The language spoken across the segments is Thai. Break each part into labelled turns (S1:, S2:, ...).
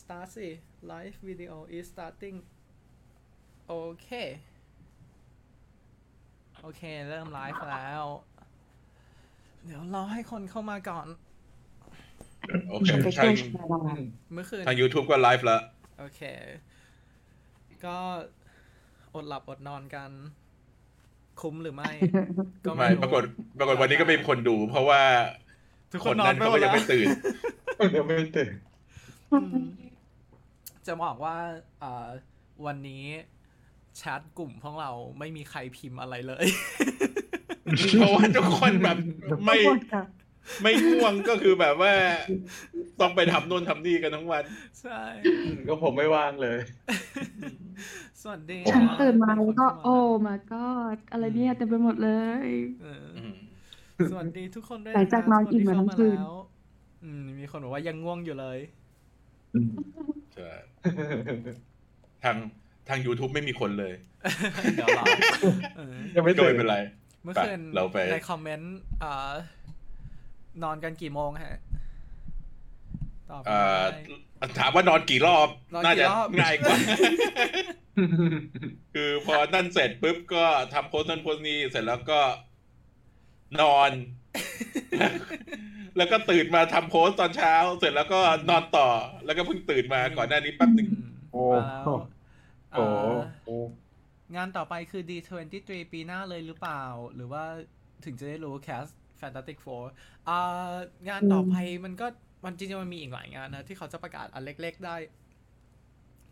S1: start สิ live video is starting โอเค โอเค เริ่มไลฟ์แล้ว เดี๋ยวรอให้คนเข้ามาก่อน
S2: โอ
S3: ผ
S2: เค
S3: มไป
S2: ทา
S3: เที่
S2: ง
S3: ยวเชียงราย
S1: เมื่อคืน
S2: ทาง YouTube ก็ไลฟ์แล้ว
S1: โอเค ก็อดหลับอดนอนกัน คุ้มหรือ ไม่ ก็
S2: ไม่ ปรากฏปรากฏวันนี้ก็ไม่มีคนดู เพราะว่า
S4: ทุกคนนอนไป
S2: เขา
S4: หม
S2: ก็
S4: ด
S2: ยั
S4: แล้ว
S2: ไม่ตื่น
S4: เดี๋ยวไม่ตื่น
S1: อืมจะบอกว่าเอ่อวันนี้แชทกลุ่มของเราไม่มีใครพิมพ์อะไรเลย
S2: เพราะว่าทุกคน แบบไม่
S3: ขอบคุณค่ะ
S2: ไม่ง่วงก็คือแบบว่า ต้องไปทำโน่นทำนี่กันทั้งวัน
S1: ใช่
S4: ก็ผมไม่ว่างเลย
S1: สวัสดี
S3: ฉัน
S1: ค่ะ
S3: ตื่นมาแล้วก็
S1: เป็นคนที่มา
S3: โอ้ my god อะไรเนี่ยเต็มไปหมดเลย
S1: เออ
S2: อืม
S1: สวัสดีทุกคนด้วยะ
S3: หลังจากนอน
S1: สวัสดี
S3: อิ่มมาทั้ง
S1: เข้
S3: คืน
S1: แล้วอืม มีคนบอกว่ายังง่วงอยู่เลย
S2: ใช่ทางทาง YouTube ไม่มีคนเลย
S1: เดี๋ยวรอเออ
S4: ยังไม่
S2: ก็
S4: ตื่
S2: ไม่
S4: น
S2: เป็นไร
S1: เมื่อคืน
S2: ไปเราไป
S1: ในคอมเมนต์เอ่อนอนกันกี่โมงฮะ ตอบ
S2: เอ่อ
S1: ได้
S2: ถามว่านอนกี่รอบ
S1: นอน
S2: น่า
S1: กี่
S2: จะ
S1: รอบ
S2: ง่ายกว่า คือพอนั่นเสร็จปุ๊บก็ทำโพสต์นั่นโพสต์นี้เสร็จแล้วก็นอน แล้วก็ตื่นมาทำโพสต์ตอนเช้า เสร็จแล้วก็นอนต่อ แล้วก็เพิ่งตื่นมาก่อนหน้านี้แป๊บหนึ่ง
S1: อืม
S4: โอ้
S1: มาแล้ว
S4: โอ้
S1: เอ่อ
S4: โอ้
S1: งานต่อไปคือ D23 ปีหน้าเลยหรือเปล่า หรือว่าถึงจะได้รู้แคส Fantastic Four อ่างานต่อไปมันก็มันจริงๆมันมีอีกหลายงานนะ ที่เขาจะประกาศอันเล็กๆได้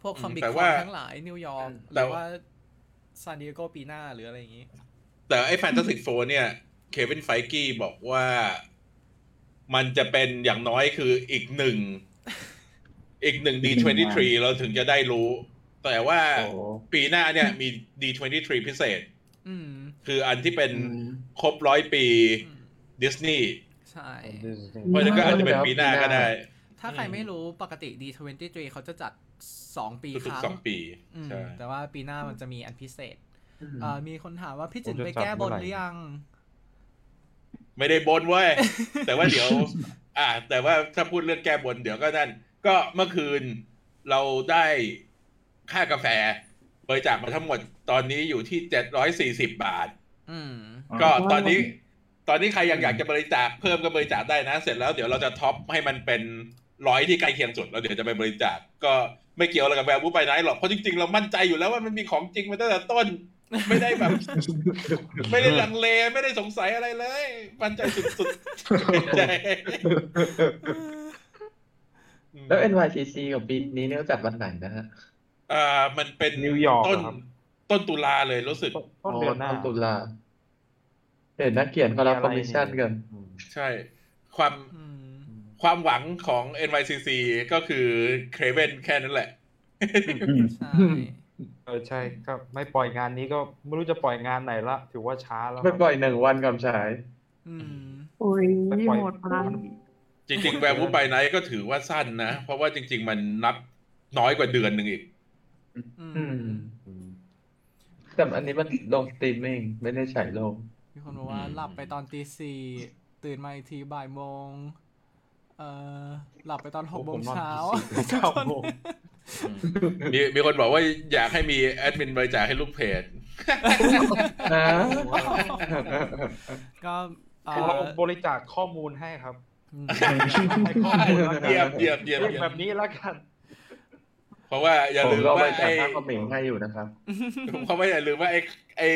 S1: พวกคอมบิค
S2: แต่
S1: คอ
S2: ว่าน
S1: ทั้งหลายนิวยอร์กห
S2: แต่
S1: รือ
S2: ว่า
S1: ว่าซานดิเอโกปีหน้าหรืออะไรอย่างนี้
S2: แต่ไอ้แฟนตาซีโฟเนี่ย เควินไฟกี้บอกว่ามันจะเป็นอย่างน้อยคืออีกหนึ่ง อีกหนึ่ง D23 เราถึงจะได้รู้ แต่ว่า
S4: โอ้
S2: ปีหน้าเนี่ยมี D23 พิเศษ
S1: อืม
S2: คืออันที่เป็นครบร้อยปี
S1: อืมดิ
S2: ดิสนีย์
S1: ใช่
S2: เพราะฉะนั้นก็อาจจะเป็นปีหน้าก็ได้
S1: ถ้าใครไม่รู้ปกติ D23 เขาจะจัด 2 ปีค
S2: ทุก
S1: รั้ง
S2: ๆสองปี
S1: อืม
S2: ใช่
S1: แต่ว่าปีหน้ามันจะมีอันพิเศษเอ่อมีคนถามว่าพี่จินไปแก้บนหรือยัง
S2: ไม่ได้บนเว้ย แต่ว่าเดี๋ยว อ่า แต่ว่าถ้าพูดเรื่องแก้บนเดี๋ยวก็นั่น ก็เมื่อคืนเราได้ค่ากาแฟบริจาคมาทั้งหมดตอนนี้อยู่ที่เจ็ดร้อยสี่สิบบาท
S1: อืม
S2: ก็ตอนนี้ ตอนนี้ใครยังอยากจะบริจาคเพิ่มก็บริจาคได้นะ เสร็จแล้วเดี๋ยวเราจะท็อปให้มันเป็นร้อยที่ใกล้เคียงสุดแล้วเดี๋ยวจะไปบริจาคก็ไม่เกี่ยวอะไรกับแวร์บูไปไหนหรอกเพราะจริงๆเรามั่นใจอยู่แล้วว่ามันมีของจริงมาตั้งแต่ต้น ไม่ได้แบบ ไม่ได้ลังเลไม่ได้สงสัยอะไรเลย มั่นใจสุดๆใจ
S4: แล้ว NYCC กับปีนี้เนี่ยจัดวันไหนนะฮะ
S2: อ่ามันเป็น
S5: นิวยอร์ก
S2: ต้น
S5: เหรอครับ
S2: ต้นตุลาเลยรู้สึก
S5: ต้นเดือนหน้า
S4: ตุลาเห็นนักเขียนเขารับคอมมิชชั่นกัน
S5: อืม
S2: ใช่ ความ
S1: อืม
S2: ความหวังของ NYCC ก็คือเครเวนแค่นั้นแหละ
S1: ใช่
S5: เออใช่ครับไม่ปล่อยงานนี้ก็ไม่รู้จะปล่อยงานไหนละ ถือว่าช้าแล้ว
S4: ไม่ปล่อยหนึ่งวันกับฉาย
S1: อืม
S3: โอ้ย
S5: ไม่ปล่อย
S3: หมดไป
S2: จริงๆแวร์วูไปไนก็ถือว่าสั้นนะ เพราะว่าจริง ๆ มันนับน้อยกว่าเดือนหนึ่งอีก
S1: อื
S4: อื
S1: ม
S4: ม แต่อันนี้มันลงสตรีมมิ่งไม่ได้ฉายลง
S1: มีคนบอกว่า
S2: อืม
S1: หลับไปตอนตีสี่ตื่นมาอีกทีบ่ายโมง เอ่อ หลับไปตอนหกโมงเช้า
S5: ผมนอนตีสี่เก้าโมง
S2: มีมีคนบอกว่าอยากให้มีแอดมินบริจาคให้ลูกเพจ
S4: นะ
S1: ก็เอ่
S5: คือเรา
S1: อบ
S5: ริจาคข้อมูลให้ครับ
S1: อืม
S5: ให้ข้อมูลแล้วกัน
S2: เยี่ยมเยี่ยมเยี่ยม
S5: เรียก
S2: เยี่ย
S5: แบ
S2: ม
S5: บนี้แล้วกัน
S2: เพราะว่าอย่า
S4: ผม
S2: ลืม
S4: ก็ไป
S2: ว่า
S4: จัด
S2: ไอ้
S4: หน้าคอมเมนต์ให้อยู่นะครับ
S2: ผม เขาไม่อย่าลืมว่าไอ้ไอ้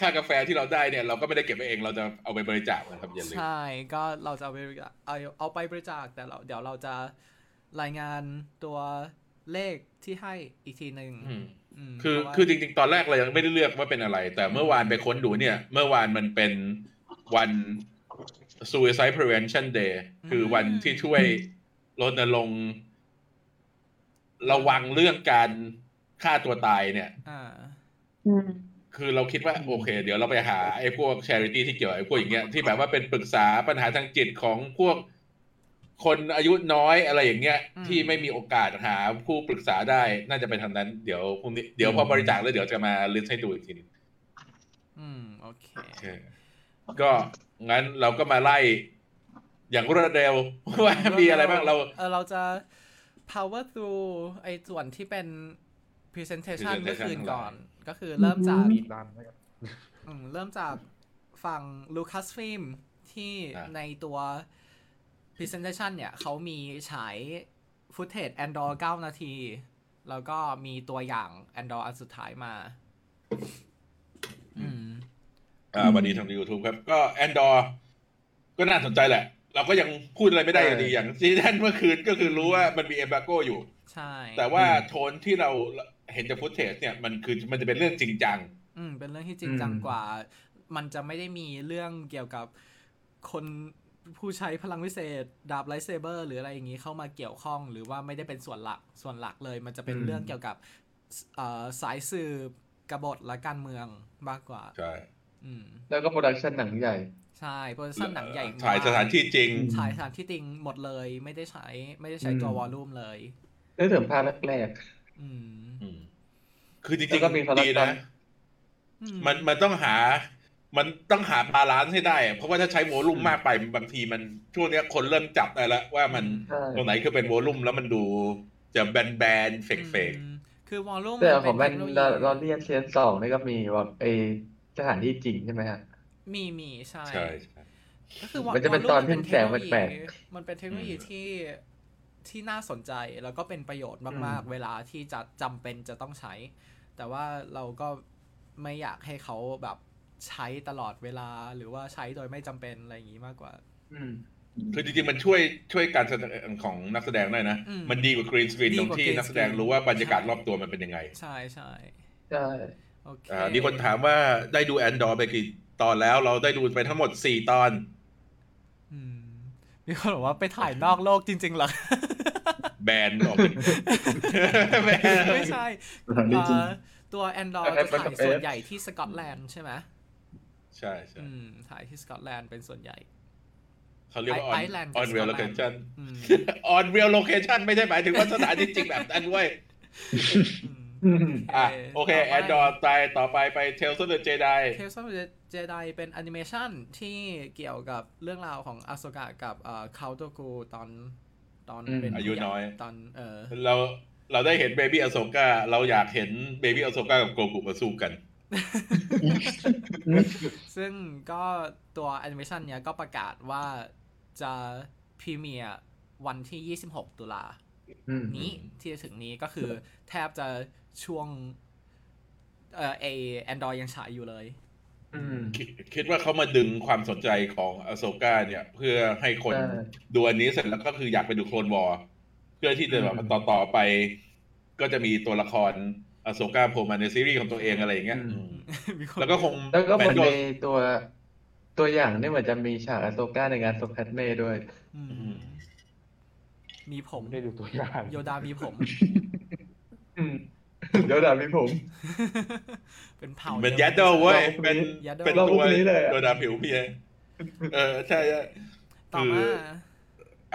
S2: ค่ากาแฟที่เราได้เนี่ยเราก็ไม่ได้เก็บไปเองเราจะเอาไปบริจาคนะครับอย่าลืม
S1: ใช่ ก็เราจะเอาไปบริจาคเอาเอาไปบริจาคแต่เราเดี๋ยวเราจะรายงานตัวเลขที่ให้อีกทีหนึ่ง
S2: อืม
S1: ม
S2: คือ
S1: เพราะว่า
S2: คือจริง ๆ ตอนแรกเรายังไม่ได้เลือกว่าเป็นอะไร แต่เมื่อวานไปค้นดูเนี่ย เมื่อวานมันเป็นวัน suicide prevention day คือวันที่ช่วยรณรงค์ระวังเรื่องการฆ่าตัวตายเนี่ย
S1: อ่า
S3: อืม
S2: คือเราคิดว่าโอเค เดี๋ยวเราไปหาไอ้พวกช h ริตี้ที่เกี่ยวกับไอ้พวกอย่างเงี้ยที่แบบว่าเป็นปรึกษาปัญหาทางจิตของพวกคนอายุน้อยอะไรอย่างเงี้ย
S1: อืม
S2: ที่ไม่มีโอกาสหาผู้ปรึกษาได้น่าจะไปทางนั้นเดี๋ยวพรุ่งนี้เดี๋ยวพอบริจาคแล้วเดี๋ยวจะมาลิสต์ให้ดูอีกทีหนึง
S1: อืม โอเค
S2: ก็งั้นเรา ก็มาไล่อย่างรวดเร็วว่ามีอะไรบ้างเรา
S1: เออเราจะ power through ไอ้ส่วนที่เป็น presentation เมื่อ
S2: presentation
S1: คืน
S2: ทั้งหลาย
S1: ก่อน ก็คือเริ่มจาก
S5: บีดดันนะครับ
S1: อืมเริ่มจากฝั่ง Lucasfilm ที่
S2: อ่ะ
S1: ในตัว presentation เนี่ยเขามีฉาย footage Andor 9 นาที แล้วก็มีตัวอย่าง Andor อันสุดท้ายมา อืม
S2: อ่าวันนี้ทาง YouTube ครับ ก็แอนดอร์ก็น่าสนใจแหละ เราก็ยังพูดอะไรไม่ได้อยู่ดี
S5: ใช่
S2: อย่างซีแด นเมื่อคืนก็คือรู้ว่ามันมีเอมบาโกอยู่
S1: ใช่
S2: แต่ว่าโทนที่เราเห็นจากฟุตเทจเนี่ยมันคือมันจะเป็นเรื่องจริงจัง
S1: อืมเป็นเรื่องที่จริงจัง
S4: อืม
S1: กว่า มันจะไม่ได้มีเรื่องเกี่ยวกับคนผู้ใช้พลังวิเศษ ดาบไลท์เซเบอร์หรืออะไรอย่างนี้เข้ามาเกี่ยวข้อง หรือว่าไม่ได้เป็นส่วนหลักส่วนหลักเลย มันจะเป็น
S4: อืม
S1: เรื่องเกี่ยวกับสเอ่อสายสืบกบฏและการเมืองมากกว่า
S2: ใช่
S1: อืม
S4: แล้วก็โปรดักชันหนังใหญ่
S1: ใช่โปรดักชั่นหนังใหญ่มก
S2: ถ่ายสถานที่จริง
S1: ฉายสถานที่จริงหมดเลย ไม่ได้ใช้ไม่ได้ใช้ตัว
S4: อืม
S1: วอลลุ่มเลย
S4: นึกถึงภาคแรก
S1: อืม
S2: อืมคือจ
S4: แล้
S2: ริง
S4: วก็มี
S2: ๆดี
S4: production
S2: นะ
S1: อื
S2: มันมันต้องหา มันต้องหาบาลานซ์ให้ได้อะเพราะว่าถ้าใช้โวลุ่มมากไปบางทีมันช่วงเนี้ยคนเริ่มจับได้แล้วว่ามัน
S4: ๆใช่
S2: ตรงไหนคือเป็นโวลุ่มแล้วมันดูจะแบนแบนๆเฟกเฟก
S1: อืมคือวอลลุ่ม
S4: แต่
S1: มัน
S4: ของแม
S1: เป็น นเทคโนโลยี
S4: เราเรียนเซียนสองนี่ก็มีแบบไอสถานที่จริงใช่ไหมฮะ
S1: มีมีใช่
S2: ใช่ใช่
S1: ก็คือว
S4: มันจะเป็น
S1: ว
S4: ตอน
S1: มั
S4: ที่แสง
S1: เทคโนโลยี
S4: แปลก
S1: มันเป็นเทคโนโลยี
S2: อืม
S1: ที่ที่น่าสนใจแล้วก็เป็นประโยชน์มาก ๆ เวลาที่จะจำเป็นจะต้องใช้ แต่ว่าเราก็ไม่อยากให้เขาแบบใช้ตลอดเวลาหรือว่าใช้โดยไม่จำเป็นอะไรอย่างนี้มากกว่า
S2: คือจริงๆ มันช่วยช่วยการแสดงของนักแสดงได้นะ
S1: อืม
S2: มันดีกว่ากรีนสกรีน
S1: ดี
S2: ต
S1: ก
S2: ร
S1: ว่าง
S2: ที่
S1: green
S2: นักแสดง
S1: screen
S2: รู้ว่าบรรยากาศ
S1: ใช่
S2: รอบตัวมันเป็นยังไง
S1: ใช่ใช่
S4: ใช่
S1: โอเค
S2: อ่ามีคนถามว่าได้ดูแอนดอร์ไปกี่ตอนแล้ว เราได้ดูไปทั้งหมดสี่ตอน
S1: อืมมีคนบอกว่าไปถ่ายนอกโลกจริง ๆ เหรอ
S2: แบนออกไป แบน
S1: ไม่ใช่
S6: สถานที่จริง
S1: เอ่อตัวแอนดอร์จะถ่ายส่วนใหญ่ที่สกอตแลนด์ใช่ไหม
S2: ใช่ใช่
S1: อืมถ่ายที่สกอตแลนด์เป็นส่วนใหญ่
S2: เขาเรียกว่า
S1: Iceland
S2: ออนเรียลโลเคชั่น
S1: อืม
S2: ออนเรียลโลเคชั่นไม่ได้หมายถึงว่าสถานที่จริงแบบนั้นเว้ย
S1: อืม
S2: อ่ะ โอเคแอนดอร์ตายต่อไปไปเทลซ์เดอะเจได
S1: เทลส์ออฟเจไดเป็นแอนิเมชันที่เกี่ยวกับเรื่องราวของอาโซกะกับเอ่อคาโตกูตอนตอนเป็น
S2: อายุน้อย
S1: ตอนเอ อ
S2: เราเราได้เห็นเบบี้อโศกาเราอยากเห็นเบบี้อโศกากับโกกุมาสู้กัน
S1: ซึ่งก็ตัวแอนิเมชันเนี้ยก็ประกาศว่าจะพรีเมียร์วันที่ 26 ตุลา
S4: อืม
S1: นี้ที่จะถึงนี้ก็ คือแทบจะช่วงเอ่อไอแอนดอยังฉายอยู่เลย
S4: อืม
S2: คิดคิดว่าเขามาดึงความสนใจของอโศกาเนี่ย เพื่อให้คน
S4: ใช่
S2: ดูอันนี้เสร็จแล้วก็คืออยากไปดูโคลนวอร์เพื่อที่จะแบบต่อต่อไป ก็จะมีตัวละครอโศกาโผล่มาในซีรีส์ของตัวเองอะไรอย่างเงี้ย
S4: อืม
S2: อืม
S1: มีคน
S2: แล้วก็คง
S4: แล้วก็
S2: แม
S4: บ
S2: น
S4: น
S2: โด
S4: ใน
S2: ส
S4: ตัวตัวอย่างนี่เหมือนจะมีฉากอโซก้าในงานศพแคทเม่ด้วย
S1: อืม
S2: อืม
S1: มีผม
S5: ไม่ได้ดูตัวอย่าง
S1: โยดามีผม
S4: อืมเดี๋ยวด่าพี่ผม
S1: เป็นเผ่า
S2: เป็น
S1: ดี
S2: ยั
S1: ว
S2: ด
S1: กั
S2: เดิลเว้ย
S4: เราก็ไม่
S2: เป็น
S1: ยัดเดิล
S2: เป็น
S4: เราก็
S2: ตัว
S4: ไม่ได้เลยอะ
S2: ตัวดาผิวเพียเออใช่ใช่
S1: ต่อ
S2: คื
S1: มา
S2: อ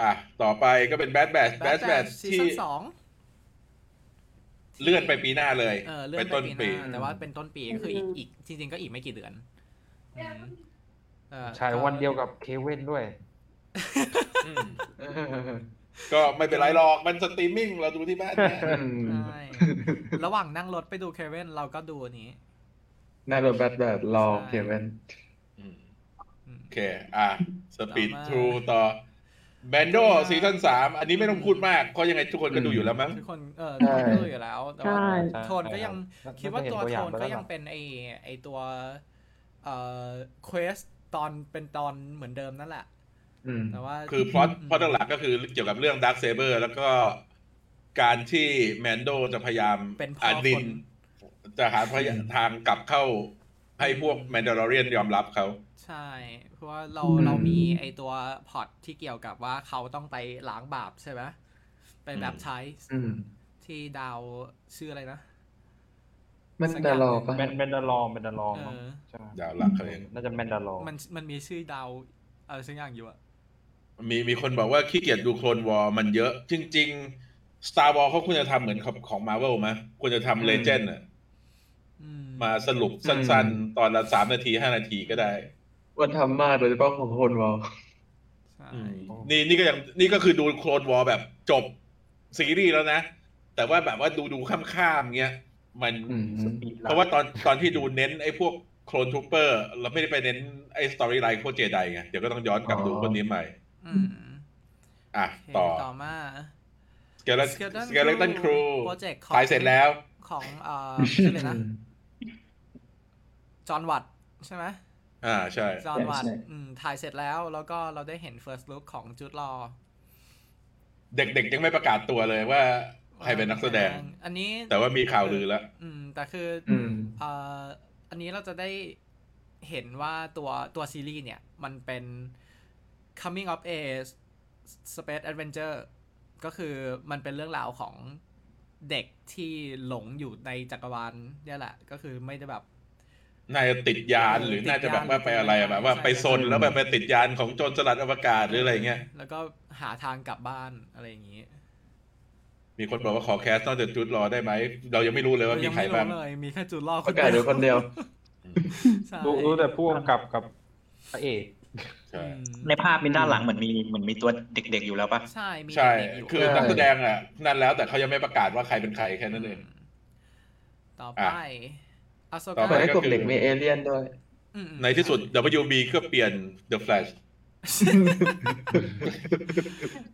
S2: อ่ะ ต่อไปก็เป็นแบทแบทแบ
S1: แบ
S2: ท
S1: ท
S2: แบ
S1: แบ
S2: ท
S1: ทซี
S2: ที่
S1: ซั่นสอง
S2: เลื่อนไปปีหน้าเลย
S1: เออเลื่อ
S2: ไป
S1: นไป
S2: ต้น
S1: ปีห
S2: ปี
S1: น้าแต่ว่าเป็นต้นปีก็คืออีก
S3: อืม
S1: อีกจริงๆก็อีกไม่กี่เดือนอืมเอ่อ
S5: ฉายวันเดียวกับเคเว่นด้วย
S2: อืมก็ไม่เป็นไรหรอก มันสตรีมมิ่งเราดูที่บ้านเนี่ย
S4: อืม
S1: ใช่ระหว่างนั่งรถไปดูเคเว่นเราก็ดูอันนี้
S4: นายแบบแบทแบบรอเขียนเป็น
S2: อืม
S1: อืม
S2: โอเค อ่ะ สปีด
S1: ต่อมา
S2: ทรูต่อแบนโด
S1: ต่อมา
S2: ซีซั่นสามอันนี้ไม่ต้องพูดมาก เพราะยังไงทุกคนก็ดูอยู่แล้วมั้ง
S1: ทุกคนเออทุกคนก็ดูอยู่แล้วแต่ว่า
S3: ใช่
S1: โทนก็ยัง คิดว่าตัวโทนก็ยังเป็นไอไอตัวเอ่อเควสตอนเป็นตอนเหมือนเดิมนั่นแหละ
S4: อืม
S1: แต่ว่า
S2: คือพล็อต
S1: อืม
S2: พล็อตหลักๆก็คือเกี่ยวกับเรื่องด a r k เซเบอร์แล้วก็การที่แมนโดจะพยายาม
S1: เป็นพ่อ
S2: อาดิ
S1: คน น
S2: จะหาพยาทางกลับเข้าให้พวกแมนดาร์เรียนยอมรับเขา
S1: ใช่ เพราะว่าเรา
S4: อืม
S1: เรามีไอตัวพอร์ตที่เกี่ยวกับว่าเขาต้องไปล้างบาปใช่ไหมไปแบบใช้
S4: อืม
S1: ที่ดาวชื่ออะไรนะ
S4: มันดารอปะ
S5: แมนแมนดาลอมแมนดาลอม
S1: เออ
S5: ใช่ไหม
S2: ดาวหลักเขาเอง
S5: น่าจะแมนดาลอม
S1: มันมันมีชื่อดาวอะไรสักอย่างอยู่อะ
S2: มีมีคนบอกว่าขี้เกียจดูโคลนวอ r มันเยอะ จริง ๆ Star Wars เขาควรจะทำเหมือนของของ Marvel ไหมควรจะทำเลเจนด์
S1: อืม
S2: มาสรุปสั้นๆ ตอนละสามนาทีห้านาทีก็ได้
S4: วันทำมากโดยเฉพาะของคนวอล
S1: ใช่
S2: นี่นี่ก็ยังนี่ก็คือดูโคลนวอลแบบจบ ซีรีส์แล้วนะ แต่ว่าแบบว่าดูดูข้ามๆเงี้ยมัน
S4: อืม
S5: สปีดลัน
S2: เพราะว่าตอนตอนที่ดูเน้นไอ้พวกโคลนทูเปอร์เราไม่ได้ไปเน้นไอ้สตอรี่ไลน์โคเจไดไง เดี๋ยวก็ต้องย้อนกลับดูคนนี้ใหม่
S1: อืม
S2: อ่ะ
S1: โอเค
S2: ต่อ
S1: ต่อมา
S2: สเกลเลตันครู
S1: โปรเจกต์ของ
S2: ขายเสร็จแล้ว
S1: ของเอ่ อชื่ออะไรนะ จอห์นวัตใช่ไหม
S2: อ่าใช่
S1: จอห์นวัต
S6: ใช่
S1: ถ่ายเสร็จแล้ว แล้วก็เราได้เห็น first look ของจุดรอ
S2: เด็กๆยังไม่ประกาศตัวเลยว่าใครเป็นนักแสดง
S1: อันนี้
S2: แต่ว่ามีข่าวลือแล้ว
S1: อืมแต่คืออ
S4: อืม
S1: เอ่ออันนี้เราจะได้เห็นว่าตัวตัวซีรีส์เนี่ย มันเป็น coming of age space adventure ก็คือมันเป็นเรื่องราวของเด็กที่หลงอยู่ในจักรวาลเนี่ยแหละ ก็คือไม่ได้แบบ
S2: น่าจะติดยานหรือน่าจะแบบว่าไปอะไรอะแบบว่าไปซนแล้วแบบไปติดยานของโจรสลัดอวกาศหรืออะไรเงี้ย
S1: แล้วก็หาทางกลับบ้านอะไรอย่างนี้
S2: มีคนบอกว่าขอแคสนอกจากจุดรอได้ไหม เรายังไม่รู้เลยว่ามี
S1: ยัง
S2: ใคร
S1: ไม่
S2: บ้าง
S1: รู้เลย มีแค่จุดลอก
S4: ประกาศอยู่คนเดียว
S1: ใช่
S5: รู้รู้แต่พ่วงกับกับพระเอก
S2: ใช่
S1: อืม
S6: ในภาพมีด้านหลังเหมือนมีเหมือนมีตัวเด็กๆอยู่แล้วปะ
S1: ใช่ มี
S2: ใช่
S1: เด็กๆยู่
S2: คือนักแสดงอ่ะ นั่นแล้วแต่เขายังไม่ประกาศว่าใครเป็นใครแค่นั้นเอง
S1: ต่อไป
S2: อ่ะ
S1: อาโซ
S2: ต่
S1: กา
S2: อ
S4: เปิด
S2: ไป
S4: ให้กลุ่มเด็กมีเอเลี่ยนด้วย
S1: อืมๆ
S2: ในที่สุด WB ก็เปลี่ยน The Flash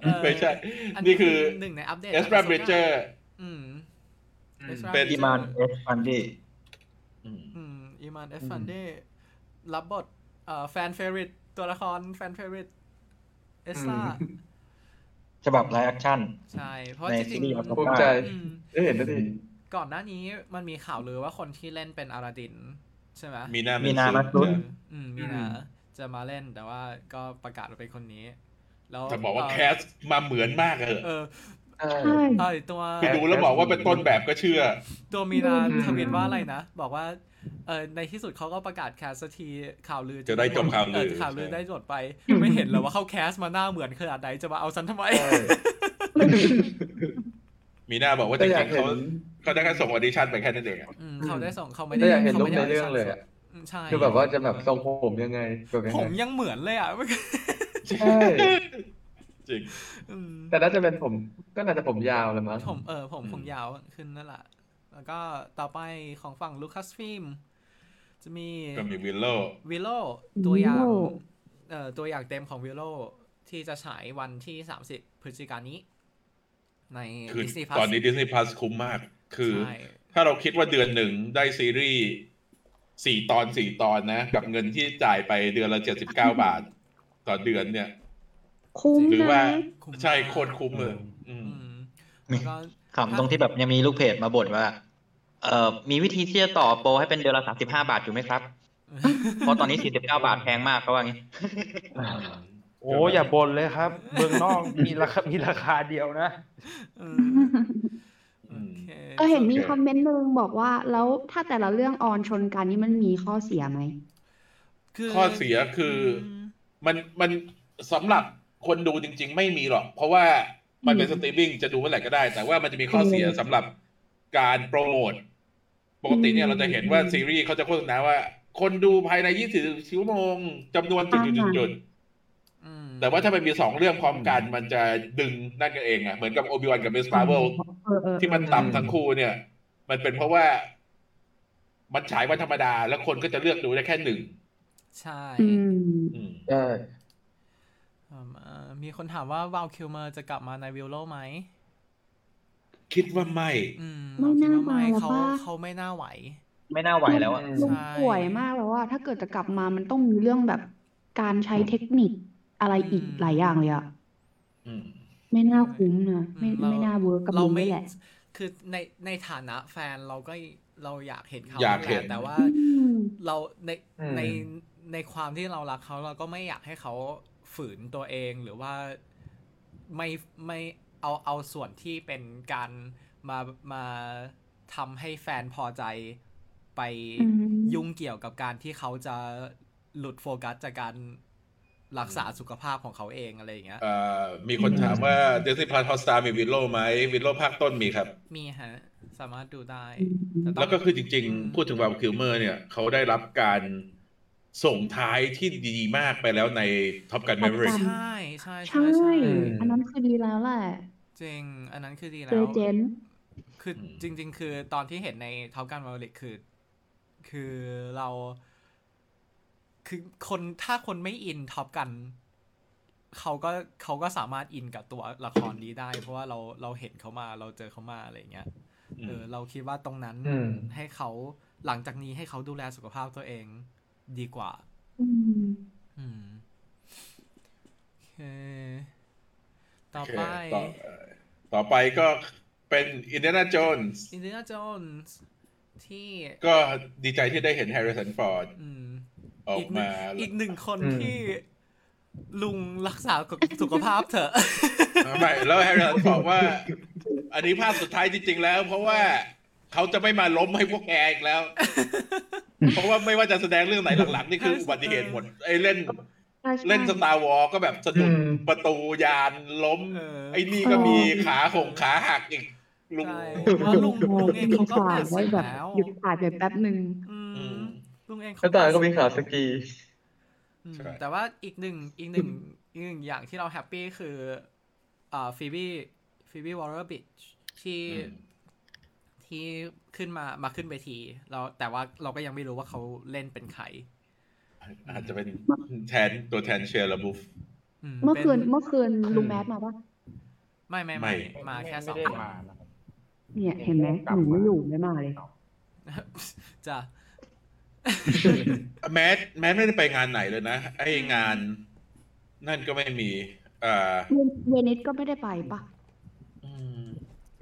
S1: เอ่อ
S2: ไม่ใช่
S1: อัน
S2: นี่คือ
S1: หนึ่งในอัปเดต
S2: เอสเปรเบเจอร์
S1: อืม
S6: อืม
S1: Ezra
S2: เป็น
S6: อีมานเอฟฟันดี้
S1: อืมอีมานเอฟฟันเดรับบทเอ่อแฟนเฟริตตัวละครแฟนเฟริตเอสซ่า
S5: อืม
S6: ฉบับไลฟ์แอคชั่น
S1: ใช่ เพราะ
S6: ใน
S1: จริ
S6: ซี
S1: ง
S6: รีส์ครับ
S4: ภูมิใจ
S1: อืม
S4: ได้เห็นแล้วดิ
S1: ก่อนหน้านี้มันมีข่าวลือว่าคนที่เล่นเป็นอาราดิน ใช่ไหม
S2: มีหน้า
S6: มี
S2: มี
S6: หน้ามาลุ้น
S1: อืมมีนาจะมาเล่นแต่ว่าก็ประกาศว่าเป็นคนนี้ แล้ว
S2: จะบอกว่า
S1: เ
S2: แคสมาเหมือนมากเลย
S1: เออ
S3: ใช่
S1: ไอยตัว
S2: คือดูแล้วบอกว่าเป็นต้นแบบก็เชื่อ
S1: ตัวมีนาทวีตว่าอะไรนะ บอกว่าเออในที่สุดเขาก็ประกาศแคสสักทีข่าวลือ
S2: จะได้จบข่าวลือ
S1: เข่าวลือได้จดไป ไม่เห็นเลยว่าเขาแคสมาหน้าเหมือนขนาดไหนจะมาเอาฉันทำไม
S2: มีหน้าบอกว่าจ
S4: แต่อยาก
S2: ริงๆ
S4: เห็
S2: เขา
S4: น
S2: เขาได้แค่ส่งออดิชั่นไปแค่นั้นเองอะ
S1: อืมเขาได้ส่งเขาไม่
S4: แต่
S1: ได้
S4: อยากเห็น
S1: ขา
S4: รูป
S1: ไม่ได้
S4: ในเรื่องเลยอะ
S1: อืมใช่
S4: คือแบบว่าจะแบบทรงผมยังไงแบบยัง
S1: ผ
S4: ไง
S1: มยังเหมือนเลยอ่ะ
S4: ใช่
S2: จริง
S1: อืม
S4: แต่น่าจะเป็นผมก็น่าจะผมยาวแหละมั้ง
S1: ผมเออผม
S2: อืม
S1: คงยาวขึ้นนั่นแหละแล้วก็ต่อไปของฝั่งลูคัสฟิล์มจะมี
S2: ก็มีวิลโล
S1: วิโลตัวอย่างเอ่อตัวอย่างเต็มของวิโลที่จะฉายวันที่ 30 พฤศจิกายนนี้ ใน
S2: คือ
S1: Disney
S2: ตอนนี้ Disney Plus คุ้มมาก คือ ถ้าเราคิดว่าเดือนหนึ่งได้ซีรีส์สี่ตอนสี่ตอนนะ กับเงินที่จ่ายไปเดือนละเจ็ดสิบเก้า บาท ต่อเดือนเนี่ย
S3: คุ้ม
S2: หรือว่า
S3: นะ
S2: ใช่โคตรคุ้มเลยอืม
S1: อืมแล้วก็
S6: ขำตรงที่แบบยังมีลูกเพจมาบ่นว่า เอ่อมีวิธีที่จะต่อโปรให้เป็นเดือนละสามสิบห้าบาทอยู่ไหมครับ เพราะตอนนี้สี่สิบเก้าบาทแพงมากเขาว่างี้
S5: โอ้อย่าบ่นเลยครับ เมืองนอกมีราคามีราคาเดียวนะ
S1: เออโอเค
S3: เออเห็นมี
S2: โอเค
S3: คอมเมนต์หนึ่งบอกว่าแล้วถ้าแต่ละเรื่องออนชนกันนี่มันมีข้อเสียไหม
S1: คือ
S2: ข้อเสียคือ มันมันสำหรับคนดูจริง ๆ ไม่มีหรอก เพราะว่ามันเป็น
S3: อืม
S2: สตรีมมิ่งจะดูเมื่อไหร่ก็ได้ แต่ว่ามันจะมีข้อเสียสำหรับการโปรโมทปกติเนี่ย
S3: อืม
S2: เราจะเห็นว่าซีรีส์เขาจะโฆษณาว่า คนดูภายใน 20ชั่วโมงจำนวนจุด
S3: อ่า
S2: จุดจุดๆ
S1: อืม
S2: ๆแต่ว่าถ้ามันมีสองเรื่องพร้อมกัน มันจะดึงนั่นกันเองอะเหมือนกับโอบิวันกับเมสพาเวล
S3: เออเออ
S2: ที่มันต่ำทั้งคู่เนี่ย มันเป็นเพราะว่า มันฉายวันธรรมดา แล้วคนก็จะเลือกดูได้แค่หนึ่ง
S1: ใช่
S3: อืม
S2: อืม
S4: ใช่
S1: อืมเอ่อมีคนถามว่าวาลคิวเมอร์จะกลับมาในวิโลไหม
S2: คิดว่าไม่
S1: อืม
S3: ไม่น่า
S1: เรคิดว่ไม่
S3: มา
S1: เขา
S3: ป่ะ
S1: เขาไม่น่าไหว
S6: ไม่น่าไหวแล้วอะ
S4: อื
S3: ลุง
S1: ใช่
S3: ป่วยมากแล้วว่า ถ้าเกิดจะกลับมามันต้องมีเรื่องแบบการใช้เทคนิคอะไรอีกหลายอย่างเลยอะ
S2: อืม
S3: ไม่น่าคุ้มนะไม่
S1: อืมเรา
S3: ไม่น่าเวิร์กกับ
S1: เรา
S3: ลุง
S1: ไม่
S3: นี่แหละ
S1: คือในในฐานะแฟนเราก็เราอยากเห็นเขา
S2: อยากเห็
S1: แห
S2: น
S1: ละแต่ว่า
S3: อืม
S1: เราใน
S4: อืม
S1: ในในความที่เรารักเขาเราก็ไม่อยากให้เขาฝืนตัวเองหรือว่าไม่ไม่เอาเอาส่วนที่เป็นการมามาทำให้แฟนพอใจไป
S3: อืม
S1: ยุ่งเกี่ยวกับการที่เขาจะหลุดโฟกัสจากการรักษาสุขภาพของเขาเองอะไรอย่างเงี้ย
S2: เอ่อมีคนถามว่าเดซี่พลาทอสตามีวิลโลไหมวิลโลภาคต้นมีครับ
S1: มีฮะ สามารถดูได้
S3: อืม
S1: แต่ต้ง
S2: แล้วก็คือจริง
S1: อืม
S2: ๆ พูดถึงวาลคิวเมอร์เนี่ย เขาได้รับการส่งท้ายที่ดีมากไปแล้วในท็อปกัน
S3: Top
S2: เม r ริก
S3: Gun
S1: ใช่ใช่
S3: ใช่
S1: ใช่
S3: อันนั้นคือดีแล้วแหละ
S1: จริง อันนั้นคือดีแล้
S3: เจ
S1: ว
S3: เจน
S1: คือ
S2: อืม
S1: จริง ๆ คือตอนที่เห็นในท็อปการมาริกคือ คือเรา คือคนถ้าคนไม่อินท็อปกัน เขาก็เขาก็สามารถอินกับตัวละครนี้ได้ เพราะว่าเราเราเห็นเขามาเราเจอเขามาอะไรอย่างเงี้ย เออเราคิดว่าตรงนั้น
S4: อืม
S1: ให้เขาหลังจากนี้ให้เขาดูแลสุขภาพตัวเองดีกว่า
S3: อืม
S1: อืมโอเค ต่อไป
S2: ต่อเอ่อต่อไปก็เป็นอินเด a าโจนส์
S1: อินเดียโจนส์ที่
S2: ก็ดีใจที่ได้เห็นแฮร์ริสันฟอร์ด
S1: อืม
S2: ออก
S1: อีกหนึ่
S2: มาง
S1: อีกหนึ่งคน
S4: อืม
S1: ที่ลุงรักษาสุขภาพเถอะ
S2: ไม่แล้วแฮร์ริสันบอกว่า อันนี้ภาพสุดท้ายจริง ๆ แล้ว เพราะว่าเขาจะไม่มาล้มให้พวกแกอีก แล้ว เพราะว่าไม่ว่าจะแสดงเรื่องไหนหลังๆ นี่คืออุบัติเหตุหมดไอ้เล่น
S3: ใช่ใช่
S2: เล่นสตาร์วอลก็แบบสะดุด
S4: อืม
S2: ประตูยานล้ม
S1: เออ
S2: ไอ้นี่ก็มีขาหงขาหักอีก ลุง
S1: ใช่เพราะลุงลุงเอง
S3: หยุ
S1: เขา
S3: ด
S1: ก็
S3: ถ่าย
S1: แปด
S3: ไว้
S1: สิบ
S3: แบบ
S1: แล้ว
S3: หยุดถ่ายไปแป๊บหนึ่ง
S1: อื
S2: อื
S1: ม
S2: ม
S1: ลุงเอง
S4: ก็ตอนนั้นก็มีข่าว
S1: แปด
S4: ส
S1: สิบ
S4: กี
S1: อืม
S2: ใช่
S1: แต่ว่าอีกหนึ่งอีกหนึ่งอีกหนึ่งอย่างที่เราแฮปปี้คืออ่าฟีบี้ฟีบี้วอลเลอร์บิชที่
S2: อืม
S1: ที่ขึ้นมามาขึ้นเวทีเราแต่ว่าเราก็ยังไม่รู้ว่าเขาเล่นเป็นใคร
S2: อาจจะเป็นแทนตัวแทนเชียร์ละบุฟ
S1: ม
S3: เมื่อคืน
S1: ป็
S3: เมื่อคืนลุง
S2: อืม
S3: แมสมาปะ
S1: ไม่ไม่ไม่
S2: ไม่
S1: มาแค่สอง
S5: ไได้
S1: คน
S5: มานะครับ
S3: เนี่ยเห็นไหมหนูไม่อยู่ไม่มาเลย
S1: จ้ะ
S2: แมทแมทไม่ได้ไปงานไหนเลยนะ ไอ้งาน นั่นก็ไม่มีเอ่อ
S3: เวเวนิสก็ไม่ได้ไปปะ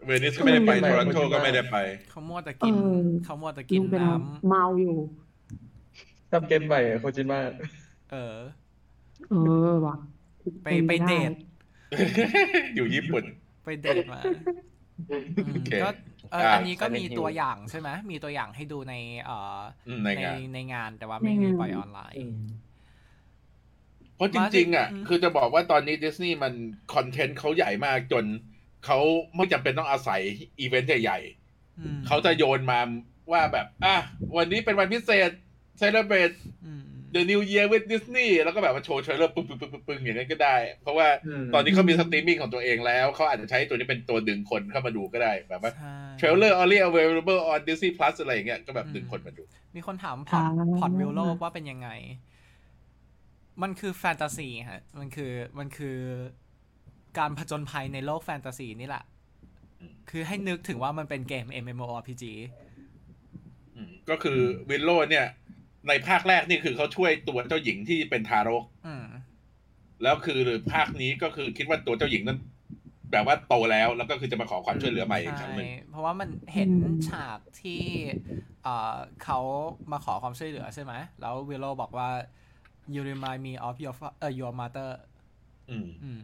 S2: เวนิสก็ไม่ได้ไป
S4: ไม่
S2: โท
S4: ไป
S2: รอนโตก็ไม่ได้ ไป
S1: เขามัวแต่กิน
S3: เออ
S1: เขามัวแต่กิ
S3: ลุ
S1: น
S3: งเป็น
S1: น้
S3: เมาอยู่
S4: ทำเกมใหม่อะโคจิมะ
S1: ำเออ
S3: เออว่ะ
S1: ไป
S3: น
S1: ไปเดท
S2: อยู่ญี่ปุ่น
S1: ไปเดทมาอืม
S2: โอเค
S1: ก็เออ
S2: อ่ะ
S1: อันนี้ก็มี
S5: อันนี้
S1: ตัวอย่างใช่ไหมมีตัวอย่างให้ดูในเอ่อ
S2: อืมใน
S1: ใน
S2: งาน
S1: ในงานแต่ว่าไม่มีปล่อยออนไลน์
S2: เพราะจริงๆอ่ะ
S1: มาสิ
S2: คือจะบอกว่าตอนนี้ดิสนีย์มันคอนเทนต์เขาใหญ่มากจนเขาไม่จำเป็นต้องอาศัยอีเวนต์ใหญ่ๆ
S1: อืม
S2: เขาจะโยนมาว่าแบบ อ่ะ วันนี้เป็นวันพิเศษ celebrate
S1: อืม
S2: the new year with Disney แล้วก็แบบมาโชว์เทรลเลอร์ปึ้งปึ้งปึ้งปึ้งปึ้งอย่างนั้นก็ได้ เพราะว่า
S4: อืม
S2: ตอนนี้เขามีสตรีมมิ่งของตัวเองแล้ว เขาอาจจะใช้ตัวนี้เป็นตัวดึงคนเข้ามาดูก็ได้ แบบว่า
S1: ใช่
S2: เทรลเลอร์ only available on Disney Plus อะไรอย่างเงี้ย ก็แบบดึงคนมาดู
S1: มีคนถามพอร์ตพอร์ตวิลโลว่าเป็นยังไง มันคือแฟนตาซีฮะ มันคือมันคือการผจญภัยในโลกแฟนตาซีนี่แหละ
S2: อืม
S1: คือให้นึกถึงว่ามันเป็นเกม MMORPG
S2: อืมก็คือวิลโลเนี่ย ในภาคแรกนี่คือเขาช่วยตัวเจ้าหญิงที่เป็นทารก
S1: อืม
S2: แล้วคือภาคนี้ก็คือคิดว่าตัวเจ้าหญิงนั้น แบบว่าโตแล้ว แล้วก็คือจะมาขอความช่วยเหลือใหม่อีกครั้งหนึ่ง
S1: ใช่เพราะว่ามันเห็นฉากที่เอ่อเขามาขอความช่วยเหลือใช่ไหม แล้ววิลโลบอกว่า you remind me of your fa- เอ่อ your mother
S2: อืม
S1: อืม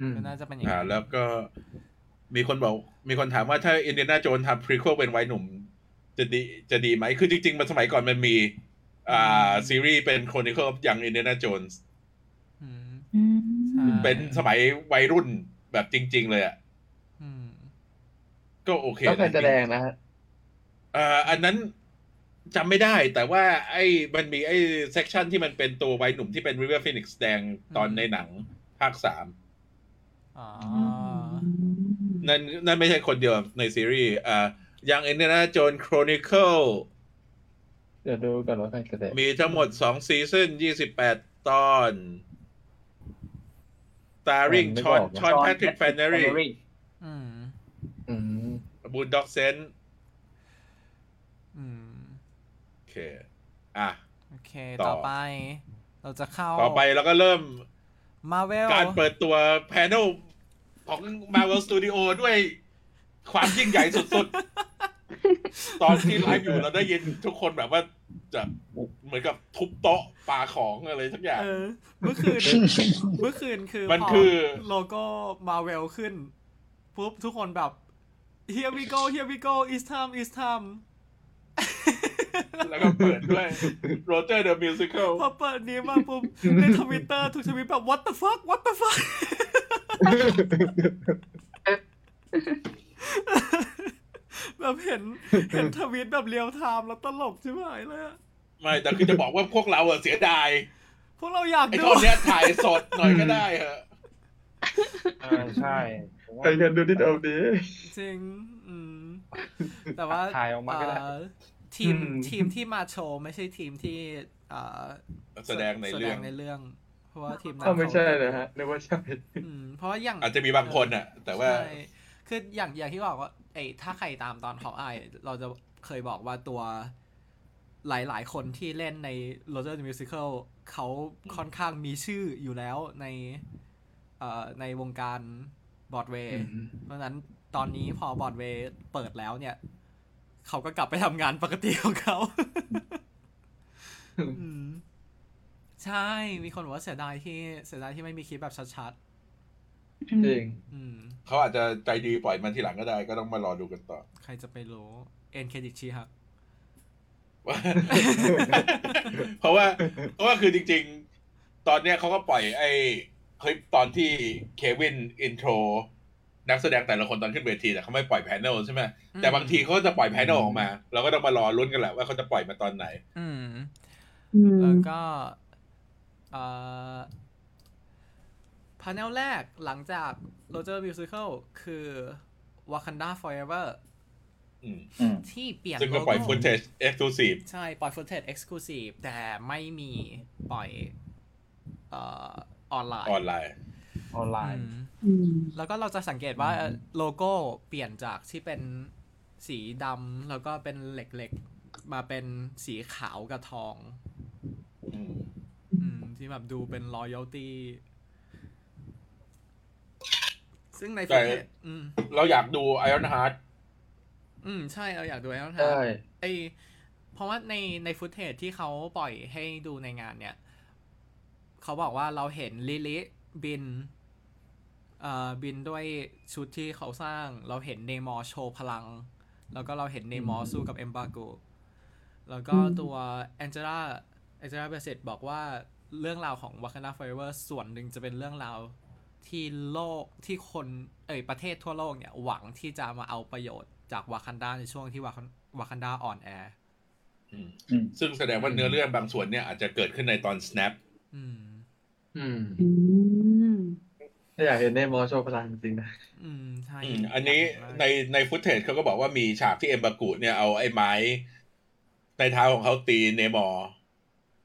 S4: อืม
S1: ก็น่าจะเป็นอย่าง
S2: อ่า
S1: นั้น
S2: แล้วก็มีคนบอก มีคนถามว่าถ้าอินเดียนาโจนทำพรีโคเป็นวัยหนุ่ม จะดีจะดีไหมคือจริง ๆ มันสมัยก่อนมันมี อ่าซีรีส์เป็น Chronicle of Young Indiana Jones
S1: อืม
S3: อืม
S1: ใช่
S2: เป็นสมัยวัยรุ่นแบบจริง ๆ เลยอ่ะ
S1: อืม
S2: ก็โอเค
S4: แล้วใครแสดงนะฮะ
S2: อ่าอันนั้นจำไม่ได้แต่ว่าไอ้มันมีไอ้เซ t ชันที่มันเป็นตัววัยหนุ่มที่เป็น River Phoenix แสดงตอนในหนังภาคสาม
S1: อ๋อ
S2: นั่นนั่นไม่ใช่คนเดียวในซีรีส์อ่ายังอินเดียนาโจน Chronicle
S4: เดี๋ยวดูก่อนว่าใครแสดง
S2: มีทั้งหมดสองซีซั่นยี่สิบแปดตอน ตาริง
S4: ไม่
S2: ชอน
S4: บอกนะ
S2: ชอนแพทริกแฟนเนอรี่
S1: อืม
S4: อืม
S2: บูลด็อกเซน
S1: อืม
S2: โอเค อ่ะ
S1: โอเค
S2: ต่อ
S1: ต่อไป เราจะเข้า
S2: ต่อไปเราก็เริ่ม
S1: มาเวล
S2: การเปิดตัวแพน e l ของ Marvel Studio ด้วยความยิ่งใหญ่สุด ๆ ตอนที่ไลฟ์อยู่เราได้ยินทุกคนแบบว่าจะเหมือนกับทุบโต๊ะปาของอะไรสักอย่าง
S1: เออ เมื่อ คืน เมื่อคืนคือ
S2: มัน
S1: พ
S2: คือ
S1: โลโก้มาเวลขึ้นปุ๊บทุกคนแบบ here we go here we go it's time it's time
S2: แล้วก็เปิดด้วย Roger the Musical
S1: พอเปิดนี้มา ปุ๊บ ในทวิตเตอร์ทุกทวิตแบบ what the fuck what the fuck แบบเห็นเห็นทวิตแบบเรียวไทม์แล้วตลกใช่ไหมเลยอะ
S2: ไม่แต่คือจะบอกว่าพวกเราอะเสียดาย
S1: พวกเราอยาก
S2: ไอ้
S1: ดู
S2: ท่อนเนี้ยถ่ายสดหน่อยก็ได้เหอะ
S5: เออใช่ผมว่า
S4: ใครจะดูดิเอาดี
S1: จริงอืมแต่ว่า
S5: ถ่ายออกมาก็ได้
S1: เอ่อทีม
S4: อืม
S1: ทีมที่มาโชว์ไม่ใช่ทีมที่เอ่อ
S2: แสดงในเรื่อง
S1: แสดในเรื่อง เพราะว่าทีมนั้น
S4: อ้าวไม่ใช่
S1: ขา
S4: นะฮะนึกว่าใช่
S1: อืมเพราะว่าอย่าง
S2: อาจจะมีบางคนอ่ะ แต่ว่า
S1: ใช่คืออย่างอย่างที่บอกว่าไอ้ถ้าใครตามตอนเขาไอายเราจะเคยบอกว่าตัวหลาย ๆ คนที่เล่นใน r o g e r the Musical เขาค่อนข้างมีชื่ออยู่แล้วในเอ่อในวงการบอร์ดเวย์ เพราะฉะนั้นตอนนี้พอบอดเวย์เปิดแล้วเนี่ย เขาก็กลับไปทำงานปกติของเขา อืมใช่ มีคนบอกว่าเสียดายที่เสียดายที่ไม่มีคลิปแบบชัด
S4: จริง
S1: ๆ อืม
S2: เขาอาจจะใจดีปล่อยมันทีหลังก็ได้ ก็ต้องมารอดูกันต่อ
S1: ใครจะไปรู้เอ็นเครดิตชีฮัก
S2: เพราะว่าเพราะว่าคือจริง ๆ ตอนเนี้ยเขาก็ปล่อยไอ้คลิปตอนที่เควินอินโทรนักแสดงแต่ละคนตอนขึ้นเวทีแต่เขาไม่ปล่อยแพนเนลใช่ไหม
S1: อืม
S2: แต่บางทีเขาก็จะปล่อยแพนเนลออกมา เราก็ต้องมารอลุ้นกันแหละว่าเขาจะปล่อยมาตอนไหน
S1: อืม
S3: อืม
S1: แล้วก็เอ่อพาร์เนลแรกหลังจาก Roger Musical คือ Wakanda Forever
S2: อืม
S6: อืม
S1: ที่เปลี่ยน
S2: ซึ่ง
S1: โล
S2: ก็ปล่อย
S1: โก้
S2: ฟุตเทจเอ็กซ์คลูซีฟ
S1: ใช่ ปล่อยฟุตเทจเอ็กซ์คลูซีฟแต่ไม่มีปล่อยเอ่อออนไลน์
S2: ออนไลน์
S5: ออนไล
S1: อื
S5: น์
S1: ม
S3: อืม
S1: แล้วก็เราจะสังเกตว่าโลโก้เปลี่ยนจากที่เป็นสีดำแล้วก็เป็นเหล็กๆ มาเป็นสีขาวกับทอง
S2: อืม
S1: อืม ที่แบบดูเป็น loyalty ซึ่งในฟุตเทจอืม
S2: เราอยากดูไอออนฮาร์ด
S1: อืม ใช่ เราอยากดูแล้วนะ
S4: ใช่
S1: ไอเพราะว่าในในฟุตเทจที่เขาปล่อยให้ดูในงานเนี่ย เขาบอกว่าเราเห็นลิลิบินเอ่อบินด้วยชุดที่เขาสร้าง เราเห็นเนมอร์โชว์พลัง แล้วก็เราเห็นเนมอร์สู้กับเอมบาโกแล้วก็
S3: อืม
S1: ตัวแองเจล่าแองเจล่าเบเซตบอกว่าเรื่องราวของวัคนาไฟเวอร์ส่วนหนึ่งจะเป็นเรื่องราวที่โลกที่คนเอ่ยประเทศทั่วโลกเนี่ย หวังที่จะมาเอาประโยชน์จากวาคันดาในช่วงที่วาคันวาคันดาอ่อนแอ
S6: อืม
S2: ซึ่งแสดงว่าเนื้อเรื่องบางส่วนเนี่ยอาจจะเกิดขึ้นในตอน snap
S1: อืม
S4: อืม
S3: อืม
S4: ถ้าอยากเห็นในมอโชว์พลังจริงๆนะ
S1: อืมใช่
S2: อืมอันนี้ในในฟุตเทจเขาก็บอกว่ามีฉากที่เอ็มบากุเนี่ยเอาไอ้ไม้ ในเท้าของเขาตีเนมอร์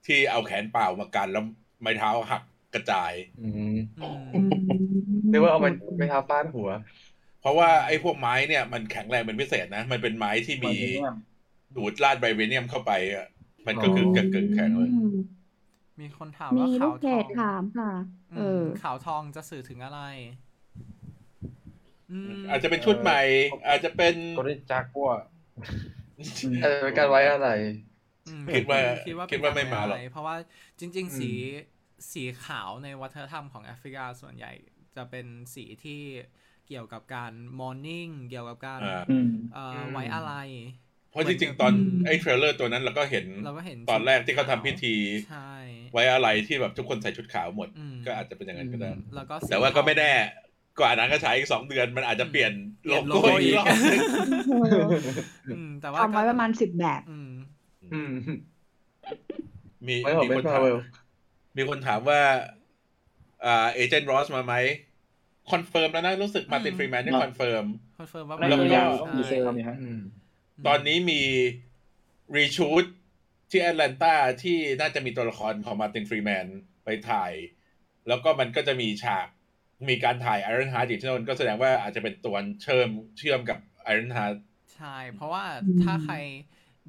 S2: ที่เอาแขนเปล่ามากันแล้วไม้เท้าหักกระจาย
S4: อืม
S1: อืม
S4: นึกว่าเอาไปไปทาฟาดหัว
S2: เพราะว่าไอ้พวกไม้เนี่ยมันแข็งแรงเป็นพิเศษนะ มันเป็นไม้ที่มี
S5: ไวเบเนียม
S2: ดูดลาดไบเวเนียมเข้าไปอะมันก็คือเกิดเกิดแข็งเลย
S1: มีคนถาม
S3: มี
S1: ว่า
S3: ลู
S1: ขาว
S3: ก
S1: ทอ
S3: เพจ
S1: ง
S3: ถามค่ะ เออ
S1: มขาวทองจะสื่อถึงอะไร อืม
S2: อาจจะเป็นชุดใหม่ อาจจะเป็น
S5: ก็ได้จากกัว
S4: เออเป็นการไว้อะไร
S1: อืม
S2: คิดว่า
S1: คิดว่า
S2: คิดว่าไม่มาหรอ
S1: เป็น
S2: ก
S1: อะไรเพราะว่าจริง
S4: อืม
S1: ๆ สีสีขาวในวัฒนธรรมของแอฟริกาส่วนใหญ่ จะเป็นสีที่เกี่ยวกับการมอร์นิ่งเกี่ยวกับการ
S2: อ่า
S6: อืม
S1: เอ่ออไว้อะไร
S2: เพราะจริง ๆ ตอนไอ้เทรลเลอร์ตัวนั้นเราก็เห็น
S1: เราก็เห็น
S2: ตอนแรกที่เขาทำพิธี
S1: ใช่
S2: ไว้อะไรที่แบบทุกคนใส่ชุดขาวหมด
S1: ม
S2: ก็อาจจะเป็นอย่างนั้นก็ได้
S1: แล้วก็สี
S2: แต่ว่าก็ไม่แน่กว่าหนังจะฉายอีกสองเดือนมันอาจจะเปลี่ยน
S1: เปลี่ย
S2: โล
S1: นโล
S2: โก้
S1: โก้อี
S2: อีก
S1: ก
S2: รอบนึง
S1: อืมแต่ว่า
S3: ทำไว้ประมาณสิบแบบ
S1: อืม
S4: อืม
S2: มี
S4: ไม่ของ
S2: มี
S4: เบ
S2: คน
S4: นพา
S2: ถาม
S4: เวล
S2: มีคนถามว่าอ่าเอเจนต์รอสมาไหมคอนเฟิร์มแล้วนะ รู้สึกมาติน
S1: อืม
S2: ฟรีแมนได้
S6: ครับ
S2: คอนเฟิร์ม
S1: คอนเฟิร์มว่า
S5: ใน
S2: แล้วก็
S5: เรื่องต้องมี
S1: ใช่
S5: เซลล์นี่ฮะ
S4: อืม
S2: ตอนนี้มีรีชูตที่แอตแลนตาที่น่าจะมีตัวละครของมาตินฟรีแมนไปถ่าย แล้วก็มันก็จะมีฉากมีการถ่ายไอรอนฮาร์ดอีกที่นั่นก็แสดงว่าอาจจะเป็นตัวเชื่อมเชื่อมกับไอรอนฮาร์ด
S1: ใช่ เพราะว่า
S3: อืม
S1: ถ้าใคร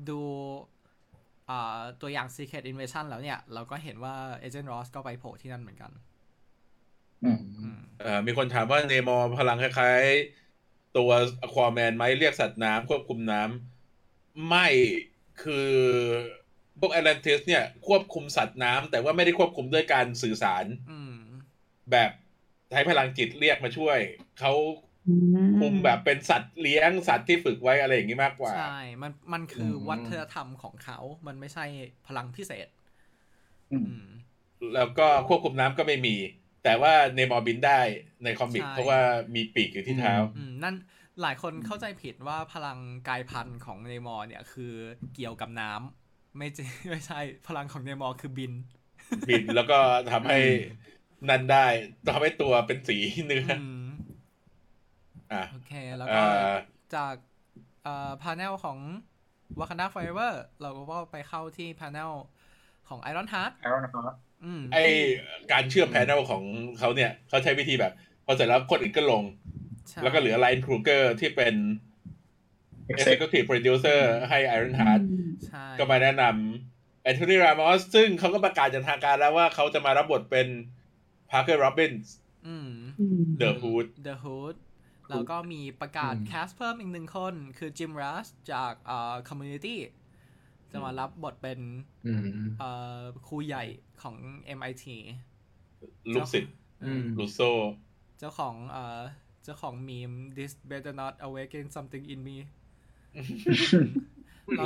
S1: ดูอ่าตัวอย่าง Secret Invasion แล้วเนี่ย เราก็เห็นว่า Agent Ross ก็ไปโผล่ที่นั่นเหมือนกัน
S6: อืม
S1: อืม
S2: เอ่อมีคนถามว่าเนมอร์พลังคล้ายๆ ตัวควาแมนไหมเรียกสัตว์น้ำควบคุมน้ำไม่คือพวกแอตแลนติสเนี่ยควบคุมสัตว์น้ำแต่ว่าไม่ได้ควบคุมด้วยการสื่อสาร
S1: อืม
S2: แบบใช้พลังจิตเรียกมาช่วย เขาคุมแบบเป็นสัตว์เลี้ยงสัตว์ที่ฝึกไว้อะไรอย่างนี้มากกว่า
S1: ใช่ มัน มันคืออ
S4: ม
S1: วัฒนธรรมของเขา มันไม่ใช่พลังพิเศษ
S6: อืม
S1: อืม
S2: แล้วก็ควบคุมน้ำก็ไม่มี แต่ว่าเนมอร์บินได้ในคอมิก
S1: ใช่
S2: เพราะว่ามีปีกอยู่ที่เท้า
S1: อืม นั่นหลายคนเข้าใจผิดว่าพลังกายพันธุ์ของเนมอร์เนี่ยคือเกี่ยวกับน้ำไม่ใช่ ไม่ใช่ พลังของเนมอร์คือบิน
S2: บินแล้วก็ทำให้นั่นได้ทำให้ตัวเป็นสีเนื้ออ
S1: อืม
S2: อ่ะ
S1: โอเค แล้ว
S2: เอ่
S1: ก็
S2: อ
S1: จากเอ่อพาเนลของ Wakanda Forever เราก็ไปเข้าที่พาเนลของ Iron Heart
S5: แล้วนะครับ
S1: อืม
S2: ไอการเชื่อมแพนเนลของเขาเนี่ย เขาใช้วิธีแบบ พอเสร็จแล้วคนอื่นก็ลง
S1: ใช่
S2: แล้วก็เหลือไลน์ครูเกอร์ที่เป็น Executive Producer ให้ Iron Heart
S1: ใช่
S2: ก็มาแนะนำแอนโทนีรามอสซึ่งเขาก็ประกาศอย่างทางการแล้วว่าเขาจะมารับบทเป็น Parker Robbins
S1: อืม
S3: อืม
S2: The Hood
S1: The Hood แล้วก็มีประกาศ
S4: อืม
S1: แคสเพิ่มอีกหนึ่งคน คือ Jim Rush จากเอ่อ Community จะมารับบทเป็น
S4: อืม
S1: เอ่อครูใหญ่ของ MIT
S2: ลูกศิษย์
S1: เจ้าของ
S4: อืม
S2: ลูโซ
S1: เจ้าของเอ่อเจ้าของมีม This better not awaken something in me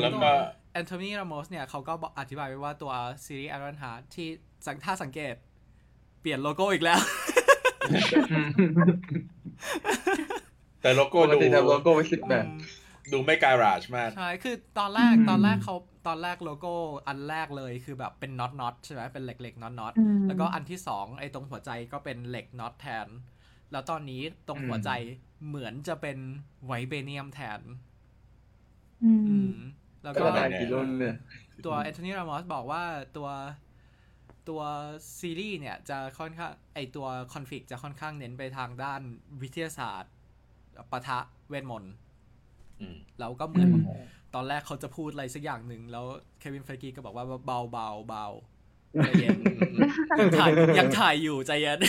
S2: แล้วก็
S1: แอนโทนีรามอสเนี่ยเขาก็บอกอธิบายไว้ว่าตัวซีรีส์ Iron Heart ที่สังถ้าสังเกต เปลี่ยนโลโก้อีกแล้ว
S2: แต่โล
S4: ป
S2: โก้
S4: ก
S2: ดู
S4: ติทำโลโก้ไว้สิบแบบ
S2: ดูไม่การาจมาก
S1: ใช่ คือตอนแรก
S4: อืม
S1: ตอนแรกเขาตอนแรกโลโก้อันแรกเลยคือแบบเป็นน็อตน็อตใช่ไหม เป็นเหล็กๆน็อตน็อต
S3: อืม
S1: แล้วก็อันที่สองไอ้ตรงหัวใจก็เป็นเหล็กน็อตแทน แล้วตอนนี้ตรงหัวใจเหมือนจะเป็นไวเบเนียมแทน
S3: อื
S1: อื
S3: ม
S1: ม แล้ว
S4: ก็
S1: ก็
S4: ได้กี่รุ่นเนี่ย
S1: ตัวแอนโทนีรามอสบอกว่าตัวตัวซีรีส์เนี่ยจะค่อนข้างไอตัวคอนฟ lict จะค่อนข้างเน้นไปทางด้านวิทยาศาสตร์ปะทะเวทมนต์
S2: อืม
S1: แล้วก็เหมือน
S4: อืม
S1: ตอนแรกเขาจะพูดอะไรสักอย่างหนึ่ง แล้วเควินเฟกีก็บอกว่าเบาเบาเบาใจเย็นยังถ่ายยังถ่ายอยู่ใจเย็น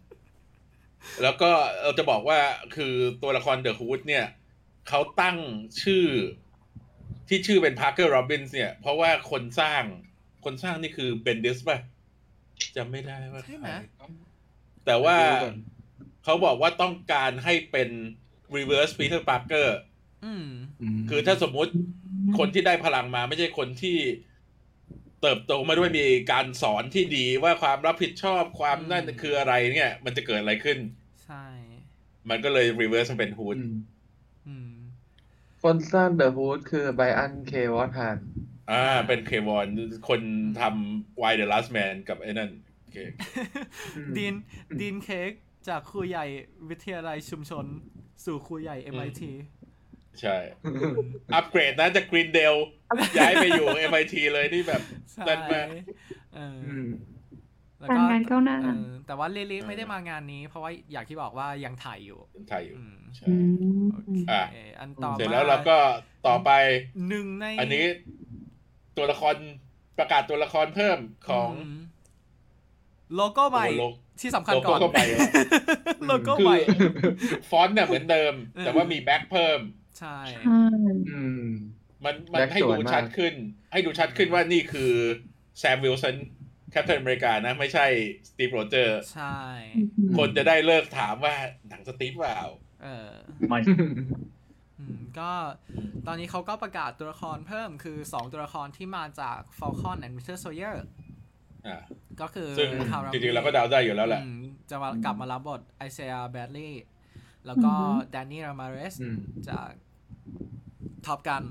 S2: แล้วก็เราจะบอกว่าคือตัวละครเดอะฮูดเนี่ย เขาตั้งชื่อที่ชื่อเป็นพาร์เกอร์โรบินส์เนี่ย เพราะว่าคนสร้างคนสร้างนี่คือเบนดิสป่ะจำไม่ได้ว่า
S1: ใช่ไหม
S2: ครแต่ว่า
S4: ไม่รู้ก่อน
S2: เขาบอกว่าต้องการให้เป็น reverse Peter Parker
S1: อืม
S2: คือถ้าสมมุติคนที่ได้พลังมาไม่ใช่คนที่เติบโตมาด้วยมีการสอนที่ดีว่าความรับผิดชอบความนั่น
S1: อืม
S2: คืออะไรเนี่ย มันจะเกิดอะไรขึ้น
S1: ใช่
S2: มันก็เลย reverse มันเป็นฮูด
S4: อืม
S1: อืม
S4: คนสร้างเดอะฮูดคือไบอันเควอทาน
S2: อ่า เป็นเควอนคนทำ Why the Last Man กับไอ้นั่นโอเค
S1: ดินดินเค้กจากครูใหญ่วิทยาลัยชุมชน สู่ครูใหญ่ MIT
S2: ใช่ อัปเกรดนะจากกรีนเดลย้ายไปอยู่ MIT เลยนี่แบบ
S1: ใช่
S2: นั่นมาก
S1: เออ
S4: อืม
S1: แล้วก็
S3: การงานก้าวหน้า
S1: เออแต่ว่าลิลิไม่ได้มางานนี้ เพราะว่าอย่างที่บอกว่ายังถ่ายอยู่
S2: ไทยอยู่
S1: อืม
S2: ใช่
S3: อืม
S1: โอเค
S2: อ่ะ
S1: อันต่อมา
S2: เสร็จแล้วเราก็ต่อไป
S1: หนึ่งใน
S2: อันนี้ตัวละครประกาศตัวละครเพิ่มของ
S1: มโลโก้ใหม่
S2: โอ้โลโก้
S1: ที่สำคัญ
S2: โล
S1: ก่
S2: โก้
S1: อน
S2: ก็ไปแล้ว
S1: โลโก้
S2: คื
S1: ให
S2: อ
S1: ม่
S2: ฟอนต์เนี่ยเหมือนเดิม
S1: เออ
S2: แต่ว่ามีแบ็คเพิ่ม
S1: ใช่
S3: ใช่
S4: อืม
S2: มันมัน
S4: แบ็ค
S2: ให้
S4: สวย
S2: ดู
S4: มาก
S2: ชัดขึ้น ให้ดูชัดขึ้นว่านี่คือแซมวิลสันแคปเทนอเมริกานะ ไม่ใช่สตีฟโรเจอร์
S1: ใช่
S2: คนจะได้เลิกถามว่าหนังสตีฟเปล่า
S1: เออ
S6: ไม่
S1: อืมก็ตอนนี้เขาก็ประกาศตัวละครเพิ่มคือ 2 ตัวละครที่มาจาก Falcon and Winter Soldier
S2: อ่า
S1: ก็คือ
S2: ซึ่ง
S1: คาร์
S2: จริงๆเราก็เดาได้อยู่แล้วแหละ
S1: อืมจะมากลับมารับบทไอเซียแบดลีย์แล้วก็
S3: อือฮึ
S1: แดนนี่รามาเรส
S4: อืม
S1: จากท็อปกัน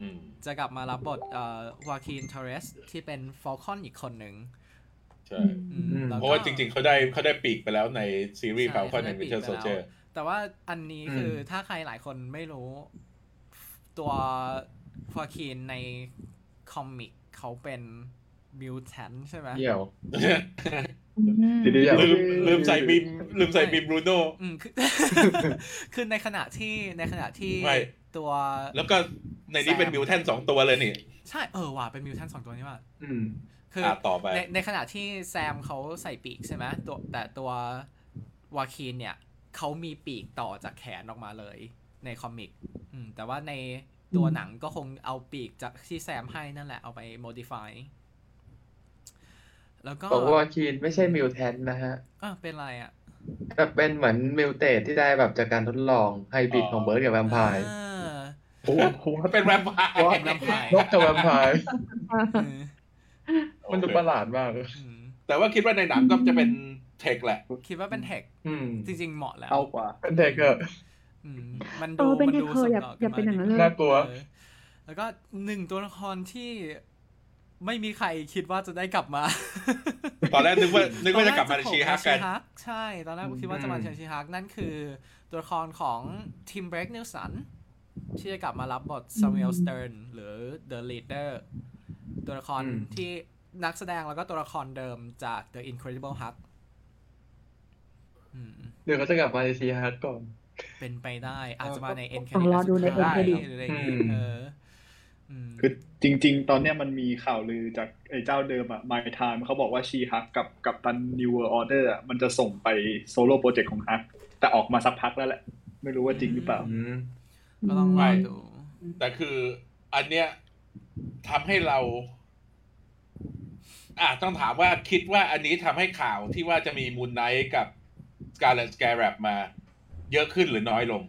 S2: อืม
S1: จะกลับมารับบทเอ่อวาคีนทอเรสที่เป็น Falcon อีกคนหนึ่ง
S2: ใช่
S1: อื
S4: อื
S1: ม
S4: ม
S1: แล้
S2: เพ
S1: ก็
S2: ราะว่าจริงๆเขาได้เขาได้ปีกไปแล้วในซีรีส์
S1: ใช่
S2: ฟาวคอนใน
S1: เขาได้ปี
S2: วิ
S1: ก
S2: เทอร์
S1: ไป
S2: โซ
S1: แล้ว
S2: เชอร์
S1: แต่ว่าอันนี้
S4: อืม
S1: คือถ้าใครหลายคนไม่รู้ตัวฟาคีนในคอมิกเขาเป็นมิวแทนใช่ไหม
S4: เดี่ยว
S3: อืม
S4: เดี๋ยว
S2: ลืมลืมใส่บีมลืมใส่บีมบรูโน่
S1: อืมคือ คือในขณะที่ในขณะที่
S2: ไม่
S1: ตัว
S2: แล้วก็ในนี้เป็น
S1: แซม
S2: บิวแทนสองตัวเลยนี่
S1: ใช่เออว่ะเป็นมิวแทนสองตัวนี้ว่ะ
S4: อืม
S1: คือ
S2: อ่า
S1: อ
S2: ต่อไป
S1: ในในขณะที่แซมเขาใส่ปีกใช่ไหมตัวแต่ตัววาคีนเนี่ยเขามีปีกต่อจากแขนออกมาเลย ในคอมิกอืมแต่ว่าในตัวหนังก็คงเอาปีกจากที่แซมให้นั่นแหละเอาไป modify แล้วก็
S4: บอกว่าคีนไม่ใช่มิวแทนนะฮะ
S1: อ่ะเป็นไรอ่ะ
S4: แต่เป็นเหมือนมิวเตตที่ได้แบบจากการทดลองไฮบริด
S2: อ๋อ
S4: ของเบิร์ดกับแวมไพร์
S1: อ่า
S4: โอ้โห
S2: เป็นแวมไพร์
S1: เป็นแวมไพร์
S4: นกกับแวมไพร์
S1: อืม
S4: มันดูประหลาดมาก
S1: อืม
S2: แต่ว่าคิดว่าในหนังก็จะเป็นเทคแหละ
S1: คิดว่าเป็นแท็ก
S4: อืม
S1: จริง ๆ เหมาะแล้ว
S5: เอากว่า
S4: เป็นเด็กอะ
S1: อืมมัน
S3: เอ
S1: ดู
S3: อเป็น
S1: มั
S3: เด็ก
S1: ดู
S3: เถอะอย่า
S1: สมดก
S3: อย่าเป็นอย่างนั้น
S1: ม
S3: เลย
S4: น่ากลัว
S1: เออแล้วก็หนึ่งตัวละครที่ ไม่มีใครคิดว่าจะได้กลับมา
S2: ตอนแรกนึกว่านึกว่าจะกลับมาในชีฮักกั
S1: ตอแร
S2: น
S1: จะโผล่มาใช่ ตอนแรกผมคิดว่าจะมาเชียร์ชีฮักนั่นคือ ตัวละครของทีมเบรกนิวสันที่จะกลับมารับบทซามูเอลสเต r ร์นหรือ The Leader ตัวละคร
S4: อืม
S1: ที่นักแสดงแล้วก็ตัวละครเดิมจาก The Incredible Hulk อืม
S4: เดี๋ยวเขาจะกลับมาในซีฮาร์ดก่อน
S1: เป็นไปได้อาจจะมาใน End
S3: ต้องรอดูใน
S1: Credit สุท้าย
S4: End Credit
S1: หรืออะไรอย่างงี้
S4: อืม
S1: เอออืม
S7: คือจริง ๆ ตอนเนี้ยมันมีข่าวลือจากไอ้เจ้าเดิมอะ My Time เขาบอกว่าชีฮักกับกับตัน New World Order อะมันจะส่งไปโซโล่โปรเจกต์ของฮัก แต่ออกมาสักพักแล้วแหละ ไม่รู้ว่าจริงหรือเปล่า
S1: อื
S4: อืม
S1: ก็ต้องรอดู
S2: แต่คืออันเนี้ยทำให้เรา อ่ะต้องถามว่าคิดว่าอันนี้ทำให้ข่าวที่ว่าจะมีมูนไนท์กับสกาเลตสแกรบมา เยอะขึ้นหรือน้อยลง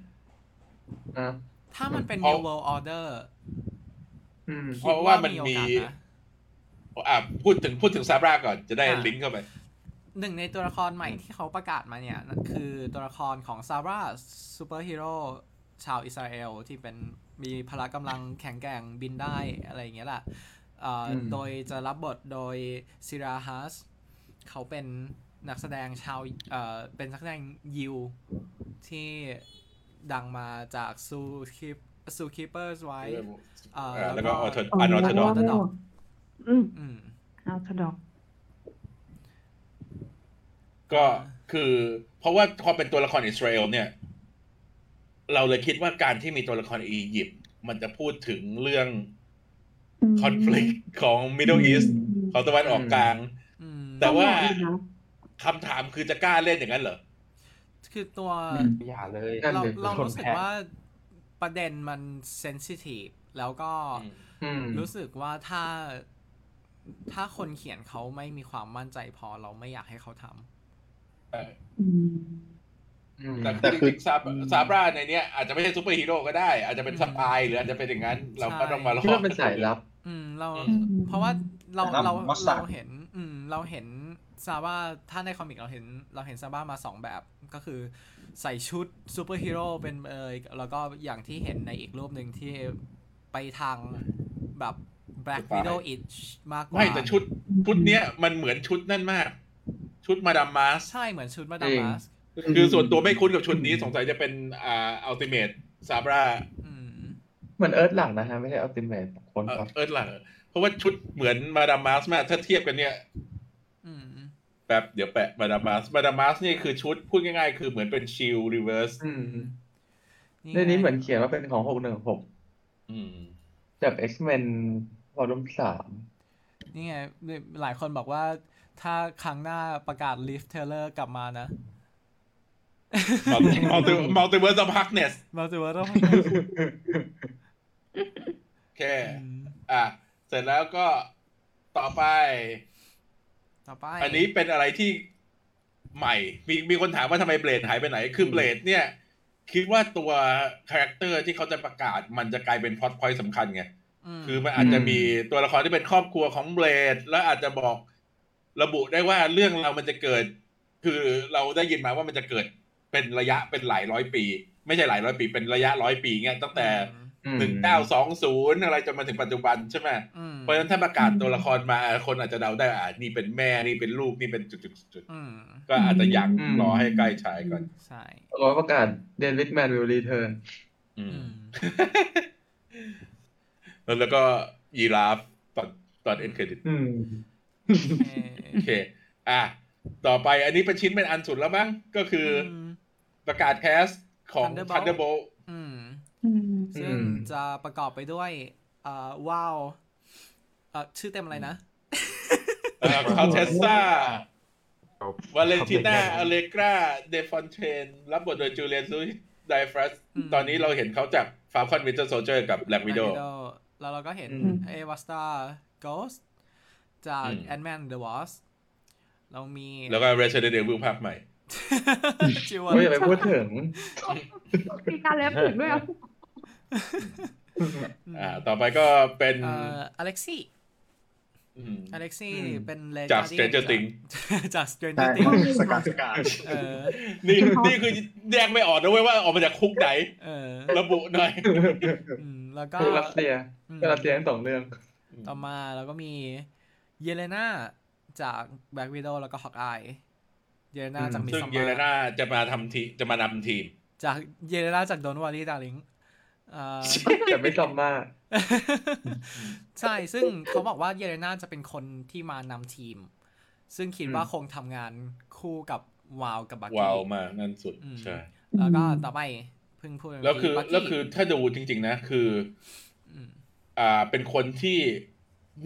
S4: อ่ะ
S1: ถ้ามันเป็น
S2: เพราะ
S1: New World Order
S4: อืม
S2: เพราะว่ามันมี
S1: คิดว่ามีโอกาสนะ
S2: อ่ะพูดถึงพูดถึงซาบราก่อนจะได้
S1: อ่ะ
S2: ลิงก์เข้าไป
S1: หนึ่งในตัวละครใหม่ที่เขาประกาศมาเนี่ย คือตัวละครของซาร่าซูเปอร์ฮีโร่ชาวอิสราเอล ที่เป็นมีพละกำลังแข็งแกร่งบินได้อะไรอย่างเงี้ยแหละเอ่ออ
S4: ม
S1: โดยจะรับบทโดยซิราฮัสเขาเป็นนักแสดงชาวเอ่อเป็นนักแสดงยิว ที่ดังมาจากซูคิปซูคิปเปอร์สไว้
S2: อ่า
S1: อ่า
S2: แล้วก็
S1: แล้
S2: ออ
S1: ว
S2: โท
S1: ก็
S2: อันออโทด
S1: ด
S2: อ
S1: อก ก
S3: กอืม
S1: อืม
S3: เอาถดอก
S2: ก็คือ เพราะว่าพอเป็นตัวละครอิสราเอลเนี่ย เราเลยคิดว่าการที่มีตัวละครอียิปต์มันจะพูดถึงเรื่องคอน FLICT ของ Middle East ของตะวันออกกลาง
S1: อืม
S2: แต่ว่า
S3: ต้องบอกเลยนะ
S2: คำถามคือจะกล้าเล่นอย่างนั้นเหรอ
S1: คือตัว
S5: อย่าเลย
S4: นั่น
S1: เรา
S4: ดิ
S1: เรา
S5: คน
S1: รู้สึก
S5: แพ้
S1: ว่าประเด็นมันเซนซิทีฟแล้วก็
S4: อืม
S1: รู้สึกว่าถ้าถ้าคนเขียนเขาไม่มีความมั่นใจพอเราไม่อยากให้เขาท
S3: อืม
S4: อืม
S2: แต่
S7: แต่
S2: คือ
S7: คือ
S2: จริงๆซาบ
S7: อืม
S2: ซาบราในเนี้ยอาจจะไม่ใช่ซูเปอร์ฮีโร่ก็ได้ อาจจะเป็นสปายหรืออาจจะเป็นอย่างนั้น เราก็ต้องมาลอง
S4: คิดว่าเป็นสายลับ
S1: ำอืมเรา
S3: อืม
S1: เพราะว่าเรา
S6: แต่เรา
S1: เรา
S6: มัสตาร์ด
S1: เราเห็น อืม เราเห็นซาว่าถ้าในคอมิกเราเห็น เราเห็นซาว่ามาสองแบบก็คือใส่ชุดซูเปอร์ฮีโร่เป็นเอยแล้วก็อย่างที่เห็นในอีกรูปหนึ่งที่ไปทางแบบ Black
S2: สไตล์
S1: Widow i t c h มากกว่า
S2: ไม่แต่ชุดชุดเนี้ยมันเหมือนชุดนั่นมาก ชุดมาดามมาส
S1: ใช่เหมือนชุดมาดา
S4: จริง
S1: มัส
S2: คือส่วนตัวไม่คุ้นกับชุดนี้สงสัยจะเป็นอ่าอัลติเมทซาบรา
S1: อืม
S4: เหมือนเอิร์ธหลังนะฮะ ไม่ใช่อัลติเมทคนครับ
S2: เอิร์ธหลังเพราะว่าชุดเหมือนมาดามมาสมากถ้าเทียบกันเนี่ย
S1: อืม
S2: แป๊บเดี๋ยวแปะมาดามมาสมาดามมาสนี่คือชุดพูดง่ายๆ คือเหมือนเป็นชิลรีเวิร์ส
S4: อืม
S1: นี่
S4: เรื่องนี้เหมือน
S1: ไง
S4: เขียนว่าเป็นของหกหนึ่งหก
S2: อืม
S4: จาก X-Men วอลลุ่มสาม
S1: นี่ไง หลายคนบอกว่า ถ้าครั้งหน้าประกาศลิฟเทเลอร์กลับมานะ
S2: มัลติมัลติเวิร์สออฟฮักเนส
S1: มาจะว่าต้อง
S2: โอเค อ่ะ เสร็จแล้วก็ต่อไป
S1: ต่อไป
S2: อันนี้เป็นอะไรที่ใหม่ มีมีคนถามว่าทำไมเบลดหายไปไหน คือเบลดเนี่ย คิดว่าตัวคาแรคเตอร์ที่เขาจะประกาศ มันจะกลายเป็นพล็อตพอยต์สำคัญไง
S1: ม
S2: คือมันอาจจะมีตัวละครที่เป็นครอบครัวของเบลดแล้วอาจจะบอกระบุได้ว่าเรื่องเราวมันจะเกิด คือเราได้ยินมาว่ามันจะเกิดเป็นระยะเป็นหลายร้อยปี ไม่ใช่หลายร้อยปี เป็นระยะร้อยปีเงี้ยตั้งแต่
S4: อืม
S2: หนึ่งเก้าสองศูนย์อะไรจนมาถึงปัจจุบันใช่ไหม
S1: อืม
S2: เพราะฉะนั้นถ้าประกาศตัวละครมาคนอาจจะเดาได้อ่านี่เป็นแม่นี่เป็นลูกนี่เป็นจุด
S1: อืม
S2: ๆก็อาจจะอยาก
S4: อืม
S2: รอให้ใกล้ฉายก่อน
S1: ใช่
S4: ร้อยประกาศเดนวิดแมนวิลรีเทิร์น
S2: อื
S1: อื
S2: ม
S1: ม
S2: แล้วแล้วก็ยีราฟตอนตอนเอ็นเครดิต
S4: อืม
S1: โอเค
S2: โอเค อ่ะ ต่อไปอันนี้เป็นชิ้นเป็นอันสุดแล้วมั้งก็คืออ
S1: ม
S2: ประกาศแคสของ
S1: Thunderbolt
S2: Thunderbolt
S1: อืม
S3: อืม
S1: ซึ่ง
S4: อืม
S1: จะประกอบไปด้วยเอ่อว้าวเอ่อชื่อเต็มอะไรนะ
S2: เอ่อคาเทส ซา
S8: ครับ
S2: วาเลนติน่าอเลกราเดฟอนเทนรับบทโดยจูเลียนซูไดฟรัส
S1: อืม
S2: ตอนนี้เราเห็นเขาจากฟา l คอนวิ n เ e อร์โซเจอร์กับแบล็กวิดโด
S1: Black Widow แล้วเราก็เห็น
S4: อืม
S1: เอวาสตาโกสจาก
S2: อืม
S1: Ant-Man and the Wasp เรามี
S2: แล้วก็ Resident Evil ภาคใหม่
S1: จิว
S4: ก็อย่าไปพูดถึง
S3: มีการแลบถึงด้วยเหรอ
S2: อ่า ต่อไปก็เป็น
S1: เอ่ออเล็กซี่
S2: ม
S1: อเล็กซี่
S4: อืม
S1: เป็นเล
S2: จาก Stranger Things
S1: จาก Stranger
S7: ใช่
S1: Things
S7: สกัดสกัด
S1: เออ
S2: นี่ นี่คือแยกไม่ออกนะเว้ยว่าออกมาจากคุกไหน
S1: เออ
S2: ระบุหน่อย
S1: อืมแล้วก็
S4: รัสเซีย
S1: อืม
S4: รัสเซียทั้งสองเรื่อง
S2: อื
S1: ต่อมาเราก็มีเยเลนาจากแบล็กวิด o w แล้วก็ฮอกอายเยเลนา
S5: อืม
S1: จากมิ
S2: ซึ่ง
S1: ซัม
S2: เยเลนาจะมาทำทีจะมานำทีม
S1: จากเยเลนาจากโดนวารีดาริงอ่า
S4: แต่ไม่ซ้ำมาก
S1: ใช่ ซึ่งเขาบอกว่าเยเลนาจะเป็นคนที่มานำทีม ซึ่งคิดว่าคงทำงานคู่กับวาวกับบักกี้
S2: วาวมานั่นสุด
S1: อืม
S2: ใช่
S1: แล้วก็ต่อไปเพิ่งพูด
S2: แล้วคือ
S1: บักกี้
S2: แล้วคือถ้าดูจริง ๆ นะคือ
S1: ม
S2: อ่าเป็นคนที่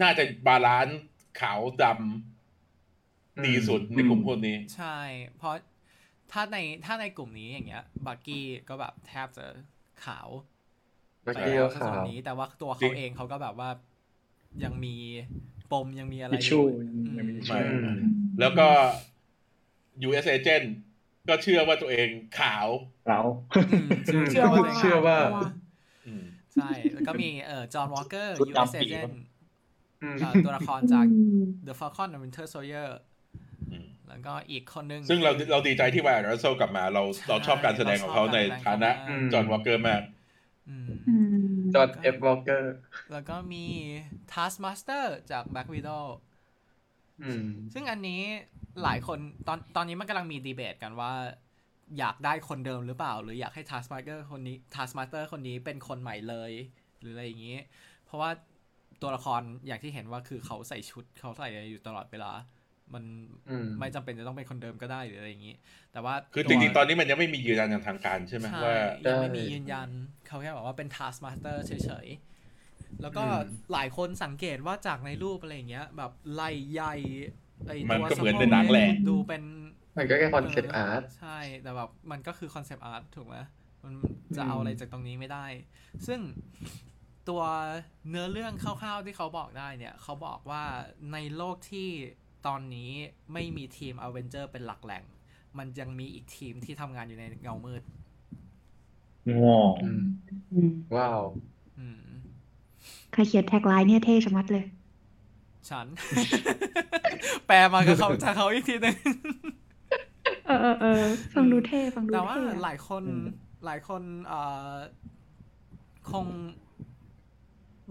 S2: น่าจะบาลานซ์ขาวด
S4: อืม
S2: ำดีสุดในกลุ่มพวกนี้
S1: ใช่ เพราะถ้าในถ้าในกลุ่มนี้อย่างเงี้ยบักกี้ก็แบบแทบจะขาว
S4: เมื่อ
S1: ไป
S4: กี้
S1: แล้ว
S4: ก็
S1: ซะ
S4: ขา
S1: ส่วน
S4: ว
S1: นี้แต่ว่าตัว
S2: จริ
S1: เขา
S2: ง
S1: เองเขาก็แบบว่ายังมีปมยังมีอะไร
S7: อิช
S1: อ
S7: ชู
S1: ยู่
S7: ยังมีอิช
S2: ใช่
S7: ชู
S4: อืม
S2: แล้วก็ US Agent ก็เชื่อว่าตัวเองขาว
S7: เรา
S1: อืม
S4: เชื่อว่าเชื่อว่า
S2: อืม
S1: ใช่ แล้วก็มีเอ่อจอห์นวอลเกอร์
S6: ชุด
S1: ยู
S6: ดำ
S1: เอสเอ
S6: ปี
S1: เจ
S6: ก
S1: น
S6: วะ
S4: อืม
S1: ตัวละครจาก
S3: อืม
S1: The Falcon and Winter Soldier
S2: อืม
S1: แล้วก็อีกคนนึง
S2: ซึ่งเราเราดีใจที่วายรัสเซลกลับมา เรา
S1: ใช่
S2: เราชอบการแสดงของเขาใน
S1: เราชอบ
S2: ฐานะ
S1: การแสดง
S2: จอห์นวอลเกอร์มาก
S1: อืม
S3: อืม
S4: จอห์นเอฟวอลเกอร์
S1: แล้วก็มี Taskmaster จาก Black Widow
S4: อืม
S1: ซึ่งอันนี้หลายคนตอนตอนนี้มันกำลังมีดีเบตกันว่า อยากได้คนเดิมหรือเปล่า หรืออยากให้ Taskmaster คนนี้ Taskmaster คนนี้เป็นคนใหม่เลย หรืออะไรอย่างนี้ เพราะว่าตัวละครอย่างที่เห็นว่าคือเขาใส่ชุดเขาใส่อะไรอยู่ตลอดเวลา มัน
S4: อืม
S1: ไม่จำเป็นจะต้องเป็นคนเดิมก็ได้หรืออะไรอย่างนี้ แต่ว่า
S2: คือ
S1: ว
S2: จริงๆ ตอนนี้มันยังไม่มียืนยันอย่างทางการใช่ไหม
S1: ใช่
S2: ว่า
S1: ยังไม่มี
S4: ได้
S1: ยืนยันเขาแค่บอกว่าเป็น Taskmaster เฉยๆ แล้วก็
S4: อืม
S1: หลายคนสังเกตว่าจากในรูปอะไรอย่างเงี้ย แบบไหลใหญ่ไอ
S2: มั
S1: ตั
S2: น
S1: ว
S2: ก็เหมือน
S1: สะโพ
S2: ในหนังแหละ
S1: ดูเป็น
S4: มันก็แค่คอนเซปต์อาร์ต
S1: ใช่ แต่แบบมันก็คือคอนเซปต์อาร์ตถูกไหมมันจะเอาอะไรจากตรงนี้ไม่ได้ ซึ่งตัวเนื้อเรื่องคร่าวๆที่เขาบอกได้เนี่ย เขาบอกว่าในโลกที่ตอนนี้ไม่มีทีมอเวนเจอร์เป็นหลักแหล่ง มันยังมีอีกทีมที่ทำงานอยู่ในเงามืด
S7: งอ
S4: อืม
S3: อืม
S4: ว้าว
S1: อืม
S3: ใครเขียนแท็กไลน์เนี่ยเท่ชะมัดเลย
S1: ฉัน แปลมากับเขาจากเขาอีกทีหนึง
S3: เออเออเออฟังดูเท่ฟังดู
S1: แต่
S3: เท่
S1: ว่า
S3: อะ
S1: หลายคนหลายคนเอ่อคง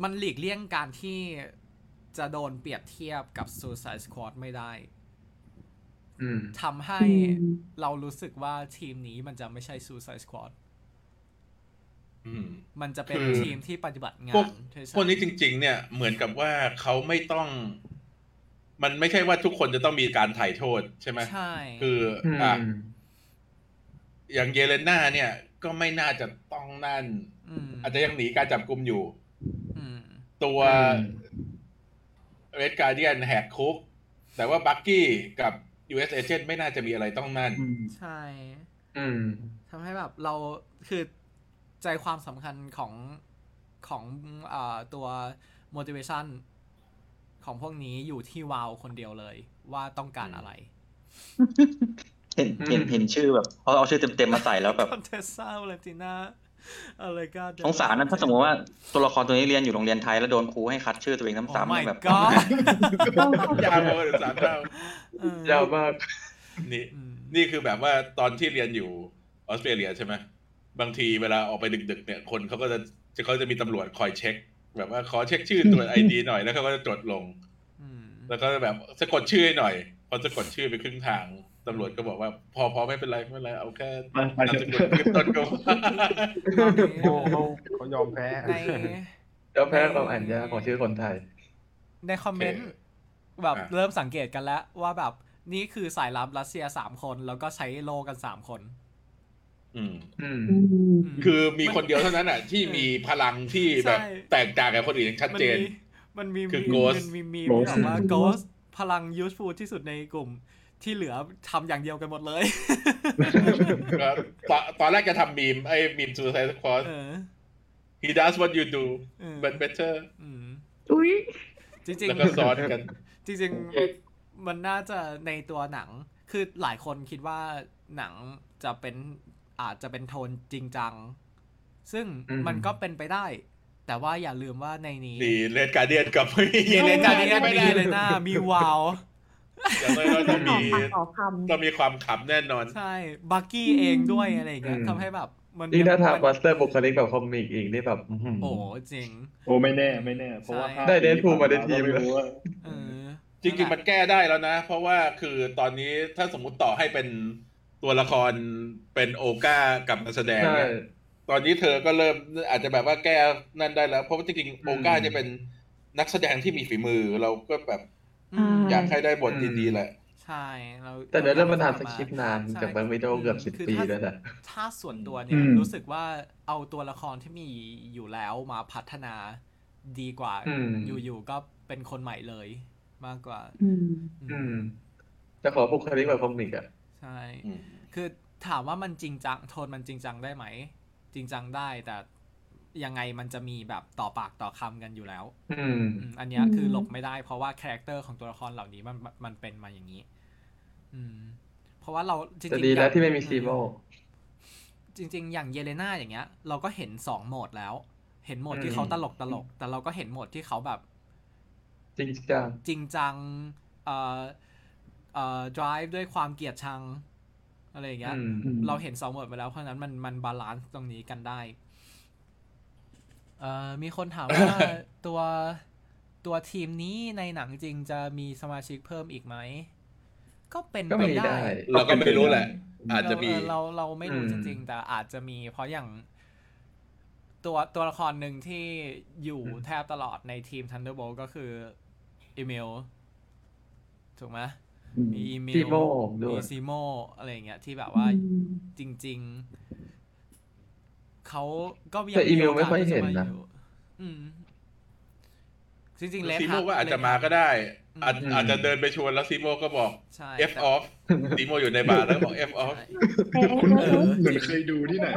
S1: มันหลีกเลี่ยงการที่จะโดนเปรียบเทียบกับ Suicide Squad ไม่ได้
S4: อืม
S1: ทำให้
S3: อืม
S1: เรารู้สึกว่าทีมนี้มันจะไม่ใช่ Suicide Squad
S2: อืม
S1: มันจะเป็น
S2: คือ
S1: ทีมที่ปฏิบัติงา
S2: พวก
S1: นเฉยๆ
S2: พวกนี้จริง ๆ เนี่ยเหมือนกับว่าเขาไม่ต้อง มันไม่ใช่ว่าทุกคนจะต้องมีการถ่ายโทษใช่ไหม
S1: ใช่
S2: คือ
S4: อืม
S2: อ่ะอย่างเยเลนาเนี่ย ก็ไม่น่าจะต้องนั่น
S1: อืม
S2: อาจจะยังหนีการจับกลุ่มอยู่
S1: อืม
S2: ตัว
S4: อืม
S2: เรดการ์เดียนแหกคุก แต่ว่าบักกี้กับ US Agent ไม่น่าจะมีอะไรต้องนั่น
S7: ม
S1: ใช่
S4: อืม
S1: ทำให้แบบเราคือใจความสำคัญของของอาตัว motivation ของพวกนี้อยู่ที่วาวคนเดียวเลย ว่าต้องการอะไร
S6: เห็นเห็นเห็นชื่อแบบเขาเอาชื่อเต็มๆมาใส่แล้วแบบ
S1: คอนเทสซาเลตินาอะไรก็ได้
S6: สงสารนะถ้าสมมติว่าตัวละครตัวนี้เรียนอยู่โรงเรียนไทยแล้วโดนครูให้คัดชื่อตัวเอง
S1: โอ้
S6: ซ้ำ
S1: my
S6: ๆแบบ
S1: god
S2: ยาวเลยสามเท่า
S1: เออย
S4: าวมาก
S2: นี่
S1: อืม
S2: นี่คือแบบว่าตอนที่เรียนอยู่ออสเตรเลียใช่ไหมบางทีเวลาออกไปดึก ๆ เนี่ย คนเขาก็จะเขาจะมีตำรวจคอยเช็ค แบบว่าขอเช็คชื่อตรวจไอดีหน่อยแล้วเขาก็จะจดลง
S1: อืม
S2: แล้วก็แบบสะกดชื่อให้หน่อย พอสะกดชื่อไปครึ่งทางตำรวจก็บอกว่า พอพอไม่เป็นไรไม่เป็นไรเอาแค่
S7: มามาเถ
S2: นามสกุล
S7: อะ
S2: ขึ้นต้นก็พอ
S5: โอ้เขาเขายอมแพ้
S1: ใน
S4: แล้วแพ้ความอ่านยากของชื่อคนไทย
S1: ในคอมเมนต์แบบเริ่มสังเกตกันแล้วว่าแบบนี่คือสายลับรัสเซียสามคนแล้วก็ใช้โลกันสามคน
S2: อืม
S4: อืม
S3: อืม
S1: ม
S2: คือมีคนเดียวเท่านั้นอ่ะ ที่มีพลังที่แบบ
S1: ใช่
S2: แตกต่างกับคนอื่นอย่างชัดเจ น
S1: มันมี
S2: คือ
S1: มี
S2: Ghost
S1: มันมีมีมี
S7: Ghost
S1: แบบว่า Ghost พลัง useful ที่สุดในกลุ่มที่เหลือทำอย่างเดียวกันหมดเลย
S2: ก็ตอนตอนแรกจะทำมีมไอ้มีม Suicide Squad
S1: เออ
S2: he does what you do
S1: เออ
S2: but better
S1: อืม
S3: อุ้ย
S1: จริง
S2: แล้วก็ซ้อนกัน
S1: ๆจริงๆ มันน่าจะในตัวหนัง คือหลายคนคิดว่าหนังจะเป็นอาจจะเป็นโทนจริงจัง ซึ่ง
S4: อืม
S1: มันก็เป็นไปได้ แต่ว่าอย่าลืมว่าในนี้
S2: ดีเลดการเดียนกับไม่
S1: เยเลนาเนี่ย
S2: ไม่
S1: มี
S2: ได้
S1: เยเลนามีวาว
S2: อย่างน้อยๆต้องมี
S3: ต่อปากต่อคำ
S2: ต้องมีความขำแน่นอน
S1: ใช่ บักกี้เองด้วยอะไรอย่างเงี้ย
S4: อืม
S1: ทำให้แบบ มัน
S4: นี่ถ้าถาม
S1: มั
S4: มาสเตอร์บุคลิกแบบคอมิกอีกนี่แบบอื้อหือ
S1: โอ้โหจริง
S7: โอ้ไม่แน่ไม่แน่ เพราะว่า
S1: ใช่
S7: ภาพ
S4: ได้ Deadpool มาในทีม
S7: ก็ไม่รู้ว่า
S1: เออ
S2: จริงๆมันแก้ได้แล้วนะ เพราะว่าคือตอนนี้ถ้าสมมุติต่อให้เป็นตัวละครเป็นโอก้ากับนักแสดง
S4: ใช่
S2: เนี่ยตอนนี้เธอก็เริ่มอาจจะแบบว่าแก้นั่นได้แล้ว เพราะว่าจริงๆโอก้าจะเป็นนักแสดงที่มีฝีมือ เราก็แบบ
S1: อืม
S2: อยากให้ได้บท
S4: อืม
S2: ดีๆแหละ
S1: ใช่เรา
S4: แต่เดี๋ยวเรื่องมันอ่านส
S1: เม
S4: คริปต์นาน
S1: ใช่
S4: จากแบงค์วิดีโอเกือบสิบ
S1: คือ
S4: ปี
S1: ถ้า
S4: แล้วนะ
S1: ถ้าส่วนตัวเนี่ย
S7: อืม
S1: รู้สึกว่าเอาตัวละครที่มีอยู่แล้วมาพัฒนาดีกว่า
S4: อืม
S1: อยู่ๆก็เป็นคนใหม่เลยมากกว่า
S3: อืม
S4: อืมแต่ขอบุคลิกแบบคอมิกอ่ะ
S1: ใช่
S2: อืม
S1: คือถามว่ามันจริงจัง โทนมันจริงจังได้ไหม จริงจังได้แต่ยังไงมันจะมีแบบต่อปากต่อคำกันอยู่แล้ว
S4: อืม
S1: อืมอันเนี้ย
S3: อืม
S1: คือหลบไม่ได้เพราะว่าคาแรคเตอร์ของตัวละครเหล่านี้มันมันเป็นมาอย่างนี้ อืม เพราะว่าเราจริง
S4: แต่
S1: ๆ
S4: ดีแล้ว
S1: อย่า
S4: ที่ไม่มีซีโร่
S1: จริง ๆ อย่างเยเลนาอย่างเงี้ย เราก็เห็นสองโหมดแล้ว เห็นโหมด
S4: อืม
S1: ที่เขาตลกตลก แต่เราก็เห็นโหมดที่เขาแบบ
S4: จริงจัง
S1: จริงจัง เอ่อ เอ่อ drive ด้วยความเกลียดชัง อะไรอย่างเงี้ย
S4: อืม
S1: เราเห็นสองหมดไปแล้ว เพราะฉะนั้นมันมันบาลานซ์ตรงนี้กันได้ เอ่อ มีคนถามว่า ตัว ตัวทีมนี้ในหนังจริงจะมีสมาชิกเพิ่มอีกไหม ก็เป็น
S4: ก็
S1: ไป
S4: ไม่ได้
S1: ได้
S2: เราก็ไม่รู้แหละ อาจจะมี
S1: เเเราเราไม่รู้
S4: อืม
S1: จริง ๆ แต่อาจจะมีเพราะอย่าง ตัวตัวละครหนึ่งที่อยู่แทบตลอดในทีม Thunderbolt ก็คืออีเมลถูกไหมมีอีเมล
S4: ซีโร่ด้ว
S1: มี
S4: ย
S1: ซีโมอะไรอย่างเงี้ยที่แบบว่า
S3: อืม
S1: จริง ๆ เขาก็ยัง
S4: แต่อีเมล
S1: โกาส
S4: ไม่ค่อยเห็นนะ
S1: ที่จมาอยู่อืม จริงๆเลส
S2: ซีโมก็อาจจะมาก็ได้อาจ
S4: อืม
S2: อาจจะเดินไปชวนแล้วซีโมก็บอก
S1: ใช่
S2: F off ซีโมอยู่ในบาร์แล้วบอก F off
S7: คุณ
S1: เออ
S7: เหมือนเคยดูที่ไหน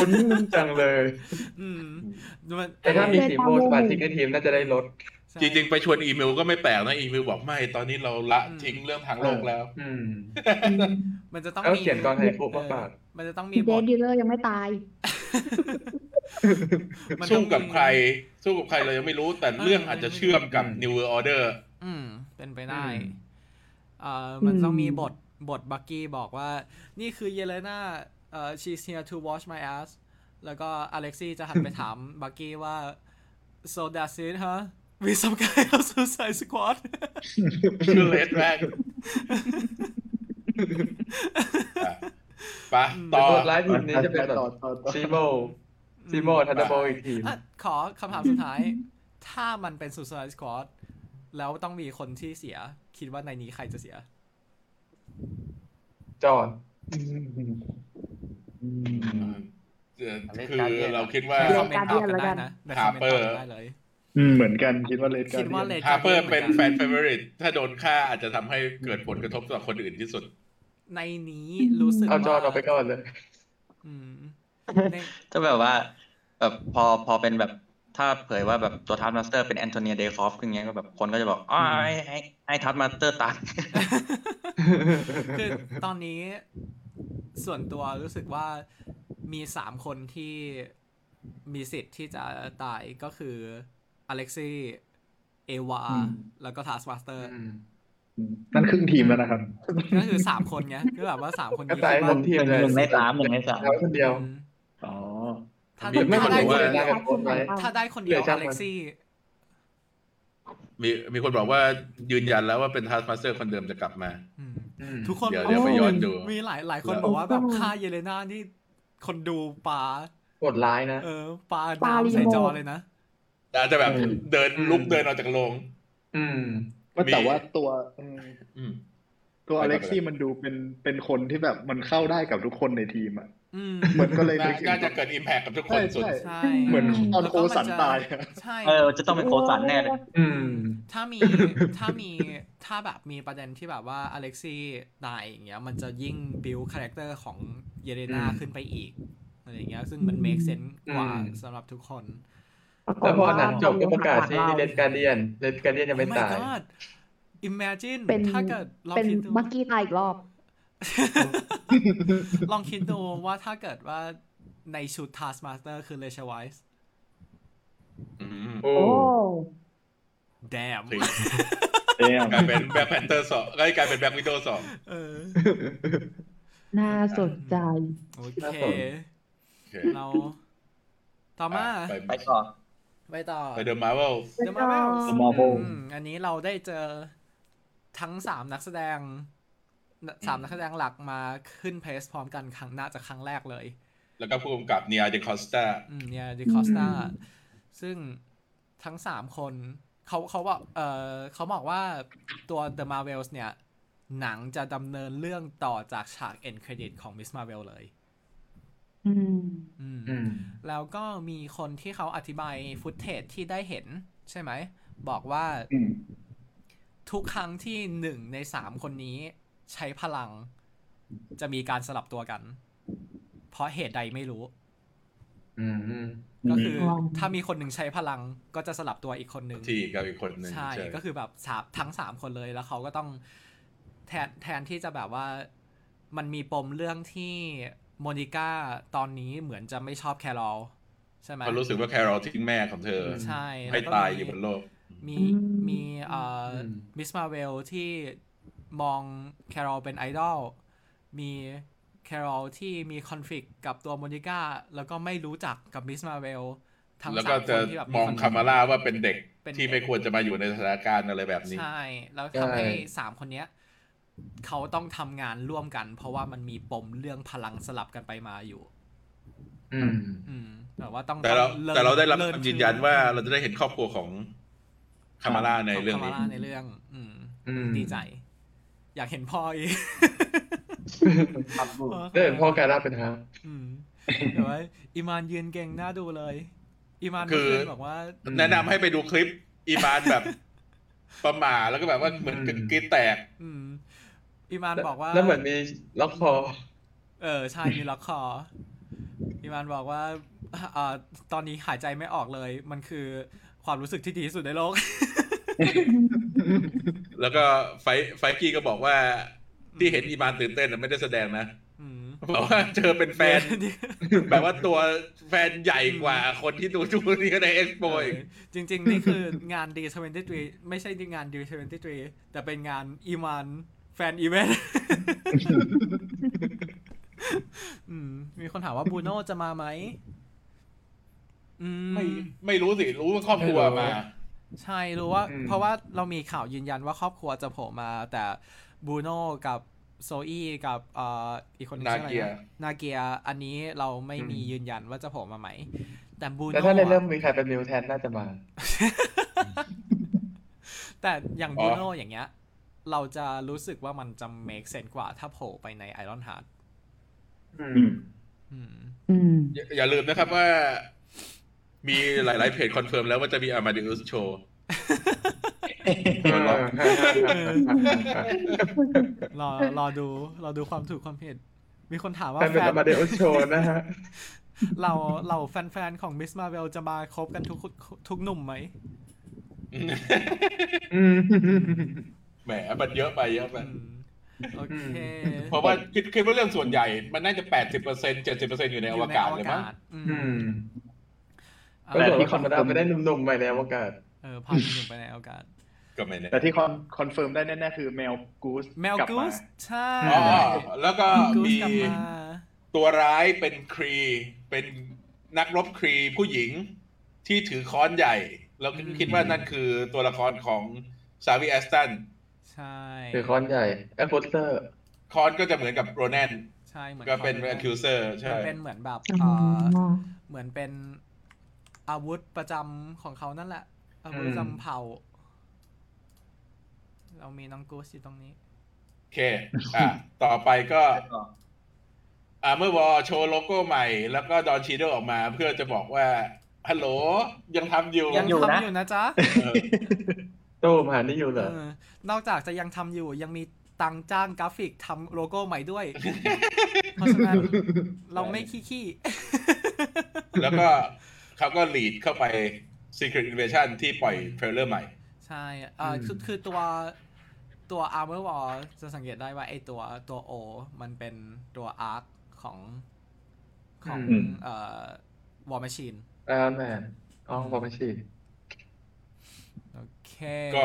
S4: คนนิ่งจังเลย
S1: อืมน
S4: แต่ถ้ามี
S3: เลย
S4: ซี
S3: ตาม
S4: โร่
S3: วง
S4: สมาชิกในทีมน่าจะได้ลด
S1: ใช่
S2: จริงๆ ไปชวนอีเมลก็ไม่แปลกนะ อีเมลบอกไม่ ตอนนี้เราละ
S1: อืม
S2: ทิ้งเรื่องทางโลกแล้ว
S4: อืม
S3: อืม
S1: มันจะต้อง
S4: แล้ว
S1: มี
S4: เขียนกรไทยคุกมาก
S1: เออมันจะต้องมี
S3: เด
S1: บท
S3: ดดีลเลอร์ยังไม่ตาย
S1: มันต้อง
S2: สู้กับ
S1: มี
S2: ใคร สู้กับใครเรายังไม่รู้ แต่เรื่องอาจจะเชื่อมกับ
S4: อืม
S2: New World Order
S1: อืม เป็นไปได้
S4: อืม
S1: เอ่อ มันต้องมี
S3: อืม
S1: บท บทบักกี้บอกว่า นี่คือเยเลนาเอ่อ she's here to wash my ass แล้วก็อเล็กซี่จะหันไป ถาม บักกี้ว่า so that's it huh we some kind of suicide squad
S2: ชื่อเลสแรกปะต่อ
S4: บทร้ายทีมนี้จะเป็นแบบซีโร่ซีโร่ทันเดอร์โบอีกทีม
S1: อ่ะขอคำถามสุดท้าย ถ้ามันเป็น suicide squad แล้วต้องมีคนที่เสีย คิดว่าในนี้ใครจะเสีย
S4: จอด
S2: เอ่อ
S5: เลส
S2: คือ
S5: การ์เดียน
S2: เราคิดว่า
S1: ในคอมเมน
S3: Guardian
S1: ต์ตอบกัน
S3: แล้วกั
S1: ได้
S3: น
S1: นะในคอมเมนต์
S2: Harper
S1: ตอบกันได้เลย
S7: อืมเหมือนกันคิดว่าเลดกา
S1: คิดว่าเล
S7: เดียน
S1: ด
S2: ฮาร์เปอร์เป็นแฟนเฟเวอริตถ้าโดนฆ่าอาจจะทำให้เกิดผลกระทบต่อคนอื่นที่สุด
S1: ในนี้รู้สึก
S4: เอาจอด
S1: ว่า
S4: ออกไปก่อนเลย
S1: อืมใน
S6: ถ้าแบบว่าแบบพอพอเป็นแบบถ้าเผยว่าแบบตัวทัพมาสเตอร์เป็นแอนโทเนียเดคอฟอย่างเงี้ยก็แบบคนก็จะบอกอ๋อ
S4: อืม
S6: ให้ให้ให้ทัพมาสเตอร์ตาย
S1: คือตอนนี้ส่วนตัวรู้สึกว่ามีสามคนที่มีสิทธิ์ที่จะตายก็คืออเล็กซี่เอวา แล้วก็ทาสมาสเตอร์
S7: นั่นครึ่งทีมแล้วนะครับ
S1: ก็คือสามคนไงคือแบบว่าสามคน
S4: ก็
S1: นี้
S4: ตาย
S1: คิด
S4: ล
S1: ว่าง
S4: ทีมเลย
S6: หนึ่งในสามหนึ่งในสาม
S4: แล้วคนเดียว
S1: อืม
S7: อ๋อ
S1: ถ้า
S2: มี
S1: ได้
S4: ไม่
S1: ถ้า
S4: ได้
S1: ได้
S4: ค
S1: คน น
S4: เดียว
S1: เดียว
S4: กันคนไหน
S1: ถ้าได้คนเดียว
S4: เดี๋ยวช่า
S1: อ
S4: งมัน
S1: เล็กซี่
S2: มีมีคนบอกว่ายืนยันแล้วว่าเป็นทาร์มาสเตอร์คนเดิมจะกลับมา
S1: อืม
S4: อืม
S1: ทุกคน
S2: เดี๋ยวเดี๋ยว
S1: โ
S2: ไปย้อนดู
S1: มีหลายหลายคนบอกว่าแบบค่าเยเลนานี่คนดูปลา
S4: โหดร้ายนะ
S1: เออปลา
S3: ปลา
S1: น้ำใส่
S3: ลีโม
S1: จอเลยนะ
S2: อาจจะแบบ
S4: อืม
S2: เดินลุก
S4: อืม
S2: เดินออกจากโรง
S4: อืม
S7: ว่าแต่ว่าตัวเออ
S2: อืม
S7: ตัว
S2: ไป
S7: อ
S2: ก่อน
S7: เล็กซี่
S2: ไปก่อน
S7: มันดูเป็นเป็นคนที่แบบมันเข้าได้กับทุกคนในทีมอ่ะ
S1: อืม
S7: เหมือนก็เลย
S2: น่า
S7: นึกถึง
S2: น่าจะเกิดอิมแพคกับทุกคนสุด
S7: ใช่ใช่
S1: ใช่
S7: เหมือนตอน
S1: แล้ว
S7: โค
S1: ก็
S7: สัน
S1: มัจะ
S7: ตายอะ
S1: ใช่
S6: เออจะต้องเป็นโคสันแน่เลย
S4: อืม
S1: ถ้ามีถ้ามีถ้าแบบมีประเด็นที่แบบว่าอเล็กซี่ตายอย่างเงี้ยมันจะยิ่งบิวคาแรคเตอร์ของเยเลนา
S4: อืม
S1: ขึ้นไปอีกอะไรอย่างเงี้ยซึ่งมัน make sense กว่า
S4: อืม
S1: สำหรับทุกคน
S4: แล้วพอหนังจบก็ประกาศที่เดนการเดียนเดนการเดียนยังไม่ตาย
S1: โอ้ my god imagine
S3: เป็น
S1: ถ้าเกิดเรา
S3: เป็น
S1: คิดดู
S3: บักกี้ตายอีกรอบ
S1: ลองคิดดูว่าถ้าเกิดว่าในชุด Taskmaster คือ r a c h e l Wise
S2: อืม
S4: โอ้
S3: โอ้
S1: damn
S2: ถึง
S7: เอ้ย
S2: กลายเป็นแบ็คแพนเตอร์สองก็กลายเป็นแบ็ควิดโดสอง
S1: เออ
S3: น่าสนใจ
S1: โอ
S4: น่า
S1: เค
S4: สน
S2: เค
S1: เรา ต่อมา
S2: ไป
S6: ไปต่อ
S1: ไปต่อ
S2: ไปเดอะมาร์เวล
S1: The Marvels
S7: The Marvel
S1: อืมอันนี้เราได้เจอทั้งสามนักแสดงน่ะสามนักแสดงหลักมาขึ้นเพลสพร้อมกันครั้งน่าจะครั้งแรกเลย
S2: แล้วก็ผู้กำกับเนียเดคอสตา
S1: อืมเนี่ยดิคอสตา
S7: อืม
S1: ซึ่งทั้งสามคนเขาเขาบอกเออเขาบอกว่าตัว The Marvels เนี่ย หนังจะดำเนินเรื่องต่อจากฉาก end credit ของ Miss Marvel เลย
S3: อืม
S1: อืม
S4: อืม
S1: แล้วก็มีคนที่เขาอธิบายฟุตเทจที่ได้เห็นใช่ไหม บอกว่า
S7: อืม
S1: ทุกครั้งที่หนึ่งในสามคนนี้ใช้พลัง จะมีการสลับตัวกัน เพราะเหตุใดไม่รู้
S4: อืมอืม
S1: ก็คือ
S3: ว้าว
S1: ถ้ามีคนหนึ่งใช้พลังก็จะสลับตัวอีกคนหนึ่ง
S2: ที่กับอีกคนหนึ่ง
S1: ใช่ ก็คือแบบสามทั้งสามคนเลย แล้วเขาก็ต้องแทนแทนที่จะแบบว่ามันมีปมเรื่องที่โมนิก้าตอนนี้เหมือนจะไม่ชอบแครอลใช่ไหม
S2: เขารู้สึกว่าแครอลทิ้งแม่ของเธอ
S1: ใช่
S2: ให้
S1: แล้วก็
S2: ตาย
S1: มี
S2: อยู่บนโลก
S1: มี
S3: อืม
S1: มีเอ่อ
S4: ม
S1: มิสมาเวลที่มองแครอลเป็นไอดอล มีแครอลที่มีคอน FLICT กับตัวโมนิก้า แล้วก็ไม่รู้จักกับมิสมาเวลทั้ง
S2: แล้ว
S1: สา
S2: ก็
S1: มค
S2: จะ
S1: นที่แบบ
S2: มองคามาร่าว่าเป็นเด็ก
S1: เป็นเด็ก
S2: ที่ไม่ควรจะมาอยู่ในสถานการณ์อะไรแบบนี้
S1: ใช่ แล้ว
S4: ใช่
S1: ทำให้สามคนเนี้ยเขาต้องทำงานร่วมกัน เพราะว่ามันมีปมเรื่องพลังสลับกันไปมาอยู่
S4: อืม
S1: อืม แต่ว่าต้อง
S2: แต่เรา
S1: องลิก
S2: แต่เราได้รับ
S1: เลิก
S2: คำยืนยันว่าเราจะได้เห็นครอบครัวของคามาร่าในเรื่องนี้
S1: ขงคามาาในเรื่อง อืม
S4: อืม
S1: ดีใจ อยากเห็นพ่ออีก
S4: เด้พ่อแกร่าเป็นครับ
S1: อืมแต่ว่าอีมานยืนเก่งน่าดูเลย อีมานเมื่อ
S2: คือ
S1: คืนบอกว่า
S2: แนะนำให้ไปดูคลิปอีบานแบบ ประหม่าแล้วก็แบบว่าเหมือน
S4: อืม
S2: กรีดแตก
S1: อืม อีมานบอกว่า
S4: แล้วเหมือนมีล็อกคอ
S1: เออใช่มีล็อกคอพี่มันบอกว่าอ่าตอนนี้หายใจไม่ออกเลย มันคือความรู้สึกที่ดีที่สุดในโลก
S2: แล้วก็ไฟไฟกี้ก็บอกว่า ที่เห็นอีบานตื่นเต้นน่ะไม่ได้แสดงนะ
S1: อืม
S2: บอกว่าเจอเป็นแฟ น แบบว่าตัวแฟนใหญ่กว่าคนที่ดูดูนี่ก็ในเอ็กซ์โป
S1: เออ
S2: อีก
S1: จริง ๆ นี่คืองาน D23 ไม่ใช่งาน D23 แต่เป็นงานอีมานแฟนอีเวนต์ อืมมีคนถามว่าบูโน่จะมาไหมอืม
S2: ไม่ไม่รู้สิ รู้ว่าครอบครัวมา
S1: ใช่รู้ว่า
S4: อืม
S1: เพราะว่าเรามีข่าวยืนยันว่าครอบครัวจะโผล่มา แต่บูโน่กับโซอี้กับเอ่ออีกคนหงชื่ออะไร
S2: นาเกีย
S1: นะนาเกียอันนี้เราไม่มียืนยันว่าจะโผล่มาไหม แต่บู
S4: แล้ว
S1: โน่
S4: ถ้าในเรื่อง
S1: อะ
S4: มีใครเป็นมิวแทนน่าจะมา
S1: แต่อย่าง
S2: อ๋
S1: บู
S2: อ
S1: โน่อย่างเงี้ย เราจะรู้สึกว่ามันจะ make sense กว่าถ้าโผล่ไปในไอรอนฮาร์ด
S4: อืม
S3: อืม
S2: อย่าอย่าลืมนะครับว่า มีหลาย ๆ เพจคอนเฟิร์มแล้วว่าจะมีอามาดิอุสโชว์
S1: รอรอดูรอดูความถูกความผิด มีคนถามว่า
S4: แต่เป็น
S1: แฟน
S4: อามาเดอุสโชนะฮะ
S1: เราเราแฟนๆของมิสมาเวลจะมาครบกันทุกทุกหนุ่มไหม
S4: อืม
S2: แหมมันเยอะไปเยอะไป
S1: อืมโอเค
S2: เพราะว่าคิดคิดว่าเรื่องส่วนใหญ่ มันน่าจะแปดสิบเปอร์เซ็นต์เจ็ดสิบเปอร์เซ็นต์อยู่ในอวกาศเลยมั้ง
S1: อื
S4: อื
S1: ม
S4: ม
S1: เอา
S4: แล้วเดี๋ยวละครมาดามไม่ได้หนุ่มๆใหม่ในอวกาศ
S1: เออพาหนุ่มไปในอวกาศ
S2: ก็ไม่แน่
S7: แต่ที่คอนคอนเฟิร์มได้แน่ ๆ คือแมวกูส
S1: แมว
S7: กลับ
S1: กู
S7: มา
S1: สใช่
S2: อ๋อแล้วก็
S1: กูส
S2: มี
S1: กลับมา
S2: ตัวร้ายเป็นครี เป็นนักรบครีผู้หญิงที่ถือค้อนใหญ่ แล้วก็คิดว่านั่นคือตัวละครของซาวิแอสตัน
S1: ใช่
S4: คือคอนใหญ่แอปโปสเตอร์
S2: ค้อนก็จะเหมือนกับโรแนน
S1: ใช่เหมือน
S2: ก็เป็น
S1: ขา
S2: แอคิวเซอร์ใช่
S1: เป็นเหมือนแบบ
S3: อ๋
S1: เอ่
S3: อ
S1: อเหมือนเป็นอาวุธประจำของเขานั่นแหละอาวุธประจำเผ่า เรามีน้องกูสอยู่ตรงนี้
S2: โอเค อ่ะ ต่อไปก็ อ่าเมื่อวอโชว์โลโก้ใหม่ แล้วก็ดอนชีโดออกมา เพื่อจะบอกว่า ฮัลโหล ยังทำอยู่
S1: ยัง
S5: อยู่นะ
S1: ทำอยู่นะจ๊ะ
S2: เออ
S4: โตมาหานี่อยู่เหรอ
S1: เออนอกจากจะยังทำอยู่ยังมีตังค์จ้างกราฟิกทำโลโก้ใหม่ด้วย เพราะฉะนั้นเราไม่ขี้ขี้
S2: แล้วก็เขาก็ลีดเข้าไป Secret Invasion ที่ปล่อยเทรลเลอร์ใหม่
S1: ใช่เออคือคือตัวตัว Armor War จะสังเกตได้ว่าไอตัวตัว O มันเป็นตัว Arc ของของ
S4: อืม
S1: เอ่อ War Machine
S4: แล้วแมนอ๋อบอกไม่ชี
S1: โอเค
S2: ก็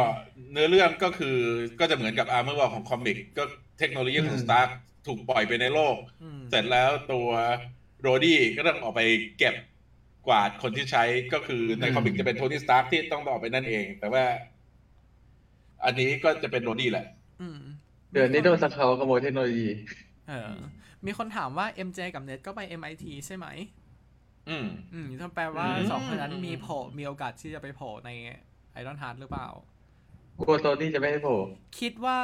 S2: เนื้อเรื่องก็คือก็จะเหมือนกับอาร์เมอร์วอของคอมิก ก็เทคโนโลยีของสตาร์ถูกปล่อยไปในโลก
S1: อืม
S2: เสร็จแล้วตัว โรดี้ก็ต้องออกไปเก็บกวาดคนที่ใช้ก็คือในคอมิกจะเป็นโทนี่สตาร์คที่ต้องออกไปนั่นเอง แต่ว่า อันนี้ก็จะเป็นโรดี้แหละ
S1: อืม
S4: เดือนนี้โดนสักเขาขโมยเทคโนโลยี
S1: เออมีคนถามว่า MJ กับเน็ตก็ไป MIT ใช่ไหม
S2: อืม
S1: อืมถ้าแปลว่า
S2: อืม
S1: สองคนนั้นมีโผล่มีโอกาสที่จะไปโผล่ในไอรอนฮาร์ดหรือเปล่า
S4: กลัวโซนี่จะไม่ให้โผล่
S1: คิดว่า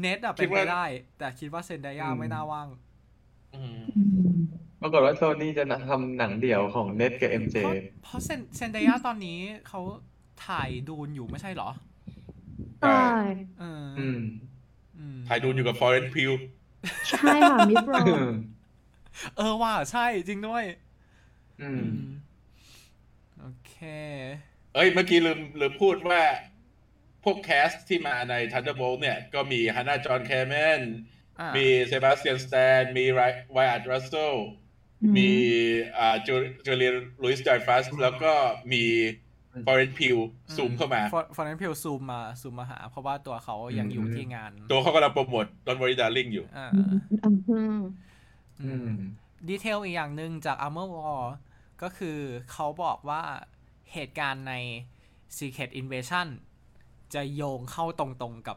S1: เน็ตอะเป็น
S2: คิด
S1: ไป
S2: ว่า
S1: ได้ แต่คิดว่าเซนไดยา
S7: อืม
S1: ไม่น่าว่าง
S2: อืม
S3: อืม
S4: ปรากฏว่าโซนี่จะทำหนังเดี่ยวของเน็ตกับเอ็ม
S1: เพ
S4: เจ
S1: ราะเพราะเซนเซนไดยาตอนนี้เขาถ่ายดูนอยู่ไม่ใช่เหรอ
S3: ใช่
S1: เออ
S4: อืม
S1: อืม
S2: ถ่ายดูอยู่กับฟอร์เรนพิว
S3: ใช่ค่ะมิสโร
S1: เออว่าใช่จริงด้วย
S4: อืม
S1: อืม โอเค
S2: เอ้ย เมื่อกี้ลืมลืมพูดว่า พวกแคสที่มาใน Thunderbolt เนี่ย ก็มีฮันน่าจอห์นแคมน
S1: อ่ะ
S2: มีเซบาสเตียนสแตน มีไวอัตรัสโซ มีอ่าจูจูเลียลุยส์จอยฟัสแล้วก็มีฟอร์เรนพิวซูมเข้ามา
S1: ฟอนต์เพลซูมมาซูมมาหา เพราะว่าตัวเขายังอยู่
S4: อืม
S1: ที่งาน
S2: ตัวเขากำลังโปรโมทดอนวอริดาลิงอยู่
S1: อ่า
S3: อืม
S4: อืม
S1: ดีเทลอีกอย่างหนึ่งจาก Armor War ก็คือเขาบอกว่าเหตุการณ์ใน Secret Invasion จะโยงเข้าตรงๆกับ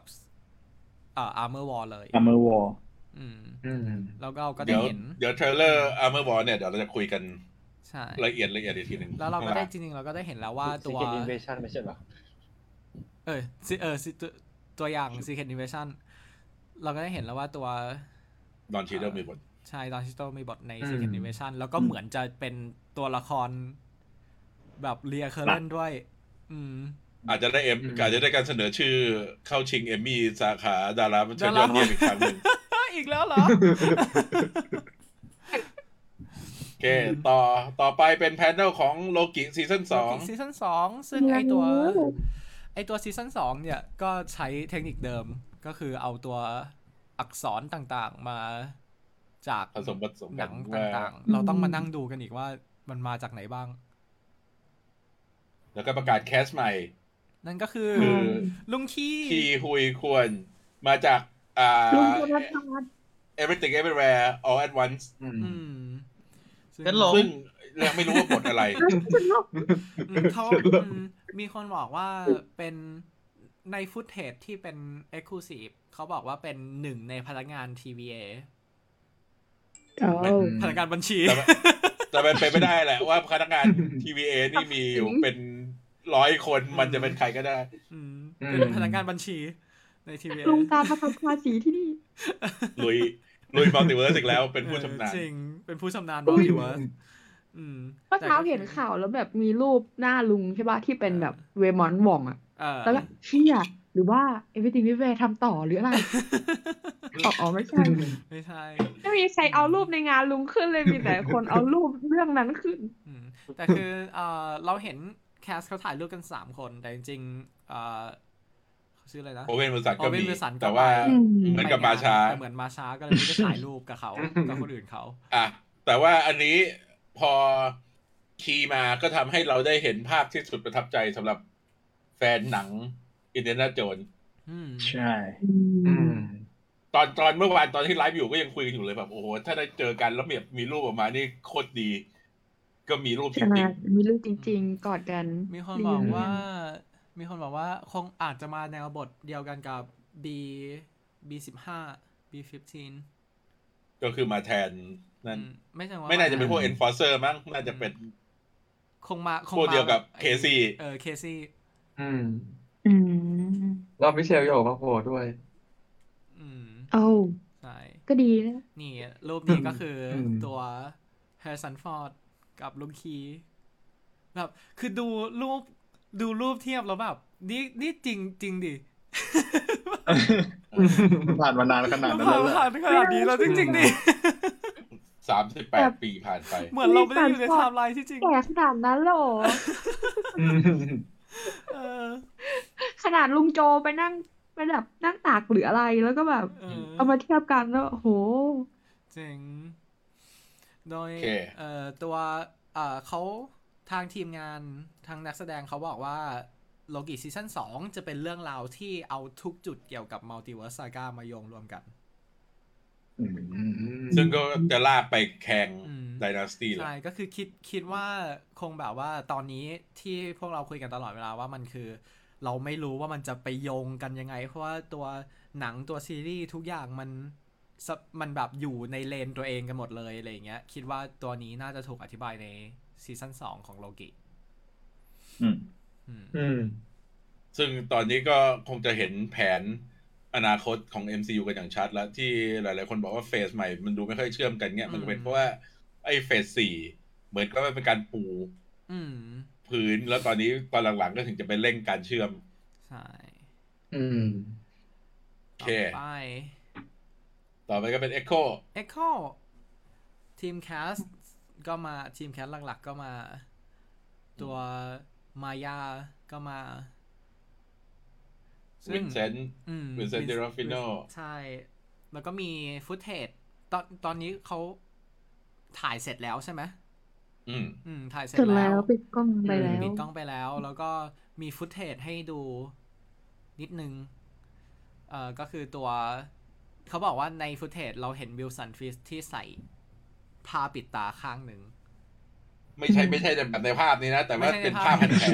S1: เอ่อ Armor War เลย
S7: อัมเมอร์วอล
S1: อืม
S4: อืม
S1: แล้วก็เราก็ได้
S2: เดี๋ยว
S1: เห็น
S2: เดี๋ยวเทรลเลอร์อาร์เมอร์บอเนี่ยเดี๋ยวเราจะคุยกัน
S1: ใช่
S2: ละเอียดละเอียดอีกทีหนึ่ง
S1: แล้วเราก็ได้จริงๆ เราก็ได้เห็นแล้วว่าตัว
S5: Secret Invasion ไม่ใช่เหรอ
S1: เออซิเออซิตัวตัวอย่าง Secret Invasion เราก็ได้เห็นแล้วว่าตัว
S2: ดอนชีเดอร์มีบท
S1: ใช่ดอนชิโตมีบทใน
S4: อืม
S1: Secret Invasion แล้วก็เหมือนจะเป็นตัวละครแบบเรียเคอร์เลนด้วย อืม
S2: อาจจะได้เอ็ม
S4: อืม
S2: อาจจะได้การเสนอชื่อเข้าชิงเอมมี่สาขาดาราเชิญยอดเยี่ยมอีกครั้งหนึ่ง
S1: อ้าวอีกแล้วเหรอ
S2: โอเค ต่อต่อไปเป็นแพนเนลของโลกิซีซั่น สอง
S1: ซีซั่นสองซึ่งไอตัว ไอตัวซีซั่นสองเนี่ย ก็ใช้เทคนิคเดิมก็คือเอาตัวอักษรต่างๆมาจาก
S2: ผสมผสม
S1: ห
S2: กัน
S1: นัง
S2: ว่า
S1: ต่างๆ เราต้องมานั่งดูกันอีกว่ามันมาจากไหนบ้าง
S2: แล้วก็ประกาศแคสใหม่
S1: นั่นก็คือ
S2: คือ
S1: ลุงขี้
S2: ทีฮุยควรมาจากอ่า
S3: ลุงธนทัศน์
S2: everything everywhere all at once
S4: อืม
S1: อืมซึ่ง
S6: งั้นล ผม
S2: ซึ่งยังไม่รู้ว่าบทอะไร
S1: อื มเขาอืมมีคนบอกว่าเป็นในฟุตเทจที่เป็น e x c l u s i v e เขาบอกว่าเป็นหนึ่งในพนักงาน TVA
S3: อ๋อ
S1: พนักงานบัญชี
S2: แต่ว่าแต่มันเป็นไม่ได้แหละว่าพนักงาน TVA นี่มีอยู่เป็นร้อยคนมันจะเป็นใครก็ได้
S1: อืม
S4: อืม
S1: เป็นพนักงานบัญชีใน TVA
S3: โครงการประกันภาษีที่นี่
S2: ลุยลุยมัลติเวิร์สอีกแล้วเป็นผู้ชำนาญ
S1: จริง เป็นผู้ชำนาญ
S3: อุ้
S1: บอย ลิวอร์อืม
S3: เมื่อเช้าเห็นข่าวแล้วแบบมีรูปหน้าลุงใช่ป่ะที่เป็นแบบเวมอนหว่องอะ
S1: เออ
S3: แล้วก็เชี่ยหรือว่าเอฟ i ิ g ิ i วิเวทำต่อหรืออะไรอ๋ออ๋อไม่ใช่
S1: ไม่ใช่
S3: ไม่มีใครเอารูปในงานลุงขึ้นเลยมีแต่คนเอารูปเรื่องนั้นขึ้น
S1: อืมแต่คือเออเราเห็นแคสเขาถ่ายรูปกันสามคน แต่จริงๆเออเขาชื่ออะไรนะ
S2: โอเว่นวิลสัน
S1: โอ
S2: ก็
S1: เว่น
S2: มี
S1: วิลสันก็
S2: แต่ว่า
S1: ไป
S2: เหมือนกับมาช้า
S1: แต่เหมือนมาช้าก็เลยไม่ได้ถ่ายรูปกับเขา กับคนอื่นเขา
S2: อ่ะ แต่ว่าอันนี้พอคีย์มาก็ทำให้เราได้เห็นภาพที่สุดประทับใจสำหรับแฟนหนังอินเดียนาโจน
S1: อืม
S7: ใช่
S4: อืม
S2: ตอนตอนเมื่อวานตอนที่ไลฟ์อยู่ก็ยังคุยกันอยู่เลยแบบโอ้โห ถ้าได้เจอกันแล้วแบบมีรูปออกมานี่โคตรดี ก็มีรูปจริง
S3: มีรูปจริง ๆ กอดกัน
S1: มีคนบอก
S3: เรีย
S1: ว่า มีคนบอกว่าคงอาจจะมาแนวบทเดียวกันกับ B B สิบห้า B 15
S2: ๆ ก็คือมาแทนนั่น
S1: อืมไม่ใช่ว่า
S2: ไม่น่าจะเป็นพวก
S4: อืม
S2: enforcer มั้งน่าจะเป็น
S1: คงมาคง
S2: พวก
S1: มา
S2: เดียวกับ
S1: ไอ้
S2: Casey
S1: เออเคซี่
S4: อืม
S3: อืม
S4: รอบมิเชลโยกมาโผล่ด้วย
S1: อืม
S3: เอ้า
S1: ใช่
S3: ก็ดีนะ
S1: นี่ รูปนี้ก็คืออ
S4: ม
S1: ตัว Harrison Ford กับลุงคีแบบ คือดูรูปดูรูปเทียบแล้วแบบ นี่นี่จริงจริงดิ
S7: ผ่านมานานขนาดนั้น
S1: ผ่าน
S7: แล้วแหละ
S1: ผ่านขนาดนี้แล้วจริง ๆดิ
S2: สามสิบแปดปีผ่านไป
S1: เหมือนเราไม่ได้อยู่ในไทม์ไลน์ที่จริง
S3: แก่ขนาดนั้นเหรอ
S4: อืม
S1: เออ
S3: ขนาดลุงโจไปนั่งไปแบบนั่งตากหรืออะไรแล้วก็แบบ
S1: เออ
S3: เอามาเทียบกันแล้วโอ้โห
S1: เจ๋งโดย
S2: โอเค
S1: เอ่อตัวเอ่อเขาทางทีมงานทางนักแสดงเขาบอกว่าโลกิซีซั่น2จะเป็นเรื่องราวที่เอาทุกจุดเกี่ยวกับมัลติเวิร์สซาก้ามาโยงรวมกัน
S7: อืม
S2: ซึ่งก็จะลากไปแข่ง
S1: อืม
S2: ดินาสตี้แหละ
S1: ใช่ก็คือคิดคิดว่าคงแบบว่าตอนนี้ที่พวกเราคุยกันตลอดเวลาว่ามันคือ เราไม่รู้ว่ามันจะไปโยงกันยังไง เพราะว่าตัวหนังตัวซีรีส์ทุกอย่างมันสะมันแบบอยู่ในเลนตัวเองกันหมดเลยอะไรอย่างเงี้ยคิดว่าตัวนี้น่าจะถูกอธิบายในซีซั่นสองของโลกิ
S7: อืม
S1: อืม
S4: อืม
S2: ซึ่งตอนนี้ก็คงจะเห็นแผนอนาคตของ MCU กันอย่างชัดแล้ว ที่หลายๆ คนบอกว่าเฟสใหม่มันดูไม่ค่อยเชื่อมกันเนี่ยมันเป็
S1: อื
S2: น
S1: ม
S2: เพราะว่าไอ้เฟสสี่เหมือนก็เป็นการปู
S1: อืม
S2: พื้น แล้วตอนนี้ตอนหลังๆ ก็ถึงจะไปเร่งการเชื่อม
S1: ใช่
S4: อืม
S2: โอ
S1: ต่
S2: เค
S1: อไป
S2: ต่อไปก็เป็น Echo
S1: Echo ทีมแคสก็มาทีมแคสหลักๆก็มา ตัวมายาก็มา
S2: วินเซนต์
S1: อืม
S2: Vincent
S1: Vince-
S2: D'Onofrio
S1: Vince- ใช่ แล้วก็มีฟุตเทจตอนตอนนี้เขาถ่ายเสร็จแล้วใช่ไหม
S2: อืม
S1: อืม ถ่ายเสร็จ
S3: เสร็จ
S1: แล้
S3: แล้ว
S1: ว
S3: ปิดกล้องไป
S4: อื
S3: แล้
S4: ม
S3: ว
S1: ปิดกล้องไปแล้ว แล้วก็มีฟุตเทจให้ดูนิดนึง เอ่อ ก็คือตัว เขาบอกว่าในฟุตเทจเราเห็นวิลสันฟิสที่ใส่ผ้าปิดตาข้างหนึ่ง
S2: ไม่ใช่ไม่ใช่แบบในภาพนี้นะ แต่ว่า
S1: ไม่ใช่ใน
S2: เป็น
S1: ภา
S2: ภา
S1: พ
S2: พพันแผล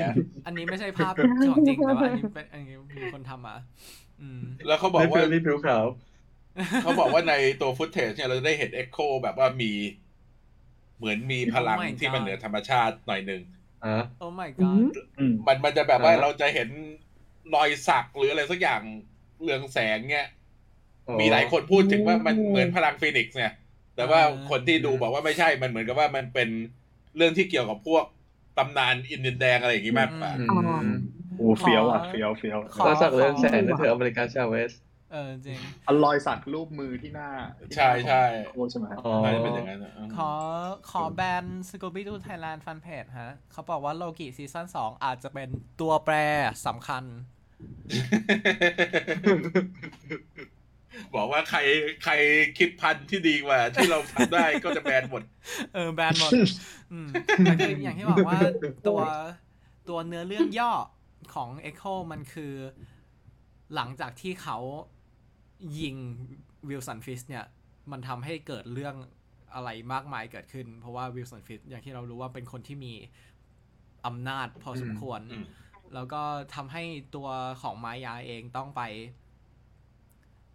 S1: อันนี้ไม่ใช่ภาพของจริงแต่ว่าอันนี้เป็นอันนี้มีคนทำมาอืม
S2: แล้วเขา
S4: บบ อ
S2: อก ก
S4: ว่า
S2: ว่า
S4: รีบผิวขาว
S2: เขาบอก ว่าในตัวฟุตเทจเนี่ยเราจะได้เห็นเอ็กโคแบบว่ามี เหมือนมีพลัง
S1: Oh my
S2: ที่มัน
S1: God
S2: เหนือธรรมชาติหน่อยหนึ่ง
S4: อ่ะ
S1: โอ้ my
S3: อื
S1: god
S3: ม
S7: อืม
S2: มันมันจะแบบว่า
S4: อ่าฮะ
S2: เราจะเห็นรอยสักหรืออะไรสักอย่างเรืองแสงเนี่ย
S4: อ๋อ
S2: มีหลายคนพูดถึงว่ามันเหมือนพลังฟีนิกซ์เนี่ย แต่ว่า
S1: อ่า
S2: คนที่ดูบอกว่าไม่ใช่มันเหมือนกับว่ามันเป็นเรื่องที่เกี่ยวกับพวกตำนานอินเดียนแดงอะไรอย่างงี้มากกว่า
S4: อืม
S3: อ๋อ
S7: โอ้เฟี้ยวอ่ะเฟี้ยวเฟี้ยว
S1: ขอ
S4: เราสักเรื่องแสงนั่นเธออเมริกาชาเวส
S1: เออจริง
S7: อันรอยสักรูปมือที่หน้า
S2: ใช่ใช่
S7: โคใช่ไหม
S4: อ๋อ
S2: น่าจะเป็นอย่างนั้นอะ
S1: ขอขอแบนสกูบี้ดูไทยแลนด์ฟันเพจฮะ เขาบอกว่าโลกิซีซั่นสองอาจจะเป็นตัวแปรสำคัญ
S2: บอกว่าใครใครคิดพันธุ์ที่ดีกว่า ที่เราทำได้ก็จะแบนหมด
S1: เออ แบนหมด อืมแต่คืออย่างที่บอกว่าตัวตัวเนื้อเรื่องย่อของ Echo มันคือ หลังจากที่เขายิงวิลสันฟิสเนี่ย มันทำให้เกิดเรื่องอะไรมากมายเกิดขึ้น เพราะว่าวิลสันฟิสอย่างที่เรารู้ว่าเป็นคนที่มีอำนาจพอสมควร
S2: อืม
S1: แล้วก็ทำให้ตัวของมายาเองต้องไป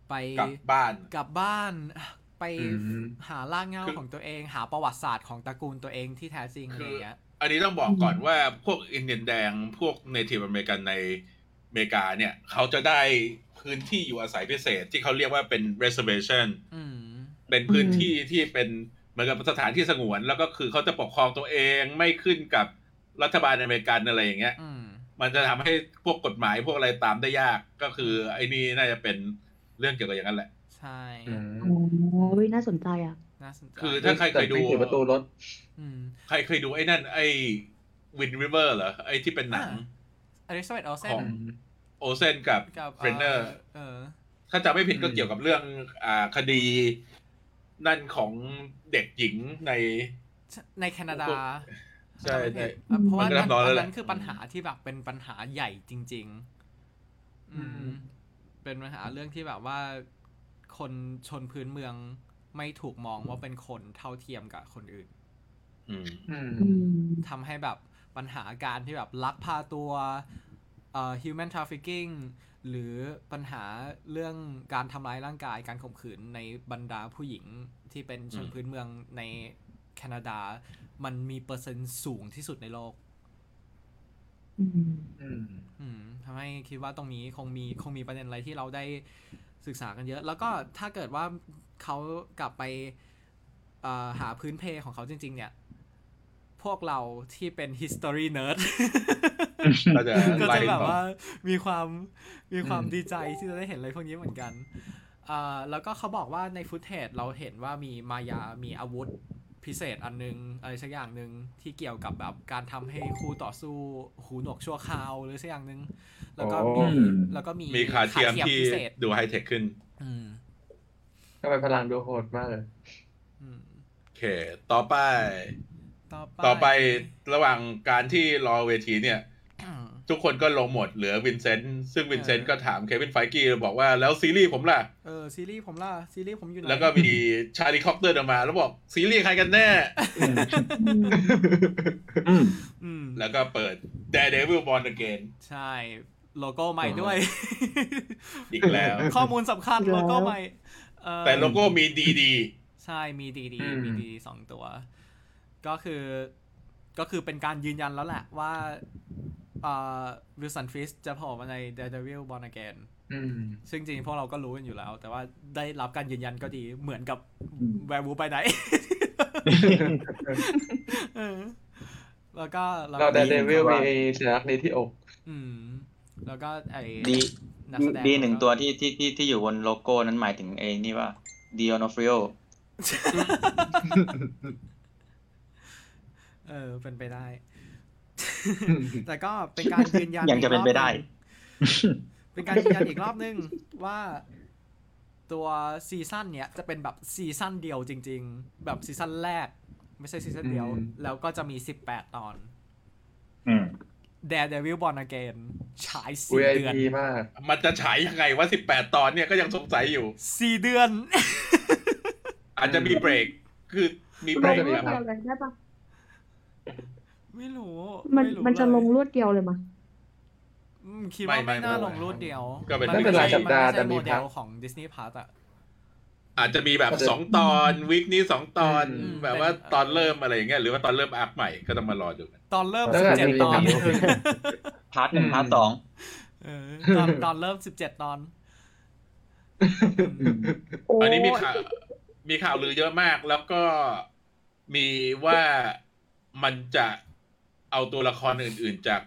S1: ไป
S2: กลับบ้าน
S1: กลับบ้าน ไป
S4: อืม
S1: หาล่างเหงา
S2: คือ
S1: ของตัวเองหาประวัติศาสตร์ของตระกูลตัวเองที่แท้จริงอะไรเงี้ย
S2: อันนี้ต้องบอกก่อนว่าพวกอินเดียนแดงพวกเนทีฟอเมริกันในอเมริกาเนี่ย เขาจะได้พื้นที่อยู่อาศัยพิเศษ ที่เขาเรียกว่าเป็น reservation
S1: อืม
S2: เป็นพื้นที่ที่เป็นเหมือนกับสถานที่สงวน แล้วก็คือเขาจะปกครองตัวเองไม่ขึ้นกับรัฐบาลอเมริกันอะไรอย่างเงี้ย
S1: อืม
S2: มันจะทำให้พวกกฎหมายพวกอะไรตามได้ยากก็คือ ไอ้นี่น่าจะเป็นเรื่องเกี่ยวกับอย่างนั้นแหละ
S1: ใช่
S4: อืม
S3: โอ้ยน่าสนใจอ่ะ
S1: น่าสนใจ
S2: คือ ถ้าใครเคยดู
S4: แต่วิ่งถือประตูรถ
S1: อืม
S2: ใครเคยดูไอ้นั่น ไอ้วินริเวอร์เหรอไอ้ที่เป็นหนัง
S1: อริสเบตออเซ
S2: ข
S1: น
S2: อง โอเซนกับ
S1: กับ
S2: เฟรนเนอร์
S1: เออ
S2: ถ้าจำไม่ผิดก็
S4: อืม
S2: เกี่ยวกับเรื่องอ่าคดีนั่นของเด็กหญิงใน
S1: ในแคนาดา
S2: ใช่ใช่
S1: เพราะว่า
S2: มันก็รับร้อน
S1: อั
S2: แล้
S1: น
S2: วแหละ
S1: นั้นคือปัญหาที่แบบเป็นปัญหาใหญ่จริง ๆ อืม เป็นปัญหาเรื่องที่แบบว่า คนชนพื้นเมืองไม่ถูกมองว่าเป็นคนเท่าเทียมกับคนอื่น
S2: อืม
S4: อืม
S3: อืม
S1: ทำให้แบบปัญหาการที่แบบลักพาตัวเอ่อ human trafficking หรือปัญหาเรื่องการทำร้ายร่างกายการข่มขืนในบรรดาผู้หญิงที่เป็นชน
S2: อืม
S1: พื้นเมืองในแคนาดา มันมีเปอร์เซ็นต์สูงที่สุดในโลก
S3: อืม
S4: อืม
S1: อืมทำให้คิดว่าตรงนี้คงมีคงมีประเด็นอะไรที่เราได้ศึกษากันเยอะ แล้วก็ถ้าเกิดว่าเขากลับไปเอ่อหาพื้นเพของเขาจริง ๆ เนี่ย พวกเราที่เป็น history nerd
S2: ก็จะ
S1: ก็
S2: ไล่
S1: จะแบบ
S2: ต่อ
S1: ว่ามีความมีความ
S4: อืม
S1: ดีใจที่จะได้เห็นอะไรพวกนี้เหมือนกันอ่าแล้วก็เขาบอกว่าในฟุตเทจเราเห็นว่ามีมายา มีอาวุธพิเศษอันนึง อะไรสักอย่างหนึ่งที่เกี่ยวกับแบบการทำให้คู่ต่อสู้หูหนวกชั่วคราวหรือสักอย่างหนึ่งแล้วก็มี
S7: อ๋อ
S1: แล้วก็มี
S2: มีคาเทียมที่
S1: พิเศษ
S2: ดูไฮเทคขึ้น
S1: อืม
S4: ทำไมพลังดูโหดมากเลย
S1: อืม
S2: โอเค ต่อไป
S1: ต่อไป
S2: ต่อไประหว่างการที่รอเวทีเนี่ย
S1: อืม
S2: ทุกคนก็ลงหมดเหลือวินเซนต์ซึ่งวินเซนต์
S1: เออ
S2: ก็ถามเควินไฟกี้บอกว่าแล้วซีรีส์ผมล่ะ
S1: เออซีรีส์ผมล่ะซีรีส์ผมอยู่ไหน
S2: แล้วก็มีชาลีคอปเตอร์เดินมา แล้วบอกซีรีส์ใครกันแน่
S3: อืม
S7: อืม
S1: อืม
S2: แล้วก็เปิด Daredevil Born Again
S1: ใช่โลโก้ใหม่ด้วย
S2: อีกแล้ว
S1: ข้อมูลสำคัญโลโก้ใหม่เอ่อ
S2: แต่โลโก้มีดีดี
S1: ใช่ มีดีดี
S4: อืม
S1: มีดีสองตัว ก็คือ ก็คือเป็นการยืนยันแล้วแหละว่าเอ่อวิลสันฟิสจะโผล่มาใน Daredevil Born Again
S4: อืม
S1: ซึ่งจริงๆพวกเราก็รู้กันอยู่แล้ว แต่ว่าได้รับการยืนยันก็ดีเหมือนกับ
S7: อืม
S1: แวร์วูไป ไหน เออแล้วก็แล้ว
S4: เรา
S1: ก็
S4: ได้เดวิลมีสัญลักษณ์นี้ที่อก
S1: อืม แล้วก็ไอ้
S6: ดี
S1: นักแสดง
S6: ดีหนึ่ง
S1: ก็
S6: ตัวที่ที่ที่ที่อยู่บนโลโก้นั้นหมายถึงเองนี่ว่าดิโอนอฟริโอ
S1: เออ เป็นไปได้ แต่ก็เป็นการยืนยัน
S6: ยังจะเป็นไปได้
S1: อีกรอบหนึ่งเป็นการยืนยันอีกรอบนึง ว่าตัวซีซั่นเนี้ยจะเป็นแบบซีซั่นเดียวจริง ๆ แบบซีซั่นแรก ไม่ใช่ซีซั่นเดียว
S4: อืม
S1: แล้วก็จะมี 18 ตอน
S7: อืม
S1: Daredevil Born Again ฉายสี่เดือน
S4: VIP มาก
S2: มันจะฉายยังไงว่าสิบแปดตอนเนี่ยก็ยังสงสัยอยู่
S1: สี่เดือน
S2: อาจจะมีเบรก คือมีเบรก
S4: น่าจะมี
S2: แบบ
S4: ครับ
S3: เดียวกันได้ปะ
S1: ไม่รู้
S3: มัน
S1: ไรู้
S3: มันจะ
S1: เย
S3: ลงรวดเดียวเลยมั้ย
S1: อืมคิดว่าไม่น่าลงรูดเดียว
S2: ก็เป็น
S4: ไม่เป็นไร
S2: วิ
S4: สั
S2: ธี
S4: ปดาห์
S1: นไใช่
S4: จะมี
S1: โเด
S4: พัก
S1: ลของ Disney Plus อะ
S2: อาจจะมีแบบสองตอนวิกนี้สองตอน
S1: อืม
S2: แบบว่าตอนเริ่มอะไรอย่างเงี้ยหรือว่าตอนเริ่มอัพใหม่ก็ต้องมารอดูกัน
S1: ตอนเริ่ม
S4: แล้ว
S1: สิบ
S4: อาจ
S1: เจ็ด
S4: จะมี
S1: ตอน
S4: หนัง
S6: พาร์ทหนึ่งพาร์ทสอง
S1: เออตอนตอนเริ่มสิบเจ็ดตอน
S2: อันนี้มีข่าวมีข่าวลือเยอะมาก แล้วก็มีว่ามันจะเอาตัวละครอื่น ๆ จาก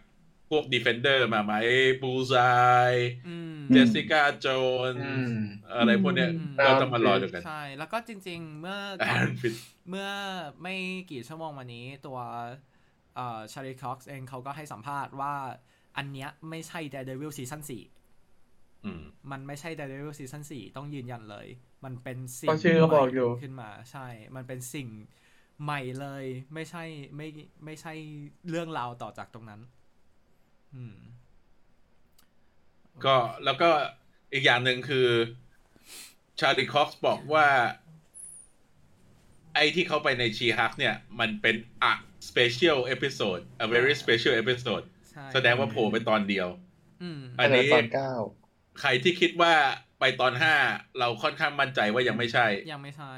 S2: พวก Defender มาไหมบูซาย
S1: อืม
S2: เจสสิก้าโจน
S4: อืม
S2: อะไรพวกเนี้ย
S3: อืม
S2: ก็ต้องมารอดูกัน
S1: ใช่ แล้วก็จริง ๆ เมื่อ
S2: แอนฟิต
S1: เมื่อไม่กี่ชั่วโมงมานี้ ตัวเอ่อชารีคอกซ์เองเขาก็ให้สัมภาษณ์ว่า อันเนี้ยไม่ใช่ Daredevil ซีซั่นสี่มันไม่ใช่ Daredevil ซีซั่นสี่ต้องยืนยันเลย มันเป็นสิ่ง
S4: เพราะชื่อก็บอกอยู่
S1: ใหม่ขึ้นมาใช่ มันเป็นสิ่งใหม่เลย ไม่ใช่ไม่ไม่ใช่เรื่องราวต่อจากตรงนั้น อืม
S2: ก็แล้วก็อีกอย่างหนึ่งคือชา l ี e คอ o ส์บอกว่า ไอ้ที่เขาไปในชีฮักเนี่ย มันเป็นอะ special episode a very special episode
S1: ใช่
S2: แสดงว่าโผล่ไปตอนเดียว
S1: อืม
S2: อันนี้
S4: ตอนเก้า
S2: ใครที่คิดว่าไปตอนห้าเราค่อนข้างมั่นใจว่ายังไม่ใช่
S1: ยังไม่ใช่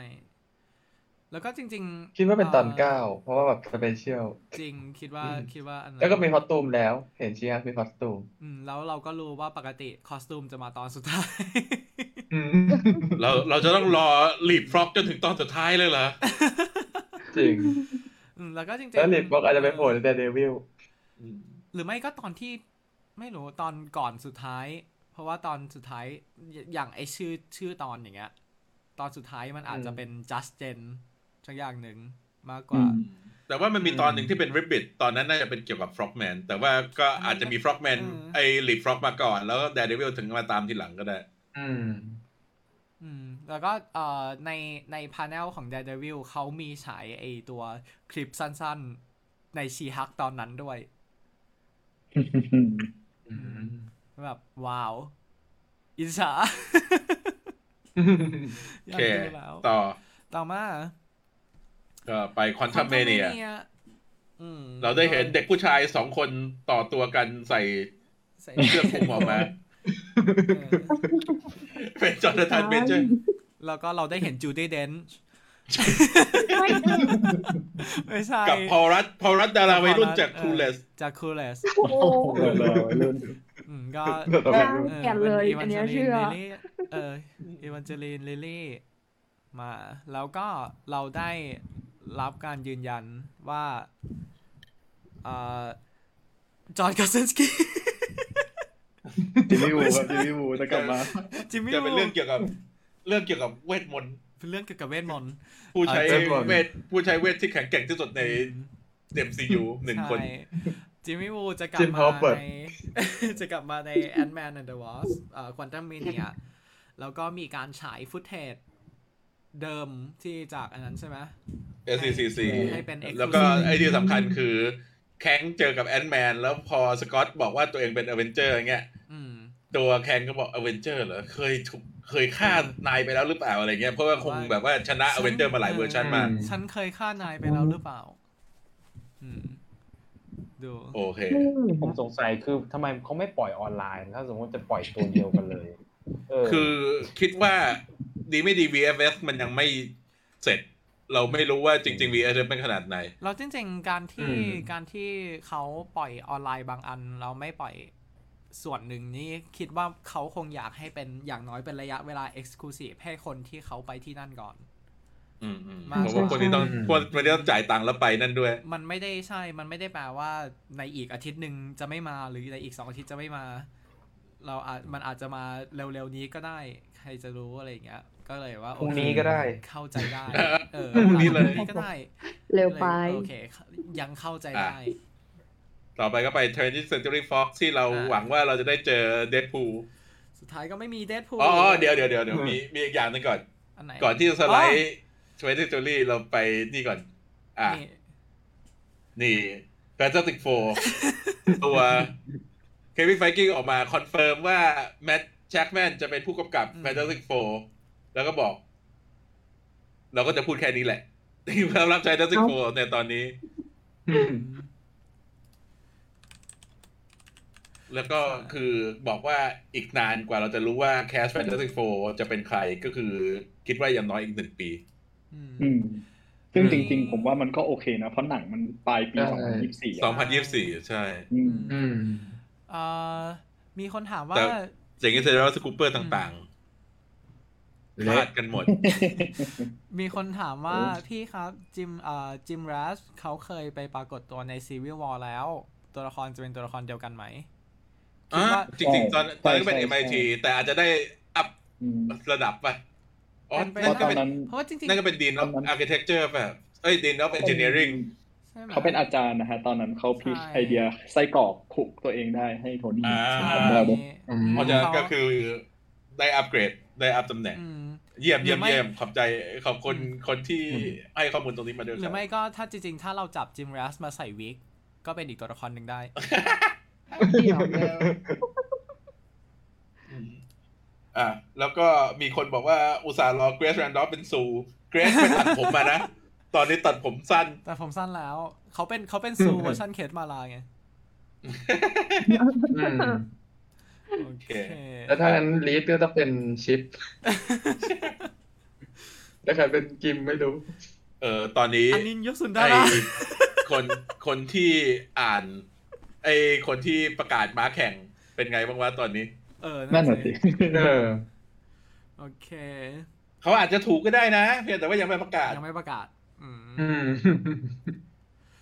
S1: แล้วก็จริงๆ
S4: คิดว่าเป็นตอนเก้าเพราะว่าแบบสเปเชียล
S1: จริงคิดว่า
S4: อืม
S1: คิดว่าอันนั้น
S4: แล้วก็มีคอสตูมแล้ว เห็นชีฮักมีคอสตูม
S1: อืมแล้วเราก็รู้ว่าปกติคอสตูมจะมาตอนสุดท้าย
S2: เราเราจะต้องรอรีบฟล็อกจนถึงตอนสุดท้ายเลยเหรอ
S4: จริง
S1: อืมแล้วก็จริงๆ
S4: แล้วลิปบอกอาจจะไปโผล่ในเดวิล
S1: หรือไม่ก็ตอนที่ไม่รู้ตอนก่อนสุดท้าย เพราะว่าตอนสุดท้ายอย่างไอชื่อชื่อตอนอย่างเงี้ย ตอนสุดท้ายมันอาจจะ
S4: อืม
S1: เป็น just gen สักอย่างหนึ่งมากกว่า
S7: อืม
S2: แต่ว่ามันมีตอนหนึ่งที่เป็น Ribbit ตอนนั้นน่าจะเป็นเกี่ยวกับ Frogman แต่ว่าก็อาจจะมี Frogman
S1: อืม
S2: ไอ้รีบฟล็อกมาก่อน แล้วก็ Daredevil ถึงมาตามทีหลังก็ได้
S4: อืม
S1: อืมแล้วก็เอ่อในในพาร์เนลของ Daredevil เขามีฉายไอตัวคลิปสั้นๆ ในชีฮักตอนนั้นด้วย
S4: อืม
S1: แบบว้าว อินชา อยา
S2: โอ
S1: ก
S2: เค
S1: ดูแล้ว
S2: ต่อ
S1: ต่อมา
S2: ก็ไป Quantum Mania
S1: อืม
S2: เราได้เห็นเด็กผู้ชายสองคนต่อตัวกันใส่
S1: ใส่
S2: เสื้อคลุมออก มา
S1: เออ
S2: เป็นจอร์แดนเบนเจอร์
S1: แล้วก็เราได้เห็นจูดี้เดน ไม่ใช่
S2: กับพอรัตพอรัตดาราวัยรุ่นจาก
S1: ออ
S2: ทูเลส
S1: จากคูเลส
S3: โอ้โห
S7: เออเราไว้รุ่น
S1: อืมก็
S3: น่าเกลียดเลย อันเนี้ยเชื่อ
S1: เอออีวานเจลีนลิลี่มา แล้วก็เราได้รับการยืนยันว่าเอ่อจอห์นกาเซน สกี้
S7: จิมมี่วูครับจิมมี่วูจะกลับมา
S1: จิมมี่
S2: จะเป็นเรื่องเกี่ยวกับเรื่องเกี่ยวกับเวทมนต์
S1: เป็นเรื่องเกี่ยวกับเวทมนต์
S2: ผู้ใช้
S4: อ่าเวทมนต์
S2: เวทผู้ใช้เวทที่แข็งแกร่งที่สุดใน MCU หนึ่งคน
S1: ใช่จิมมี่วูจะกลับ
S4: จิม
S1: มา
S4: Halpert
S1: ใน จะกลับมาใน Ant-Man and the Wasp เอ่อ Quantum Mania แล้วก็มีการฉายฟุตเทจเดิมที่จากอันนั้นใช่ไหม
S2: SCCC
S1: ให้เป็น
S2: แล้วก็
S1: exclusive
S2: ไอ้ที่สำคัญคือ แข้งเจอกับแอนด์แมนแล้วพอสกอตบอกว่าตัวเองเป็นอเวนเจอร์อย่างเงี้ย
S1: อืม
S2: ตัวแคนก็บอกอเวนเจอร์เหรอเคยถูกเคยฆ่านายไปแล้วหรือเปล่าอะไรเงี้ยเพราะว่าคงแบบว่าชนะ
S1: ฉัน
S2: อเวนเจอร์มาหลายเวอร์ชันมาก
S5: อืม
S1: ฉันเคยฆ่านายไปแล้วหรือเปล่า อืม ดู
S2: โอเค
S5: ผมสงสัยคือทำไมเขาไม่ปล่อยออนไลน์ ถ้าสมมติจะปล่อยตัวเดียวกันเลยเ
S2: คือคิดว่าดีไม่ดี VFS มันยังไม่เสร็จ เราไม่รู้ว่าจริง ๆ VFS เป็นขนาดไหน
S1: เราจริงๆ การที่
S5: อืม
S1: การที่เขาปล่อยออนไลน์บางอัน เราไม่ปล่อยส่วนหนึ่งนี่คิดว่าเขาคงอยากให้เป็นอย่างน้อยเป็นระยะเวลา Exclusive ให้คนที่เขาไปที่นั่นก่อน
S2: อืมอืม
S1: มา
S2: เพราะว่าคนที่ต้อง
S5: ใช่
S2: คนคนที่ต้องจ่ายตังค์แล้วไปนั่นด้วย
S1: มันไม่ได้ใช่ มันไม่ได้แปลว่าในอีกอาทิตย์หนึ่งจะไม่มาหรือในอีกสองอาทิตย์จะไม่มา เราอาจมันอาจจะมาเร็วๆนี้ก็ได้ ใครจะรู้อะไรอย่างเงี้ย ก็เลยว่า
S5: พรุ่งนี้ก็ได้
S1: เข้าใจได้เออ
S2: พรุ่งนี้เลย
S1: พรุ่งนี้ก็ได้
S3: เร็วไป
S1: โอเค ยังเข้าใจได้
S2: ต่อไปก็ไป 20th Century Fox ที่เรา
S1: อ่า
S2: หวังว่าเราจะได้เจอเดดพู
S1: สุดท้ายก็ไม่มีเดทพู
S2: อ๋อเดี๋ยวเดี๋ยวเดี๋ยวเดี๋ยวมีมีอีกอย่างหนึงก่อน
S1: อันไหน
S2: ก่อนที่จะสไลด์ 20th Century เราไปนี่ก่อน อ่ะ
S1: นี่
S2: นี่ Fantastic Four ตัวเควินไฟกิ้งออกมาคอนเฟิร์มว่า แมทแจ็คแมนจะเป็นผู้กำกับ Fantastic Four แล้วก็บอก เราก็จะพูดแค่นี้แหละ ที่เรารับใช้ Fantastic Four ในตอนนี้ แล้วก็คือบอกว่าอีกนานกว่าเราจะรู้ว่าแคส Fantastic Four จะเป็นใครก็คือคิดว่าอย่างน้อยอีกหนึ่งปี
S1: อืม
S7: อืม ซึ่ง
S1: อืม
S7: จริง ๆ ผมว่ามันก็โอเคนะ เพราะหนังมันปลายปี
S5: ใช่
S7: สองพันยี่สิบสี่อ่ะ
S2: 2024 ใช่
S7: อื
S1: อื
S7: ม
S1: ม
S5: อืม
S1: เอ่อมีคนถามว่า
S2: แต่ อย่างนี้แสดงว่าสกูปเปอร์ต่างๆพลาดกันหมด
S1: มีคนถามว่า
S7: โอ้
S1: พี่ครับจิมเอ่อจิมรัสเขาเคยไปปรากฏตัวในซีวิลวอลแล้ว ตัวละครจะเป็นตัวละครเดียวกันไหมคิด
S2: อ่ะ
S1: ว่า
S2: จริงๆ ตอนตอนนั้นก็เป็น
S7: ใช่ใช่
S2: MIT แต่อาจจะได้อัพ
S7: อืม
S2: ระดับไปอ๋อ
S1: เป็นไป
S2: นั่นก็เป็น
S1: ได้
S7: น
S1: เพราะว่าจริง
S2: นั่นก็เป็นดีนอ
S7: ตอนนั้น
S2: Architecture แบบเอ้ยดีนอ f Engineering
S1: ๆใช่ไหม
S7: เขาเป็นอาจารย์นะฮะ ตอนนั้นเขาพลิก
S1: ใช่
S7: ไอเดียไส้กรอกคลุกตัวเองได้ให้โทนี่
S2: อ่า
S7: ผมเดาดู
S5: อืม
S2: เพราะ
S1: ใช่
S2: ฉะนั้นก็คือได้อัปเกรด ได้อัพตำแหน่ง
S1: ม
S2: เยี่ยม
S1: หรื
S2: เยี่ย
S1: อ
S2: ม
S1: ไม่
S2: เยี่ยมขอบใจขอบคนคนที่ให้ข้อมูลตรงนี้มาด้วย
S1: ห
S2: ค
S1: รื
S2: รั
S1: อบไม่ก็ถ้าจริงๆ ถ้าเราจับจิมรัสมาใส่วิก ก็เป็นอีกตัวละครหนึ่งได้
S3: เดี๋ยว
S2: อืมอ่าแล้วก็มีคนบอกว่าอุตส่าห์รอเกรซแรนดอฟเป็นซูเกรซไปตัดผมมานะ ตอนนี้ตัดผมสั้น
S1: แต่ผมสั้นแล้ว เขาเป็นเขาเป็น ซูเวอร์ชันเคสมาลาไง
S5: อืม
S1: โอเค
S4: แล้วถ้างั้นลีดก็ต้องเป็นชิป แล้วใครเป็นกิมไม่รู้
S2: เออตอนนี้
S1: อันนี้ยกสุนดา
S2: ไอ้
S1: รา
S2: คนคนที่อ่านไอ้คนที่ประกาศม้าแข่งเป็นไงบ้างวะตอนนี้
S1: เออ
S7: นั่นน่ะสิ
S4: เออ
S1: โอเค
S2: เขาอาจจะถูกก็ได้นะ เพียงแต่ว่ายังไม่ประกาศ
S1: ยังไม่ประกาศ อืม
S4: อืม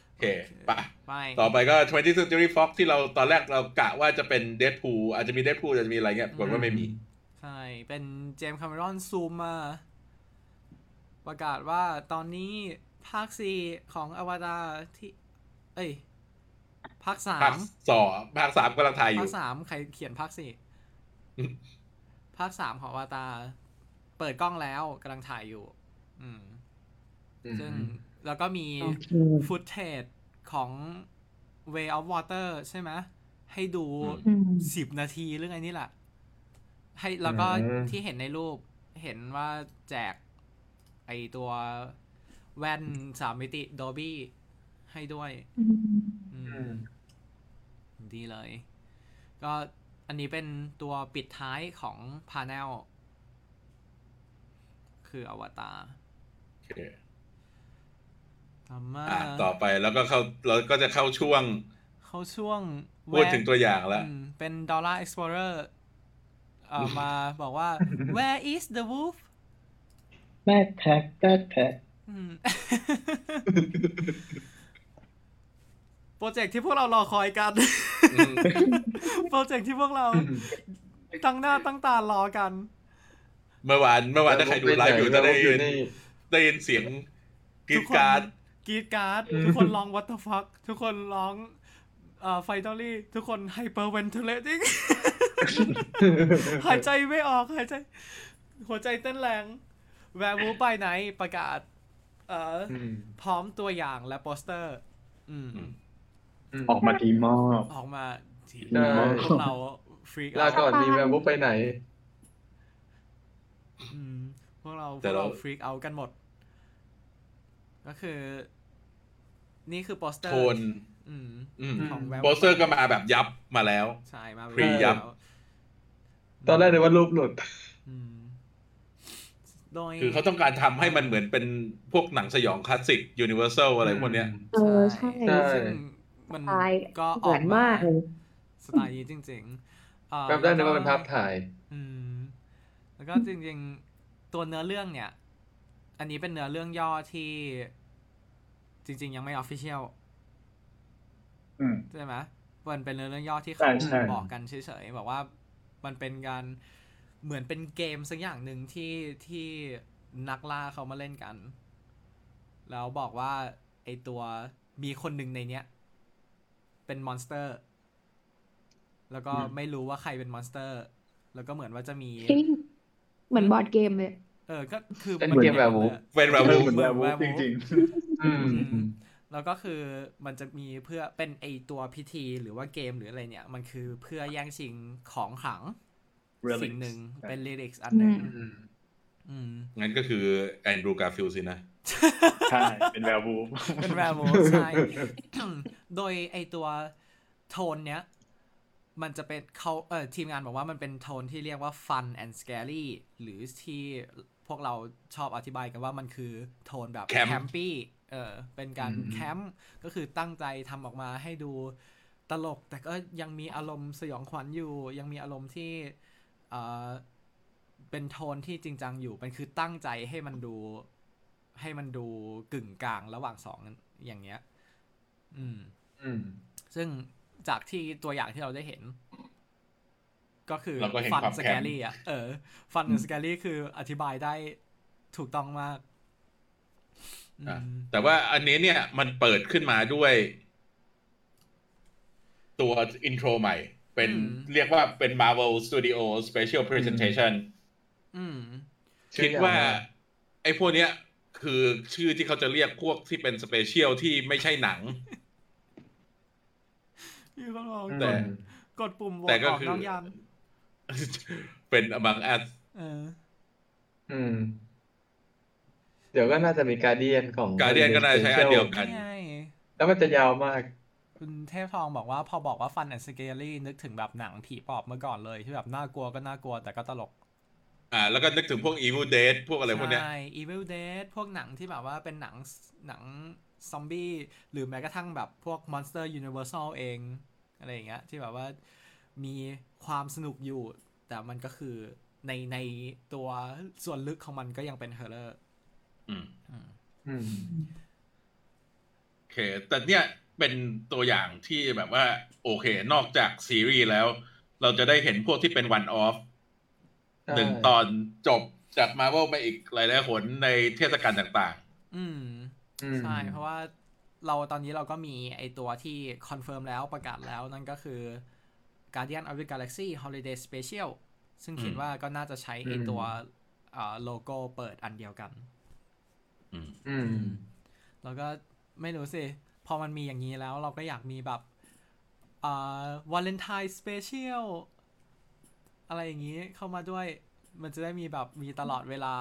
S2: โอเคปะ
S1: ไป
S2: ต่อไปก็ 20th Century Fox ที่เราตอนแรกเรากะว่าจะเป็นเด p พูอาจจะมีเด p พูอาจจะมีอะไรเงี้ยปรากฏว่าไม่มี
S1: ใช่ เป็นเจมส์คาเมรอนซูมมา ประกาศว่าตอนนี้ภาคสี่ของอวตารที่ เอ้ย ภาคสา
S2: ภาค
S1: ม
S2: สองภาคสามกำลังถ่ายอ
S1: ภาค
S2: ยู่
S1: สามใครเขียนภาคสี่
S2: อืม
S1: ภาคสามของอวตารเปิดกล้องแล้วกำลังถ่ายอยู่ อืม ซึ่งแล้วก็มี
S3: โอเค
S1: ฟุตเทจของ Way of Water ใช่ไหมให้ดู
S3: อืม
S1: สิบนาทีเรื่องไอ้นี่แหละ ให้แล้วก็
S5: อืม
S1: ที่เห็นในรูปเห็นว่าแจกไอตัวแว่นสามมิติดอบี้ให้ด้วยอืมดีเลย ก็อันนี้เป็นตัวปิดท้ายของพา n e l คืออวตาร
S2: โอเค
S1: ทำมา
S2: อ่ะต่อไปแล้วก็เข้าเราก็จะเข้าช่วง
S1: เข้าช่วง
S2: พูดถึงตัวอย่างแล้ว
S1: อืมเป็น Dollar Explorer เอ่อ มาบอก ว่า where is the wolf
S7: แม่แพ็คแม่แพ็ค
S1: อืม โปรเจกต์ที่พวกเรารอคอยกัน
S2: อืม
S1: โปรเจกต์ที่พวกเราตั้งหน้าตั้งตารอกัน
S2: เมื่อวานเมื่อวานถ้าใครดูไลฟ์อยู่จะได้ยินได้ยินเสียงกรี
S1: ทุ
S2: ด
S1: กคน
S2: กราร์ด
S1: กรีดการ์ด ทุกคนร้อง what the fuck ทุกคนร้องเอ่อ finally ทุกคน hyperventilating หายใจไม่ออก หายใจ หัวใจเต้นแรง แวร์วูไปไหนประกาศ เอ่ออพร้อมตัวอย่างและโปสเตอร์ อืม
S2: อืม
S4: อืม
S7: ออกมาดีมาก
S1: ออกมาที
S4: ได้
S1: พวกเราฟรี
S4: ลาก่อนมีแวร์บุ๊กไปไหน
S1: พวกเราพ
S2: แต่
S1: วก
S2: เรา
S1: เราฟรีเอากันหมด ก็คือ นี่คือโปสเตอร์
S2: โทน
S1: อืม
S2: อืม
S1: ของแวร์บุ๊ก
S2: โปสเตอร์ก็มาแบบยับมาแล้ว
S1: ใช่มา
S2: ฟรียับ
S1: แล้ว
S4: ตอนแรกนึกว่ารูปหลุด
S1: อืมโดย
S2: คือเขาต้องการทำให้มันเหมือนเป็นพวกหนังสยองคลาสสิกยูนิเวอร์แซลอะไรพวกเนี้ย
S3: เออใช่
S4: ใช่
S1: ซึ่งมัน
S3: สไตล์
S1: ก็อ
S3: เหมื
S1: อ
S3: อก นมากเลย
S1: สไตล์นี้จริงๆเอ่อ
S4: แป๊บแรกนึกว่าเป็นภาพถ่าย
S1: อืมแล้วก็จริงๆ ตัวเนื้อเรื่องเนี่ย อันนี้เป็นเนื้อเรื่องย่อที่จริง ๆ ยังไม่ออฟฟิเชียล
S7: อืม
S1: ใช่ไหมมันเป็นเนื้อเรื่องย่อที่
S7: ใช่
S1: เขา
S7: ใช่
S1: บอกกันเฉยๆ บอกว่ามันเป็นการเหมือนเป็นเกมสักอย่างหนึ่งที่ที่นักล่าเขามาเล่นกัน แล้วบอกว่าไอตัวมีคนหนึ่งในเนี้ย เป็นมอนสเตอร์ แล้วก็
S7: อืม
S1: ไม่รู้ว่าใครเป็นมอนสเตอร์ แล้วก็เหมือนว่าจะมี
S3: ที่เหมือนบอร์ดเกมเลย
S1: เออ ก็คือ
S4: เป็น
S1: น
S4: เกมแบบวูฟ
S2: เป็นแวร์
S7: เออ
S2: บุ๊ก
S7: เหมือนแบบวูฟจริง
S4: อืม
S1: แล้วก็คือมันจะมีเพื่อเป็นไอตัวพิธีหรือว่าเกมหรืออะไรเนี่ย มันคือเพื่อแย่งชิงของขลัง
S7: Relics
S1: สิ่งหนึ่ง
S7: ใช่
S1: เป็นลิริกอันหนึ่ง
S3: อื
S1: อืม
S2: งั้นก็คือแอนดรูการ์ฟิลสินะ
S7: ๆ ใช่ เป็นแบบวูฟ
S1: เป็นแวร์วูฟใช่ โดยไอตัวโทนเนี้ย มันจะเป็นเขาเออทีมงานบอกว่ามันเป็นโทนที่เรียกว่า fun and scary หรือที่พวกเราชอบอธิบายกันว่ามันคือโทนแบบ
S2: Camp
S1: ปี้เออเป็นการ
S7: อืม
S1: แคมป์ก็คือตั้งใจทำออกมาให้ดูตลก แต่ก็ยังมีอารมณ์สยองขวัญอยู่ ยังมีอารมณ์ที่เออเป็นโทนที่จริงจังอยู่มันคือตั้งใจให้มันดู ให้มันดูกึ่งกลางระหว่างสองอย่างเงี้ย อืม
S4: อืม
S1: ซึ่งจากที่ตัวอย่างที่เราได้เห็น ก็คือ
S2: เราก็เห็น
S1: ฟัน
S2: ความ
S1: ส
S2: แค้น
S1: แกรี่อ่ะ เออ ฟันสแกรี่คืออธิบายได้ถูกต้องมากอืม
S2: อ่ะแต่ว่าอันนี้เนี่ยมันเปิดขึ้นมาด้วย ตัวอินโทรใหม่ เป็นเรียกว่าเป็น Marvel Studio Special Presentation
S1: อืม
S4: ชื่
S2: คิ
S4: อ
S2: ด
S4: ยาวมาก
S2: ว่า ไอ้พวกเนี้ย คือชื่อที่เขาจะเรียกพวกที่เป็นสเปเชียลที่ไม่ใช่หนัง
S1: มีคนบอก
S2: แต่
S1: กดกดปุ่มโหวต
S2: แต่ก็
S1: ออก
S2: คื
S1: นอกยาน
S2: เป็น Among Us
S1: เออ
S4: อืม เดี๋ยวก็น่าจะมีการเดียนของ
S2: Guardian ก็น่าจะใช้อันเดียวกัน
S1: นี่ไง
S4: แล้วมันจะยาวมาก
S1: คุณเทพทองบอกว่าพอบอกว่าฟันแอนสเกรี่นึกถึงแบบหนังผีปอบเมื่อก่อนเลยที่แบบน่ากลัวก็น่ากลัวแต่ก็ตลก
S2: อ่า แล้วก็นึกถึงพวก Evil Dead พวกอะไรพวกเนี้ย
S1: ใช่ Evil Dead พวกหนังที่แบบว่าเป็นหนังหนังซอมบี้ หรือแม้กระทั่งแบบพวก Monster Universal เอง อะไรอย่างเงี้ยที่แบบว่ามีความสนุกอยู่ แต่มันก็คือในในตัวส่วนลึกของมันก็ยังเป็น horror
S2: อืม
S1: อืม
S4: อืม
S2: โอเค แต่เนี่ยเป็นตัวอย่างที่แบบว่า โอเค นอกจากซีรีส์แล้ว เราจะได้เห็นพวกที่เป็นวันออฟ
S4: ใช่
S2: หนึ่งตอนจบจากมา r v ว l ไปอีกหลายๆหนในเทศกาลต่าง
S1: อืม
S4: อืม
S1: ใช่ เพราะว่าเราตอนนี้เราก็มีไอตัวที่คอนเฟิร์มแล้วประกาศแล้วนั่นก็คือ Guardian of the Galaxy Holiday Special ซึ่งคิด
S2: อืม
S1: ว่าก็น่าจะใช้ไอตัวเอ่อโลโก้เปิดอันเดียวกัน
S2: ๆ อืม
S4: อืม
S1: แล้วก็ไม่รู้สิ พอมันมีอย่างนี้แล้วเราก็อยากมีแบบอ่าวาเลนไทน์สเปเชียลอะไรอย่างนี้เข้ามาด้วย มันจะได้มีแบบมีตลอดเวลา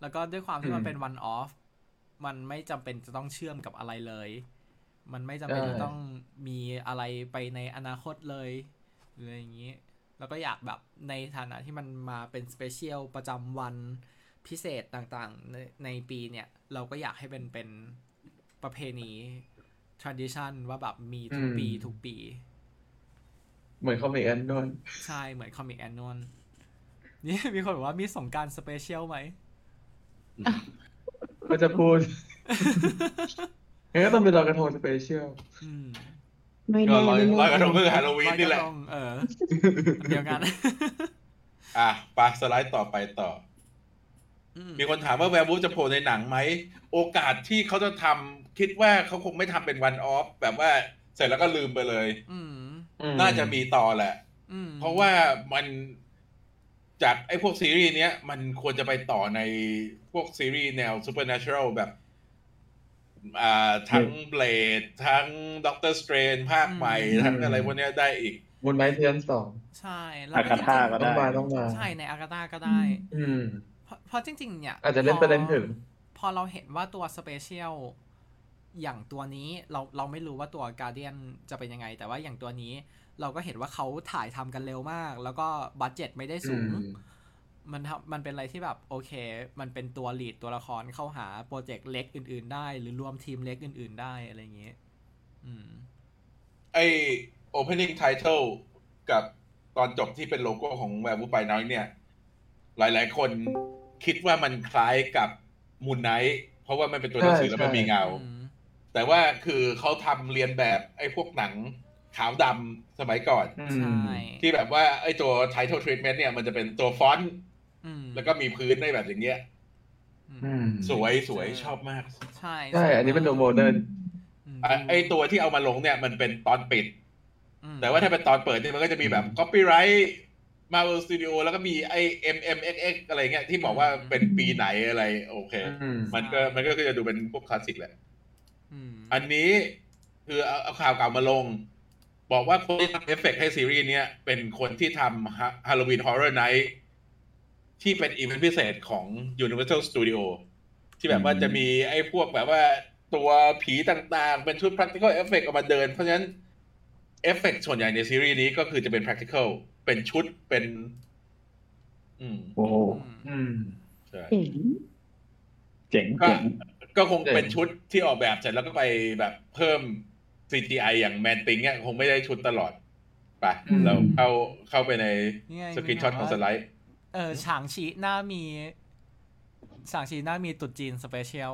S1: แล้วก็ด้วยความที่มัน
S4: อืม
S1: เป็นวันออฟ มันไม่จำเป็นจะต้องเชื่อมกับอะไรเลย มันไม่จำเป็นจะต้องมีอะไรไปในอนาคตเลยหรืออะไรอย่างนี้ แล้วก็อยากแบบในฐานะที่มันมาเป็นสเปเชียลประจำวันพิเศษต่างๆในในปีเนี่ย เราก็อยากให้เป็นเป็นประเพณี tradition ว่าแบบมีทุกปี
S4: อืม
S1: ทุกปี
S4: เหมือนคอมิกอันนน
S1: ใช่เหมือนคอมิกแอนนอนนี่ มีคนบอกว่ามีสงกรารสเปเชีย ลไหม
S4: ก็จะพูดงั้นก็ต้องเป็นลอยกระทงสเปเชียล
S1: อืม
S3: ไม่
S2: ก็
S3: แน่
S2: ลอย
S3: ไม่
S2: ล
S3: แน่
S2: อยกระทงเพื่อฮาโลวีนนี่แหละ
S1: ลอยกรทงเอ ออันเดียวกัน
S2: อ่ะไปาสไลด์ต่อไปต่อ
S1: อืม
S2: มีคนถามว่าแวร์วูฟจะโผล่ในหนังไหม โอกาสที่เขาจะทำคิดว่าเขาคงไม่ทำเป็นวันออฟแบบว่าเสร็จแล้วก็ลืมไปเลย
S1: อืม
S2: น่าจะมีต่อแหละ
S1: อืม
S2: เพราะว่ามันจากไอ้พวกซีรีส์เนี้ย มันควรจะไปต่อในพวกซีรีส์แนว supernatural แบบ อ่าทั้งเบลดทั้งด็อกเตอร์สเตรนภาคใหม่
S1: อืม
S2: ทั้งอะไรพวกเนี้ยได้อีก
S4: บนไม้เทือนสอง
S1: ใช่แล้ว
S7: อาคาธาก็
S4: ต้อ
S7: ได้
S4: งมาต้องมา
S1: ใช่ในอากาธาก็ได้
S4: อืม
S1: เพราะเพราะจริง ๆ เนี่ย
S4: อาจจะเล่น
S1: พ
S4: ประเด็นถึง
S1: พอเราเห็นว่าตัวสเปเชียลอย่างตัวนี้เราเราไม่รู้ว่าตัวกา a เดียนจะเป็นยังไง แต่ว่าอย่างตัวนี้ เราก็เห็นว่าเขาถ่ายทำกันเร็วมาก แล้วก็บัตเจ็ตไม่ได้สูง
S4: อืม
S1: มันทำมันเป็นอะไรที่แบบโอเค มันเป็นตัวลีดตัวละครเข้าหาโปรเจกต์เล็กอื่น ๆ ได้ หรือรวมทีมเล็กอื่น ๆ ได้อะไรอย่างเงี้ยอืม
S2: ไอ opening title กับตอนจบที่เป็นโลโก้ของแวร์วูไปน้อยเนี่ย หลายๆ คนคิดว่ามันคล้ายกับมูนไนท์เพราะว่ามันเป็นตัวหนังสือ
S4: ใช่
S2: แล้วมันมี
S4: ใช่
S2: เงา แต่ว่าคือเขาทำเรียนแบบไอ้พวกหนังขาวดำสมัยก่อน
S4: อื
S1: ใช่
S4: ม
S2: ที่แบบว่าไอ้ตัว title treatment เนี่ยมันจะเป็นตัวฟอนต์
S1: อืม
S2: แล้วก็มีพื้นได้แบบอย่างเงี้ย
S1: อืม
S2: สวยสวยชอบมาก
S1: ใช่
S4: ใช่ อันนี้เป็นโนโมเดิร์น
S1: ม
S2: อ่ะไอ้ตัวที่เอามาลงเนี่ยมันเป็นตอนปิด
S1: อืม
S2: แต่ว่าถ้าเป็นตอนเปิดเนี่ยมันก็จะมีแบบ copyright Marvel Studio แล้วก็มีไอ้ MMXX อะไรเงี้ยที่บอกว่าเป็นปีไหนอะไรโอเค
S4: อืม
S2: มันก็มันก็คือจะดูเป็นพวกคลาสสิกแหละ
S1: อืม
S2: อันนี้คือเอาเอาข่าวเก่ามาลง บอกว่าคนที่ทำเอฟเฟกต์ให้ซีรีส์เนี้ยเป็นคนที่ทำฮาโลวีนฮอ r ์เรอร์ไนท์ที่เป็นอีเวนต์พิเศษของ Universal Studio ที่แบบว่าจะมีไอ้พวกแบบว่าตัวผีต่างๆ เป็นชุด practical effect ออกมาเดิน เพราะฉะนั้นเอฟเฟกต์ส่วนใหญ่ในซีรีส์นี้ก็คือจะเป็น practical เป็นชุดเป็น อืม
S7: โอ้โห
S1: อืม
S4: อืม
S2: ใช่
S3: เจ๋ง
S7: เจ๋ง
S2: ก็
S7: เจ๋ง
S2: ก็คงเป็นชุดที่ออกแบบเสร็จแล้วก็ไปแบบเพิ่ม CGI อย่างแมนติงเนี่ยคงไม่ได้ชุดตลอดไป
S4: อืม
S2: เราเข้าเข้าไปใน
S1: นี่ไง
S2: สกรีนช็อตของสไลด์
S1: เออฉางชีหน้ามีฉางชีหน้ามีตุดจีนสเปเชียล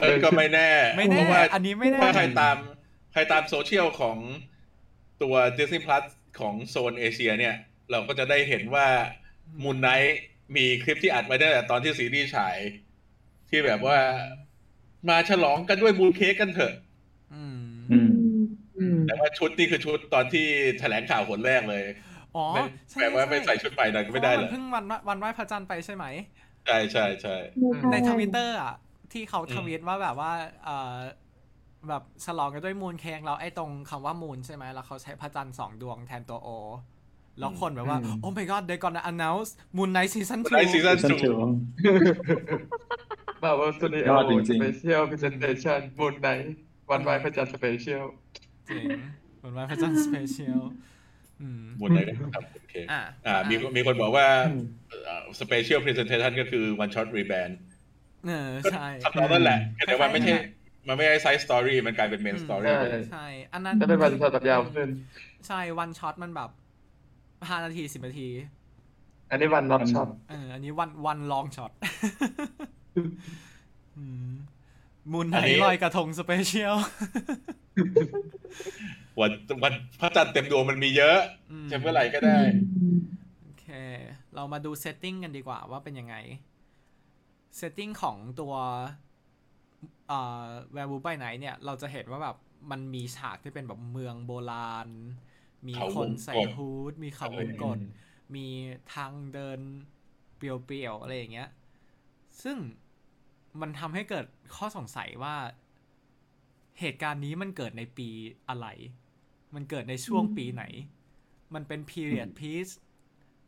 S2: เออก็ไม่แน่
S1: ไม่แน่
S2: เพราะว่า
S1: อันนี้ไม่แน่
S2: ถ้าใครตามใครตามโซเชียลของตัว Disney Plus ของโซนเอเชียเนี่ย เราก็จะได้เห็นว่ามูนไนท์มีคลิปที่อัดไว้ตั้งแต่ตอนที่ซีรีส์ฉาย ที่แบบว่ามาฉลองกันด้วยมูนเค้กกันเถอะ
S1: อืม
S7: อืม
S3: อืม
S2: แต่ว่าชุดนี่คือชุดตอนที่แถลงข่าวคนแรกเลย
S1: อ๋อ
S2: ไม่
S1: ช่
S2: แบบว่าไม่ใส่ชุดไปหน่อยก็ไม่ได้
S1: พ
S2: เหร
S1: ราะ
S2: อ
S1: ว่าเพิ่งวันวันไหว้พระจันทร์ไปใช่ไหม
S2: ใช่ใช่ใช่
S1: ในทวิตเตอร์อ่ะ ที่เขาทวีตว่าแบบว่าเออแบบฉลองกันด้วยมูนเค้กแล้วไอ้ตรงคำว่ามูนใช่ไหมแล้วเขาใช้พระจันทร์สองดวงแทนตัวโอ แล้วคนแบบว่า
S4: อืม
S1: โอ้ my god they're gonna announce Moon Knight season 2
S2: Moon Knight season
S7: สั้นถึง
S4: บาว่าสตูดิ
S7: ย
S4: โอ
S7: อดจ
S4: ส
S7: ริงๆ
S4: เปเชียลพิเศษชันบนไหน วันวายพระจันทร์สเปเชียล
S1: จริงเหมือนว่าพระจันทร์สเปเชียลอืม
S2: หมดเลยนะครับโอเค
S1: อ่ะ
S2: อ่า มีมีคนบอกว่าสเปเชียลพรีเซนเทชันก็คือวันช็อตรีแบนด์
S1: เออใช่
S2: ทำนองนั้นแหละ แต่ว่าไม่ใช่
S1: ใช่ใช่
S2: มันไม่ใช่ไซส์สตอรี่มันกลายเป็นเมนสตอรี่
S4: ใช่
S2: ไปเลย
S1: ใช่ อันนั้น
S4: จะเป็นวันสัปดาห์ยาวขึ้น
S1: ใช่วันช็อตมันแบบห้านาทีสิบนาที
S4: อันนี้วันรับช็อป
S1: เอออันนี้วันวันลอง ช็อตมูนไหนลอยกระทงสเปเชียล
S2: วันวันพระจันทร์เต็มดวงมันมีเยอะจะเมื่อไหร่ก็ได้
S1: โอเค เรามาดูเซตติ้งกันดีกว่าว่าเป็นยังไง เซตติ้งของตัวเอ่อแวร์บูไปไหนเนี่ย เราจะเห็นว่าแบบมันมีฉากที่เป็นแบบเมืองโบราณ มี
S2: เขา
S1: ค
S2: วน งกต
S1: ใส่ฮูด มีเขาวงกด มีทางเดินเปรียวๆ อะไรอย่างเงี้ย ซึ่งมันทำให้เกิดข้อสงสัยว่า เหตุการณ์นี้มันเกิดในปีอะไร มันเกิดในช่วงปีไหน มันเป็น period piece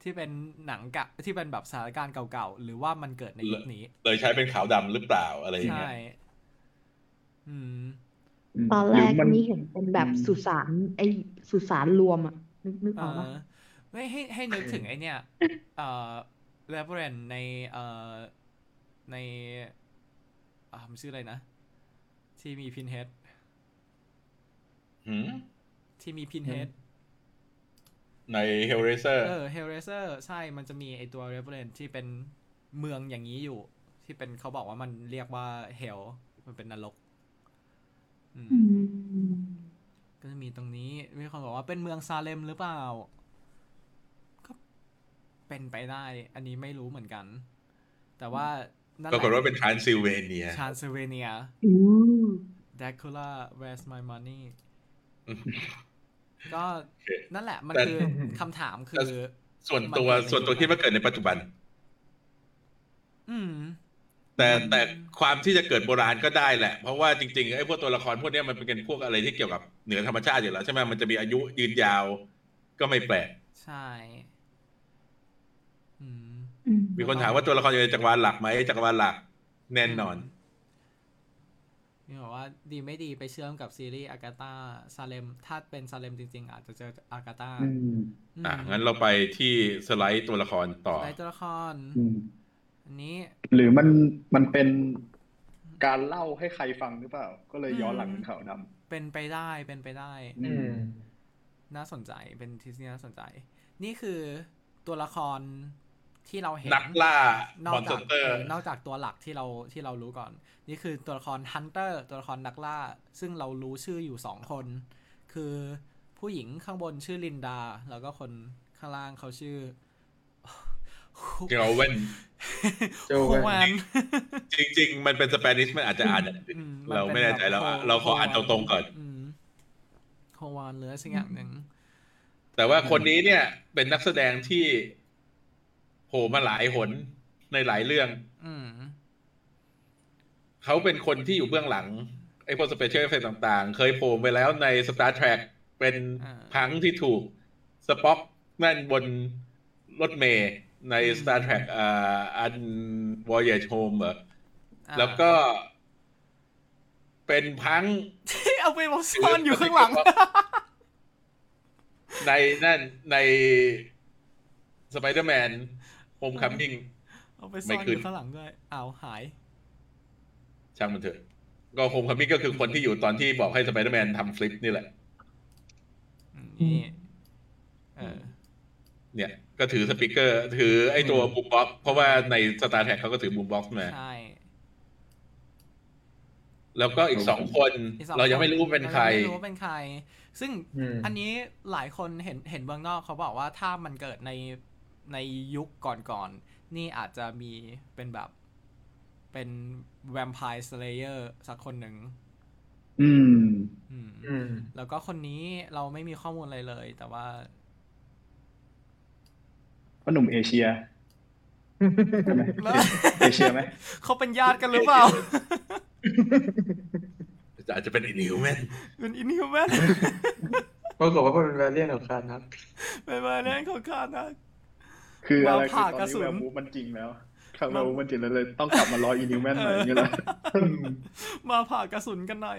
S1: ที่เป็นหนังกะที่เป็นแบบสถานการณ์เก่าๆ หรือว่ามันเกิดในยุคนี้
S2: เลยใช้เป็นขาวดำหรือเปล่าอะไรอย่าง
S1: ใช่
S2: เงี้ย
S1: อืม
S3: ตอนแรก
S7: หมั
S3: นี่เห็นเป็นแบบ
S7: อืม
S3: สุสานไอสุสานรวมอ่ะ นึกนึกอ
S1: เอ
S3: อกปะ
S1: อไม่ให้ให้นึกถึงไอเนี่ย เอ่อเรเบรนในเอ่อในอ่ามันชื่ออะไรนะ ที่มีพินเฮด
S2: หืม
S1: ที่มีพินเฮด
S2: ในเฮลเรเซอร์
S1: เออเฮลเรเซอร์ใช่มันจะมีไอตัวเรเบรนที่เป็นเมืองอย่างนี้อยู่ ที่เป็นเขาบอกว่ามันเรียกว่าเฮลมันเป็นนรกอืม ก็จะมีตรงนี้ มีคนบอกว่าเป็นเมืองซาเลมหรือเปล่า ก็เป็นไปได้ อันนี้ไม่รู้เหมือนกัน แต่ว่านั่น
S2: ปรากฏว่าเป็นทรานซิลเวเนีย
S1: ชานเซเวเนีย
S3: อืม
S1: ดักคูล่า where's my money ก็นั่นแหละ มัน
S2: แต่
S1: คือคำถามคื
S2: แต่
S1: อ
S2: ส่วนตัว
S1: มันเกิดใน
S2: ส่วนตัวคิดว่าเกิดในปัจจุบัน
S1: อืม
S2: แต่แต่ความที่จะเกิดโบราณก็ได้แหละ เพราะว่าจริงๆไอ้พวกตัวละครพวกเนี้ยมันเป็นพวกอะไรที่เกี่ยวกับเหนือธรรมชาติอยู่แล้วใช่ไหมมันจะมีอายุยืนยาว ก็ไม่แปลก
S1: ใช่อืม
S3: อืม
S2: มีคนถามว่าตัวละครอยู่ในจักรวาลหลักไหมจักรวาลหลักแน่นอน
S1: มีบอกว่าดีไม่ดีไปเชื่อมกับซีรีส์อากาตาซาเลม ถ้าเป็นซาเลมจริง ๆ อาจจะเจออากาตา
S7: อืม
S2: อ่ะงั้นเราไปที่สไลด์ตัวละครต่อ
S1: ในตัวละคร
S7: อืม
S1: อันนี้
S7: หรือมันมันเป็นการเล่าให้ใครฟังหรือเปล่า ก็เลยย้อนหลังเป็นข่าวด
S1: เป็นไปได้เป็นไปได้
S7: ำ
S5: อืม
S1: น่าสนใจเป็นทฤษฎีน่าสนใจ นี่คือตัวละครที่เราเห็น
S2: นักล่า
S1: นอ
S2: มอก นส
S1: จาก
S2: เตอร์
S1: นอกจากตัวหลักที่เราที่เรารู้ก่อน นี่คือตัวละครฮันเตอร์ตัวละครนักล่า ซึ่งเรารู้ชื่ออยู่สองคน คือผู้หญิงข้างบนชื่อลินดา แล้วก็คนข้างล่างเขาชื่อ
S2: เกลเวน
S4: เจ้า
S1: โค
S4: เว้ย
S1: แวน
S2: จริง ๆ มันเป็นสเปนิชมันอาจจะอ่านอย่างอื่น
S1: อืม
S2: เราไม่แน่ใจแล้วอ่ะเราขออ่านตรงๆก่อน
S1: มโควานเหลือสักอย่างหนึ่ง
S2: แต่ว่าคนนี้เนี่ยเป็นนักแสดงที่โผล่มาหลายหนในหลายเรื่อง
S1: อืม
S2: เขาเป็นคนที่อยู่เบื้องหลัง ไอ้พวกสเปเชียลเอฟเฟกต่างๆ เคยโผล่ไปแล้วใน Star Trek เป็น
S1: อ่า
S2: พังที่ถูกสป็อกนั่นบนรถเมย์ใน
S1: อืม
S2: Star Trek อ่าอัน Voyage Home เหร
S1: อ่
S2: อ
S1: ะ
S2: แล้วก็เป็นพัง
S1: เอาไปวางซ่อนอยู่ข้างหลัง
S2: ในนั่นใน Spider-Man Homecoming
S1: เอาไปซ่อนอยู่ข้างหลังด้วยอ้าวหาย
S2: ช่างมันเถอะ ก็โฮมคัมมิ่งก็คือคนที่อยู่ตอนที่บอกให้สไปเดอร์แมนทำฟลิปนี่แหละ
S1: นี่เออ
S2: เนี่ย ก็ถือสปิเกอร์ ถือไอ้ตัว
S5: อืม
S2: บูมบ็อกซ์เพราะว่าในสตาร์แท็กเขาก็ถือบูมบ็อกซ์มา
S1: ใช่
S2: แล้วก็อีกสองคน
S1: อีกสอง
S2: เรายังไม่รู้ว่าเป็นใคร
S1: ายังไม่รู้ว่าเป็นใคร ซึ่ง
S4: อืม
S1: อันนี้หลายคนเห็นเห็นเบื้องนอกเขาบอกว่าถ้ามันเกิดในในยุคก่อนๆ นี่อาจจะมีเป็นแบบเป็นแวมไพร์สเลเยอร์สักคนหนึ่ง
S7: อืม
S1: อืม
S4: อืม
S1: แล้วก็คนนี้เราไม่มีข้อมูลอะไรเลย แต่ว่า
S7: ก็หนุ่มเอเชียใช่ไหม
S1: แล้ว
S7: เอเชียไหม
S1: เขาเป็นญาติกันหรือเปล่า
S2: อาจจะเป็นอินฮิวแมน
S1: เป็นอินฮิวแมน
S4: ปรากฏว่ามันเป็นแวเลียนของคานัก
S1: เป็นมาเล่นของข้านะ
S7: คืออะไร
S1: วาง
S7: คือ
S1: ผ่า
S7: ตอน
S1: กระ
S7: นี้
S1: สุน
S7: แวร์วูฟมันจริงแล้วครับแวร์วูฟมันจริงแล้วเลย ต้องกลับมารออีนิวแมนใหม่อย่างเงี้ยเหรอ
S1: มาผ่ากระสุนกันหน่อย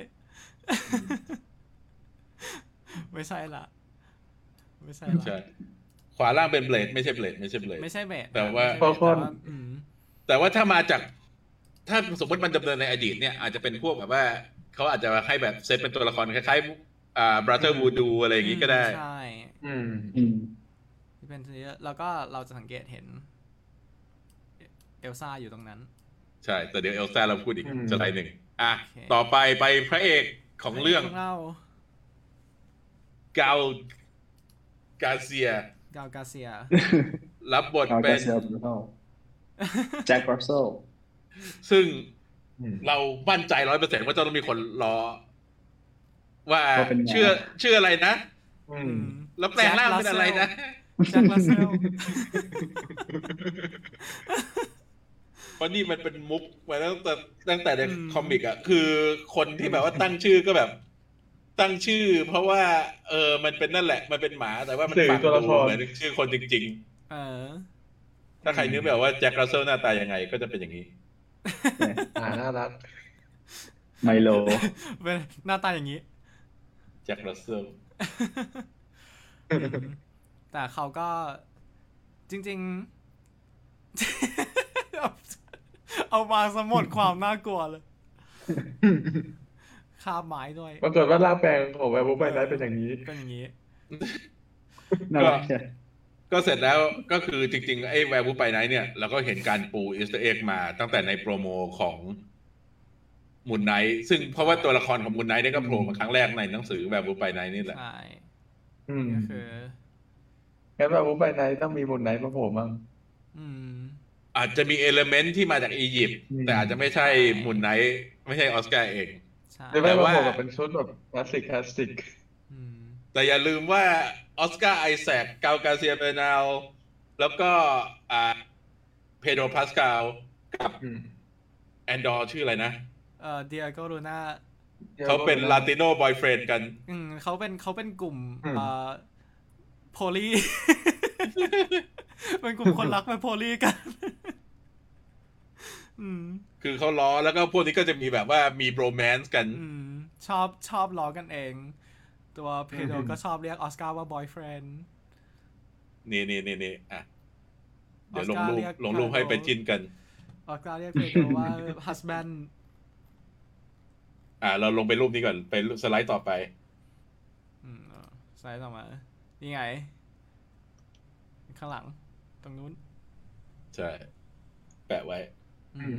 S1: ไม่ใช่ละ ไม่ใช่ละ
S2: ใช่ ขวาล่างเป็นเบลดไม่ใช่เบลดไม่ใช่เบลด
S1: ไม่ใช่เบส
S2: แต่ว่า
S1: ไม่ใช่เบส
S4: เพราะคน
S1: แต่ว่าอืม
S2: แต่ว่าถ้ามาจาก ถ้าสมมติมันดำเนินในอดีตเนี่ย อาจจะเป็นพวกแบบว่า เขาอาจจะให้แบบเซตเป็นตัวละครคล้ายๆอ่าบราเธอร์วูดูอะไรอย่างงี้ก็ได้
S1: ใช่
S4: อืม
S7: อืม
S1: ที่เป็นเยอะแล้วก็เราจะสังเกตเห็น เอลซ่าอยู่ตรงนั้น
S2: ใช่ แต่เดี๋ยวเอลซ่าเราพูดอีก
S4: อืม
S2: สไลด์หนึ่ง อ่ะ
S1: โอเค
S2: ต่อไปไปพระเอกของเรื่อง
S1: ของเรา
S2: กาลกาเซีย
S1: กาวกาเซี ย
S2: รับบท
S7: เอา
S2: เป็
S7: แจ็คน เซลบรูโน่แจ็ครัสเซล
S2: ซึ่ง
S4: อืม
S2: เรามั่นใจร้อยเปอร์เซ็นต์ว่าจะต้องมีคนรอ ว่า
S7: ว่าเป็นไง
S2: ชื่อชื่ออะไรนะ
S4: อื
S1: อื
S4: ม
S1: ม
S2: แล้วแปลงร่างเป็นอะไรนะ
S1: แจ็คลาเซล
S2: เพราะนี่มันเป็นมุกมาตั้งแต่ตั้งแต่ใน
S1: อืม
S2: คอมิกอะคือคนที่แบบว่าตั้งชื่อก็แบบ ตั้งชื่อ เพราะว่า เออมันเป็นนั่นแหละ มันเป็นหมาแต่ว่ามัน
S4: สื่อ
S2: ฟัง
S4: ตัวละค
S2: ดู
S4: ร
S2: เหมือนชื่อคนจริง ๆ
S1: เออ
S2: ถ้าใครนึกแบบว่าแจ็ครัสเซลหน้าตายังไงก็จะเป็นอย่างนี้
S4: อ่าน่ารัก
S7: ไมโล
S1: เป็นหน้าตาอย่างนี้
S2: แจ็ครัสเซล
S1: อืม แต่เขาก็จริง ๆ เอาเอามาสมหมดความน่ากลัวเลย คาบไม้ด้วย
S4: ปรากฏว่าร่างแปลงของแวร์บูฟไบไลท์เป็นอย่างนี้
S1: เป็นอย่างนี้
S7: น่ารักใช่
S2: ก็เสร็จแล้วก็คือจริงๆ ไอ้แวร์บูไปไนท์เนี่ยเราก็เห็นการปูอีสต์เอ็กมาตั้งแต่ในโปรโมของมุนไนท์ซึ่งเพราะว่าตัวละครของมุนไนท์เนี่ยก็โผล่มาครั้งแรกในหนังสือแวร์บูไปไนท์นี่แหละ
S1: ใช่
S4: อืม
S1: ก็คือ
S4: งั้นแวร์บูฟไบไลท์ต้องมีบนไหนมาโผล่มั่ง
S1: อืม
S2: อาจจะมีเอลเมนที่มาจากอียิปต์
S4: อืม
S2: แต่อาจจะไม่ใช่มุนไนท์ไม่ใช่ออสการ์เอง
S1: ใช่
S4: หรือไม่
S2: แต่
S4: มา
S2: ว่า
S4: โผล่กับเป็นชุดแบบคลาสสิกคลาสสิก
S1: อืม
S2: แต่อย่าลืมว่าออสการ์ไอแซคกาลกาเซียเบนาวแล้วก็อ่าเพโดรพาสกาล
S4: อืม
S2: อนดอร์ชื่ออะไรนะ
S1: เอ่อเดียโกโรนา
S2: เขาเป็นลาติโนบอยเฟรนด์กัน
S1: อืมเขาเป็นเขาเป็นกลุ่ม
S4: อืม
S1: เอ่อโพลี เป็นกลุ่มคนรักเป็นโพลีกัน อืม
S2: คือเขาล้อแล้วก็พวกนี้ก็จะมีแบบว่ามีโบรแมนซ์กัน
S1: อืม ชอบชอบล้อกันเอง ตัวเพโดก็ชอบเรียกออสการ์ว่าบอยเฟรนด์
S2: นี่นี่นี่นี่อ่ะ เดี๋ยวลงรูป
S1: Oscar เรียก
S2: ลงรูปให้ไปจิ้นกัน
S1: ออสการ์เรียกเพโดว่า husband
S2: อ่ะเราลงไปรูปนี้ก่อนไปสไลด์ต่อไป
S1: อืมเอาสไลด์ต่อมานี่ไง ข้างหลัง ตรงนู้น
S2: ใช่ แปะไว้
S1: อืม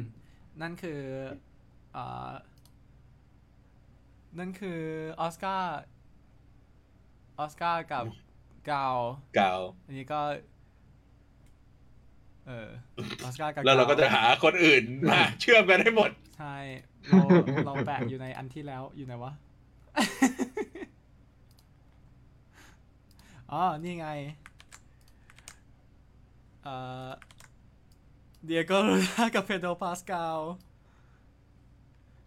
S1: นั่นคืออ่านั่นคือออสการ์ ออสการ์กับกาว
S2: กาว
S1: อันนี้ก็ เออออสการ์กับ
S2: แล้วเราก็จะ
S1: ว
S2: หาคนอื่นมาเชื่อมกันให้หมด
S1: ใช่ เราเราแปะอยู่ในอันที่แล้วอยู่ไหนวะ อ๋อ นี่ไง เอ่อเดียโกโรนากับเพโดรปาสกาล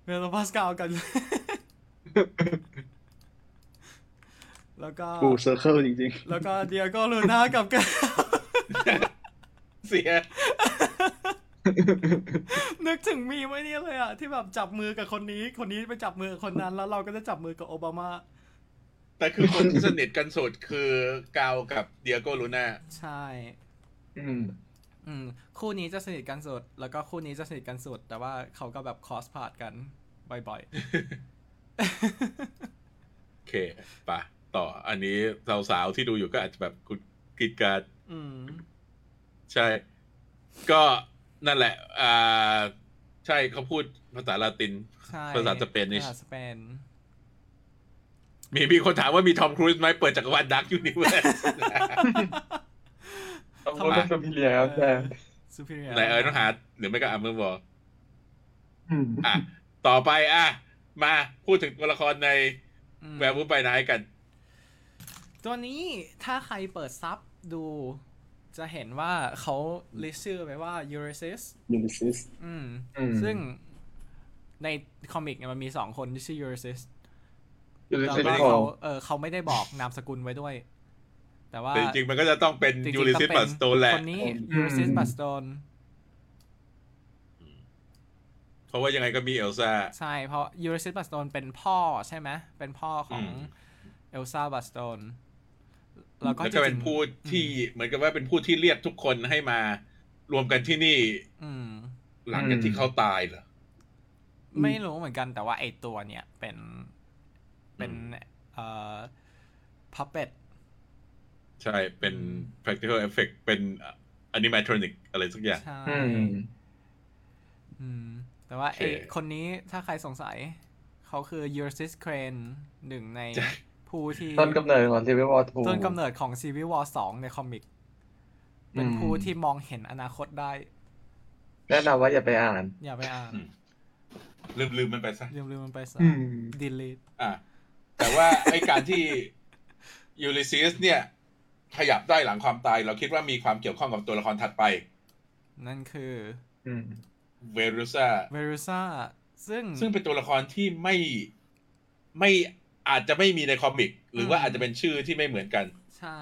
S1: เพโดรปาสกาลกัน แล้วก็
S7: กูเซอร์เคิลจริง
S1: แล้วก็เดียโกโรนากับ กาว
S2: เสีย
S1: นึกถึงมีไว้เนี่ยเลยอ่ะ ที่แบบจับมือกับคนนี้ คนนี้ไปจับมือกับคนนั้น แล้วเราก็จะจับมือกับโอบามา
S2: แต่คือคนที่สนิทกันสุดคือกาวกับเดียโกลูน่า
S1: ใช่
S4: อืม
S1: อืม คู่นี้จะสนิทกันสุด แล้วก็คู่นี้จะสนิทกันสุด แต่ว่าเขาก็แบบคอสพาดกันบ่อย
S2: โอเคไปะต่อ อันนี้สาวๆที่ดูอยู่ก็อาจจะแบบคุณกรีดกราร
S1: ๆ อืม
S2: ใช่ ก็นั่นแหละ อ่า ใช่เขาพูดภาษาลาติน
S1: ใช่
S2: ภาษาสเปนนี่
S1: ภาษาสเปน
S2: มีมีคนถามว่ามีทอมครูซไหมเปิดจักรวาลดักยูนิเว r ร์ส
S4: ต้อง
S1: ทำไม
S4: เป็นสุพิเลียครับแต่
S1: ซูเปอร์เรีย
S2: ไหนเออต้องหาหรือไม่ก็อัมเมอร์วอล
S4: อืม
S2: อ่ะ ต่อไปอ่ะ มาพูดถึงตัวละครในแว
S1: บ
S2: ร์วูไปนายกัน
S1: ตัวนี้ถ้าใครเปิดซับดู จะเห็นว่าเขาลิสต์ชื่อไว้ว่า Ulysses
S7: ๆยูนิซิส
S1: อืม
S4: อืม
S1: ซึ่งในคอมิกเนี่ยมันมีสองคนที่ชื่อ Ulysses
S4: อยู่ใน
S1: แต่
S4: เซ็น
S1: ว่า
S4: ทรั
S1: เขา
S4: ล
S1: เออเขาไม่ได้บอกนามสกุลไว้ด้วย แต่ว่า
S2: แต่จริงๆมันก็จะต้องเป็น
S1: จริงๆ
S2: ยูริ
S1: ต้อ
S2: ซิ
S1: ง
S2: ส
S1: เป็
S2: ปัสโตนแหละ
S1: คนนี้
S7: อืม
S1: Ulysses Bastone
S2: เพราะว่ายังไงก็มีเอลซ่า
S1: ใช่ เพราะ Ulysses Bastone เป็นพ่อใช่ไหม เป็นพ่อของ
S2: อืม
S1: เอลซ่าบัสโตนแล้วก็
S2: แล้วก็เป็น
S1: จริงๆ
S2: ผู้ที่เหมือนกับว่าเป็นผู้ที่เรียกทุกคนให้มารวมกันที่นี่
S1: อืม
S2: หลังจาก
S4: อืม
S2: ที่เขาตายเหรอ
S1: ไม่รู้เหมือนกันแต่ว่าไอตัวเนี่ยเป็นเป็นเอ่อพับเป็ด
S2: ใช่ เป็น practical effect เป็น animatronic อะไรสักอย่าง
S1: ใช่
S4: อืม
S1: อืม แต่ว่าไอ
S2: โอเค
S1: คนนี้ถ้าใครสงสัย เขาคือ Ulysses Crane หนึ่งใน
S2: ใช่
S1: ผู้ที่
S4: ต้นกำเนิดของซีรีส์วอร์ทู
S1: ต้นกำเนิดของ Civil War 2 ในคอมิก เป็นผู้ที่มองเห็นอนาคตได้
S4: แนะนำว่าอย่าไปอ่าน
S1: อย่าไปอ่าน
S2: อืม ลืมลืมมันไปซะ
S1: ลืมลืมมันไปซะ
S4: ม
S1: delete
S2: อ่ะแต่ว่า ไอการที่ยูริซิสเนี่ย ขยับได้หลังความตาย เราคิดว่ามีความเกี่ยวข้องกับตัวละครถัดไป
S1: นั่นคือ
S4: อืม
S2: เวรุซ่า
S1: Verusa ซึ่ง
S2: ซึ่งเป็นตัวละครที่ไม่ไม่อาจจะไม่มีในคอมิก หรือว่า
S1: อืม
S2: อาจจะเป็นชื่อที่ไม่เหมือนกัน
S1: ใช่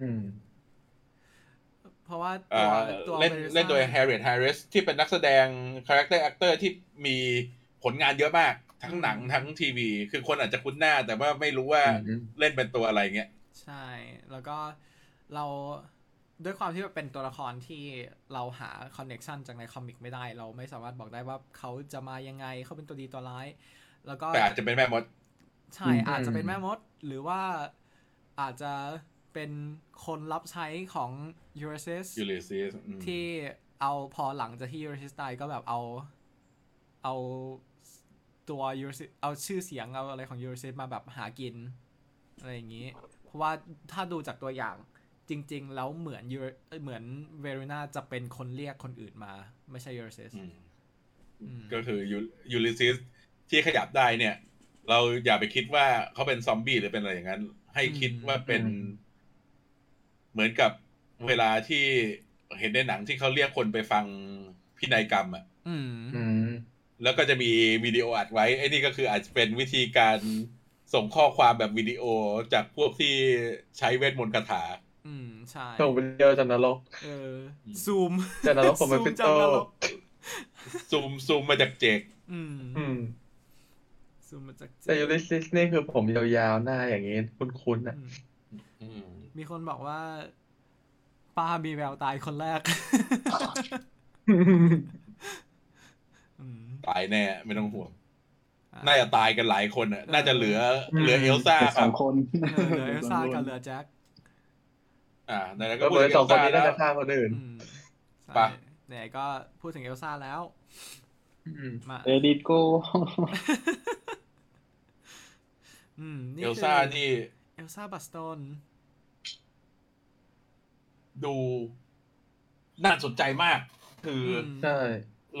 S4: อืม
S1: เพราะว่า
S2: เอ่
S1: ตัวตั
S2: อ
S1: ว
S2: เล่น
S1: Verusa
S2: เล่นโดยแฮร์ริเอตแฮร์ริสที่เป็นนักแสดงคาแรคเตอร์แอคเตอร์ที่มีผลงานเยอะมาก ทั้งหนังทั้งทีวี คือคนอาจจะคุ้นหน้า แต่ว่าไม่รู้ว่า
S4: อืม
S2: เล่นเป็นตัวอะไรเงี้ย
S1: ใช่ แล้วก็เราด้วยความที่มันเป็นตัวละครที่เราหาคอนเน็ชันจากในคอมิกไม่ได้ เราไม่สามารถบอกได้ว่าเขาจะมายังไงเขาเป็นตัวดีตัวร้าย แล้วก็
S2: แต่อาจจะเป็นแม่มด
S1: ใช่
S4: อืม
S1: อาจจะเป็นแม่มด หรือว่าอาจจะเป็นคนรับใช้ของ u r ร s i s
S2: ยูริซิสอืม
S1: ที่เอาพอหลังจากที่ u r ร s i s ตายก็แบบเอาเอาตัว u r ร s i s เอาชื่อเสียงเอาอะไรของ u r ร s i s มาแบบหากิน อะไรอย่างนี้ เพราะว่าถ้าดูจากตัวอย่างจริง ๆ แล้วเหมือน Eur- เอ้ยเหมือนเวรนาจะเป็นคนเรียกคนอื่นมา ไม่ใช่ u r ร s i s
S2: อืม
S1: อืม
S2: ก็คือยูริซิสที่ขยับได้เนี่ย เราอย่าไปคิดว่าเขาเป็นซอมบี้หรือเป็นอะไรอย่างนั้น ให้คิดว่าเป็น
S4: อืม
S2: เหมือนกับเวลาที่เห็นในหนังที่เขาเรียกคนไปฟังพินัยกรรมอ่ะ
S1: อืม
S4: อืม
S2: แล้วก็จะมีวิดีโออัดไว้ไอ้นี่ก็คืออาจจะเป็นวิธีการส่งข้อความแบบวิดีโอจากพวกที่ใช้เวทมนต์คาถา
S1: อืม ใช่
S4: ส่งวิดีโอจากนรก
S1: เออ ซูม
S4: จากนรกผมเป็น
S1: ซู
S4: ฟิต
S1: จา
S4: โต
S1: กนรก
S2: ซูมซูมมาจากเจก
S1: อืม
S4: อืม
S1: ซูมมาจากเจ
S4: แต่ยูริสซิสนี่คือผมยาวๆหน้าอย่างนี้ คุ้นๆอ่ะ
S1: อืมมีคนบอกว่าป้ามีแววตายคนแรก อืม
S2: ตายแน่ ไม่ต้องห่วง
S1: อ่ะ
S2: น่าจะตายกันหลายคนอ่ะ น่าจะเหลือเหลือเอลซ่า
S7: ส
S2: ครั
S7: อบ งคน
S1: เออเหลือเอลซ่ากับเหลือแจ็ค
S2: อ่าไหนๆก็
S4: ก็
S2: พูด
S4: เหมือน
S2: ถึงเอ
S4: สอ
S2: ล
S4: งคน
S2: ซ่า
S4: นี้
S2: แล้
S4: น่าว จะฆ่าคนอื่น
S1: อืมใช่
S2: ไป
S1: ไหนก็พูดถึงเอลซ่าแล้ว
S4: อืม
S1: มา
S7: เอดิโก
S1: อืมนี่
S2: เอล
S1: คื
S2: ซ่านี่
S1: เอลซ่าบัสโตน
S2: ดูน่าสนใจมาก คืออ
S4: ใช่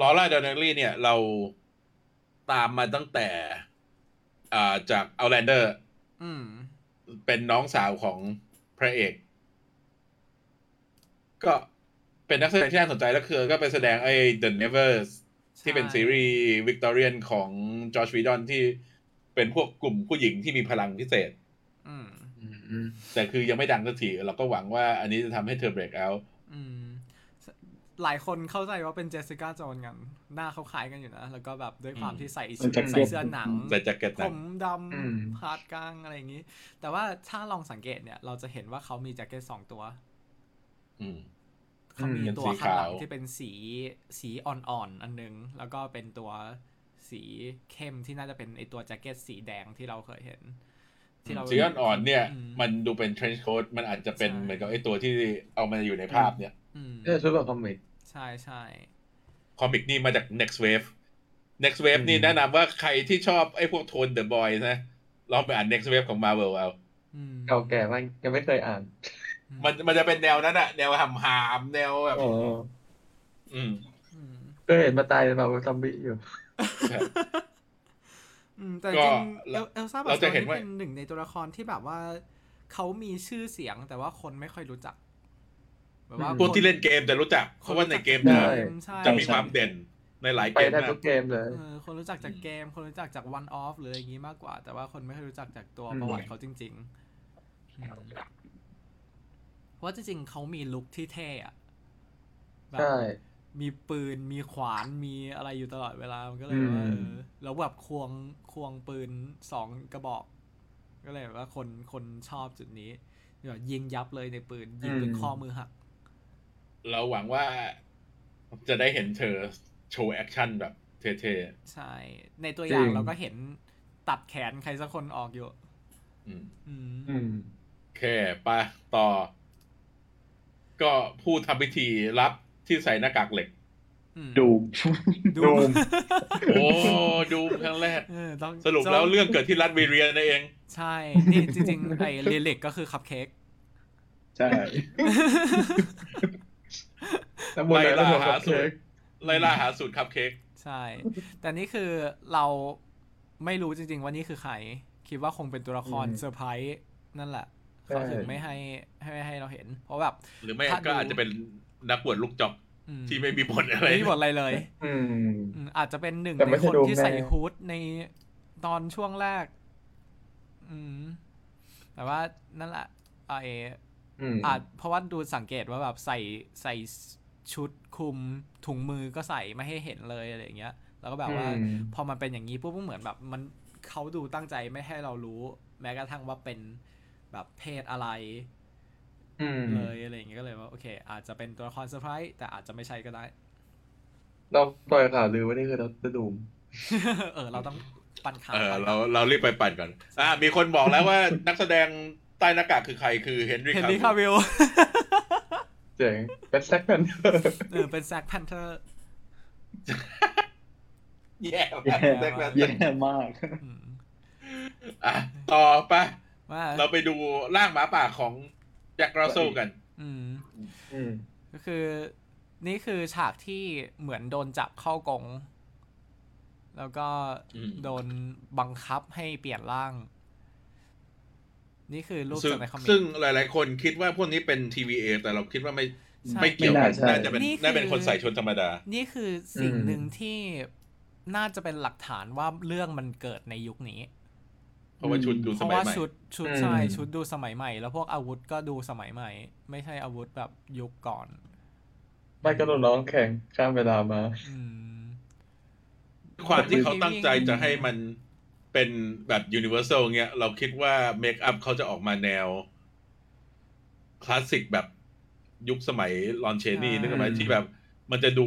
S2: ลอร่าเดลเนลลี่เนี่ยเราตามมาตั้งแต่อ่าจาก Outlander
S1: อืม
S2: เป็นน้องสาวของพระเอก ก็เป็นนักแสดงที่น่าสนใจแล้วคือก็ไปแสดงไอ้ The Nevers ที่เป็นซีรีส์วิกตอเรียนของจอร์จวีดอนที่เป็นพวกกลุ่มผู้หญิงที่มีพลังพิเศษ
S1: อืม
S4: อืม
S2: แต่คือยังไม่ดังสักทีเราก็หวังว่าอันนี้จะทำให้เธอเบรกเอา
S1: อืม หลายคนเข้าใจว่าเป็นเจสสิก้าโจนกัน หน้าเขาคล้ายกันอยู่นะ แล้วก็แบบด้วยความ
S2: อืม
S1: ที่ใส่
S7: เป็นแจ็คเก็ต
S1: ใส่เสื้อหนัง
S2: ใส่แจ็คเก็ตห
S1: ผ
S2: นัง
S1: มด
S4: อืม
S1: ำพาดกลางอะไรอย่างนี้ แต่ว่าถ้าลองสังเกตเนี่ย เราจะเห็นว่าเขามีแจ็คเก็ตสองตัว
S2: อืม
S1: เขามี
S2: อืม
S1: ตัวข้างหลัง
S2: เป็นสีขาว
S1: ที่เป็นสีสีอ่อนๆอันนึง แล้วก็เป็นตัวสีเข้มที่น่าจะเป็นไอตัวแจ็คเก็ตสีแดงที่เราเคยเห็น ที่เรา
S2: สีอ่อนๆเนี่ย
S1: ม
S2: มันดูเป็น trench coat มันอาจจะเป็น
S1: ใช่
S2: เหมือนกับไอ้ตัวที่เอามาอยู่ในภาพเนี่ย
S1: อืม
S4: เนี่ยชุดแบบคอมิก
S1: ใช่ใช่
S2: คอมิกนี่มาจาก next wave next wave
S4: อืม
S2: นี่แนะนำว่าใครที่ชอบไอ้พวกโทน the boy นะ ลองไปอ่าน next wave ของ marvel เอา
S1: อืม
S4: เก่าแก่มากยังไม่เคยอ่าน
S2: มันมันจะเป็นแนวนั้นอะแนวหำหามๆแนวแบบ
S4: อ๋อ
S2: อืม
S1: อืม
S4: ก็เห็นมาตายเป็นมาเป็นซอมบี้อยู่
S1: อืมแต่จ
S2: ก็
S1: ริงเอลเอลซ่าบั
S2: เรา
S1: สโต
S2: จะ
S1: น
S2: เห็น
S1: นี่
S2: ว่า
S1: เป็นหนึ่งในตัวละครที่แบบว่า เขามีชื่อเสียงแต่ว่าคนไม่ค่อยรู้จักแบบว่า
S4: อืม
S2: พวกที่เล่นเกมจะรู้จัก เพราะว่าในเกมเนี่ย
S4: ใช่
S1: ใช่
S2: จะมีความเด่นในหลาย
S4: ไป
S2: เกม
S4: ได้
S2: มา
S4: ทุ
S2: ก
S4: กเกมเลย
S1: เออคนรู้จักจากเกม คนรู้จักจากวันออฟหรืออย่างนี้มากกว่า แต่ว่าคนไม่เคยรู้จักจากตัว
S4: อืม
S1: ประวัติเขาจริงๆอืมเพราะว่าจริงๆเขามีลุคที่เท่อะแบบ
S4: ใช่
S1: มีปืนมีขวานมีอะไรอยู่ตลอดเวลามันก็เลยว่า
S4: อืม
S1: เออแล้วแบบควงควงปืนสองกระบอก ก็เลยแบบว่าคนคนชอบจุดนี้แบบยิงยับเลยในปืน ยิงจนข้อมือหัก
S2: เราหวังว่าจะได้เห็นเธอโชว์แอคชั่นแบบเท่
S1: ใช่ ในตัวอย่าง
S4: จริง
S1: เราก็เห็นตัดแขนใครสักคนออกอยู่
S2: ๆอืม
S1: อืม
S4: อืม
S2: โอเคไปต่อ ก็ผู้ทำพิธีรับที่ใส่หน้ากากเหล็ก
S1: อืม
S7: ดูม
S1: ดู
S7: ดูม
S2: โอ้ดูมครั้งแรก
S1: เออต้อง
S2: สรุปแล้วเรื่องเกิดที่รัฐวีเรียนนั่นเอง
S1: ใช่ นี่จริงๆ ไอ้ลิลิกก็คือคัพเค้ก
S7: ใช่
S4: แล้วบนไหน
S2: ไล่
S4: แล้ว
S2: ล่า
S4: หัวกับ
S2: หาสู
S4: เค้
S2: ต
S4: ก
S2: รไล่ล่าหาสูตรคัพเค้ก
S1: ใช่ แต่นี่คือเราไม่รู้จริงๆว่านี่คือใคร คิดว่าคงเป็นตัวละคร
S4: อืม
S1: เซอร์ไพรส์นั่นแหละ เขา
S4: ใช่
S1: ถึงไม่ให้ให้ไม่ให้เราเห็น เพราะแบบ
S2: หรือไม่
S1: ถ้าดู
S2: ก็อาจจะเป็นนักบวชลูกจอก
S1: อืม
S2: ที่ไม่มีบทอะไร
S1: ไม่มีบทอะไรเลย
S4: อืม
S1: อืมอาจจะเป็นหนึ่ง
S4: แต่
S1: ใน
S4: ไม่ใช่
S1: คน
S4: ดู
S1: ที่
S4: แน่
S1: ใส่ฮูดในตอนช่วงแรก อืม แต่ว่านั่นแหละไอ
S4: อืม
S1: อาจเพราะว่าดูสังเกตว่าแบบใส่ใส่ชุดคลุมถุงมือก็ใส่ไม่ให้เห็นเลยอะไรอย่างเงี้ย แล้วก็แบบว่า
S4: อืม
S1: พอมันเป็นอย่างนี้ปุ๊บมันเหมือนแบบมันเขาดูตั้งใจไม่ให้เรารู้ แม้กระทั่งว่าเป็นแบบเพศอะไร
S4: อืม
S1: เลยอะไรอย่างเงี้ยก็เลยว่าโอเค อาจจะเป็นตัวละครเซอร์ไพรส์แต่อาจจะไม่ใช่ก็ได้
S4: เราปล่อยข่าวลือว่านี่คือดรดูม
S1: เออ เราต้องปั่นข่าว
S2: เออ
S1: ไป
S2: เราเรารีบไปปั่นก่อน อ่า มีคนบอกแล้วว่า นักแสดงใต้หน้ากากคือใครคือเฮนรี่
S1: เห็น
S2: คา
S1: ดีคาวิล
S4: เจ๋งเป็นแซกแพนเทอร์
S1: เออเป็นแซคแพนเทอร์
S2: แย่มาก
S7: แย่
S2: แจ็คแม
S7: มาน กแย่มาก
S2: อ่ะต่อไป
S1: ว่า
S2: เราไปดูร่างหมาป่าของแจ็ครัสเซลกัน
S1: อืม
S4: อืม
S1: ก็คือนี่คือฉากที่เหมือนโดนจับเข้ากรงแล้วก็
S2: อืม
S1: โดนบังคับให้เปลี่ยนร่าง นี่คือรูป
S2: ซึ่ง
S1: จากในคอมเม
S2: ซึ่ง
S1: นต์
S2: หลาย ๆ คนคิดว่าพวกนี้เป็น TVA แต่เราคิดว่าไม่
S1: ใช่
S2: ไม่เกี่ยวกัน
S4: ไม่น่าใช่
S2: น่าจะเป็น
S1: นี่คือ
S2: น่าเป็นคนใส่ชุดธรรมดา
S1: นี่คือสิ่ง
S4: อืม
S1: หนึ่งที่ น่าจะเป็นหลักฐานว่าเรื่องมันเกิดในยุคนี้
S2: เพราะว่าชุดดู
S1: เพ
S2: ส
S1: ราะ
S2: มัย
S1: ว่า
S2: ใหม่
S1: ชุดชุด
S4: อืม
S1: ใช่ชุดดูสมัยใหม่ แล้วพวกอาวุธก็ดูสมัยใหม่ ไม่ใช่อาวุธแบบยุคก่อน
S4: ไม่ก็น้องๆแข่งข้ามเวลามา
S1: อืม
S2: ความที่เขาตั้งใจจะให้มันเป็นแบบ universal เงี้ย เราคิดว่าเมคอัพเขาจะออกมาแนว คลาสสิกแบบยุคสมัยลอนเชนี่
S1: ใช่
S2: นึกออกไหมที่แบบ มันจะดู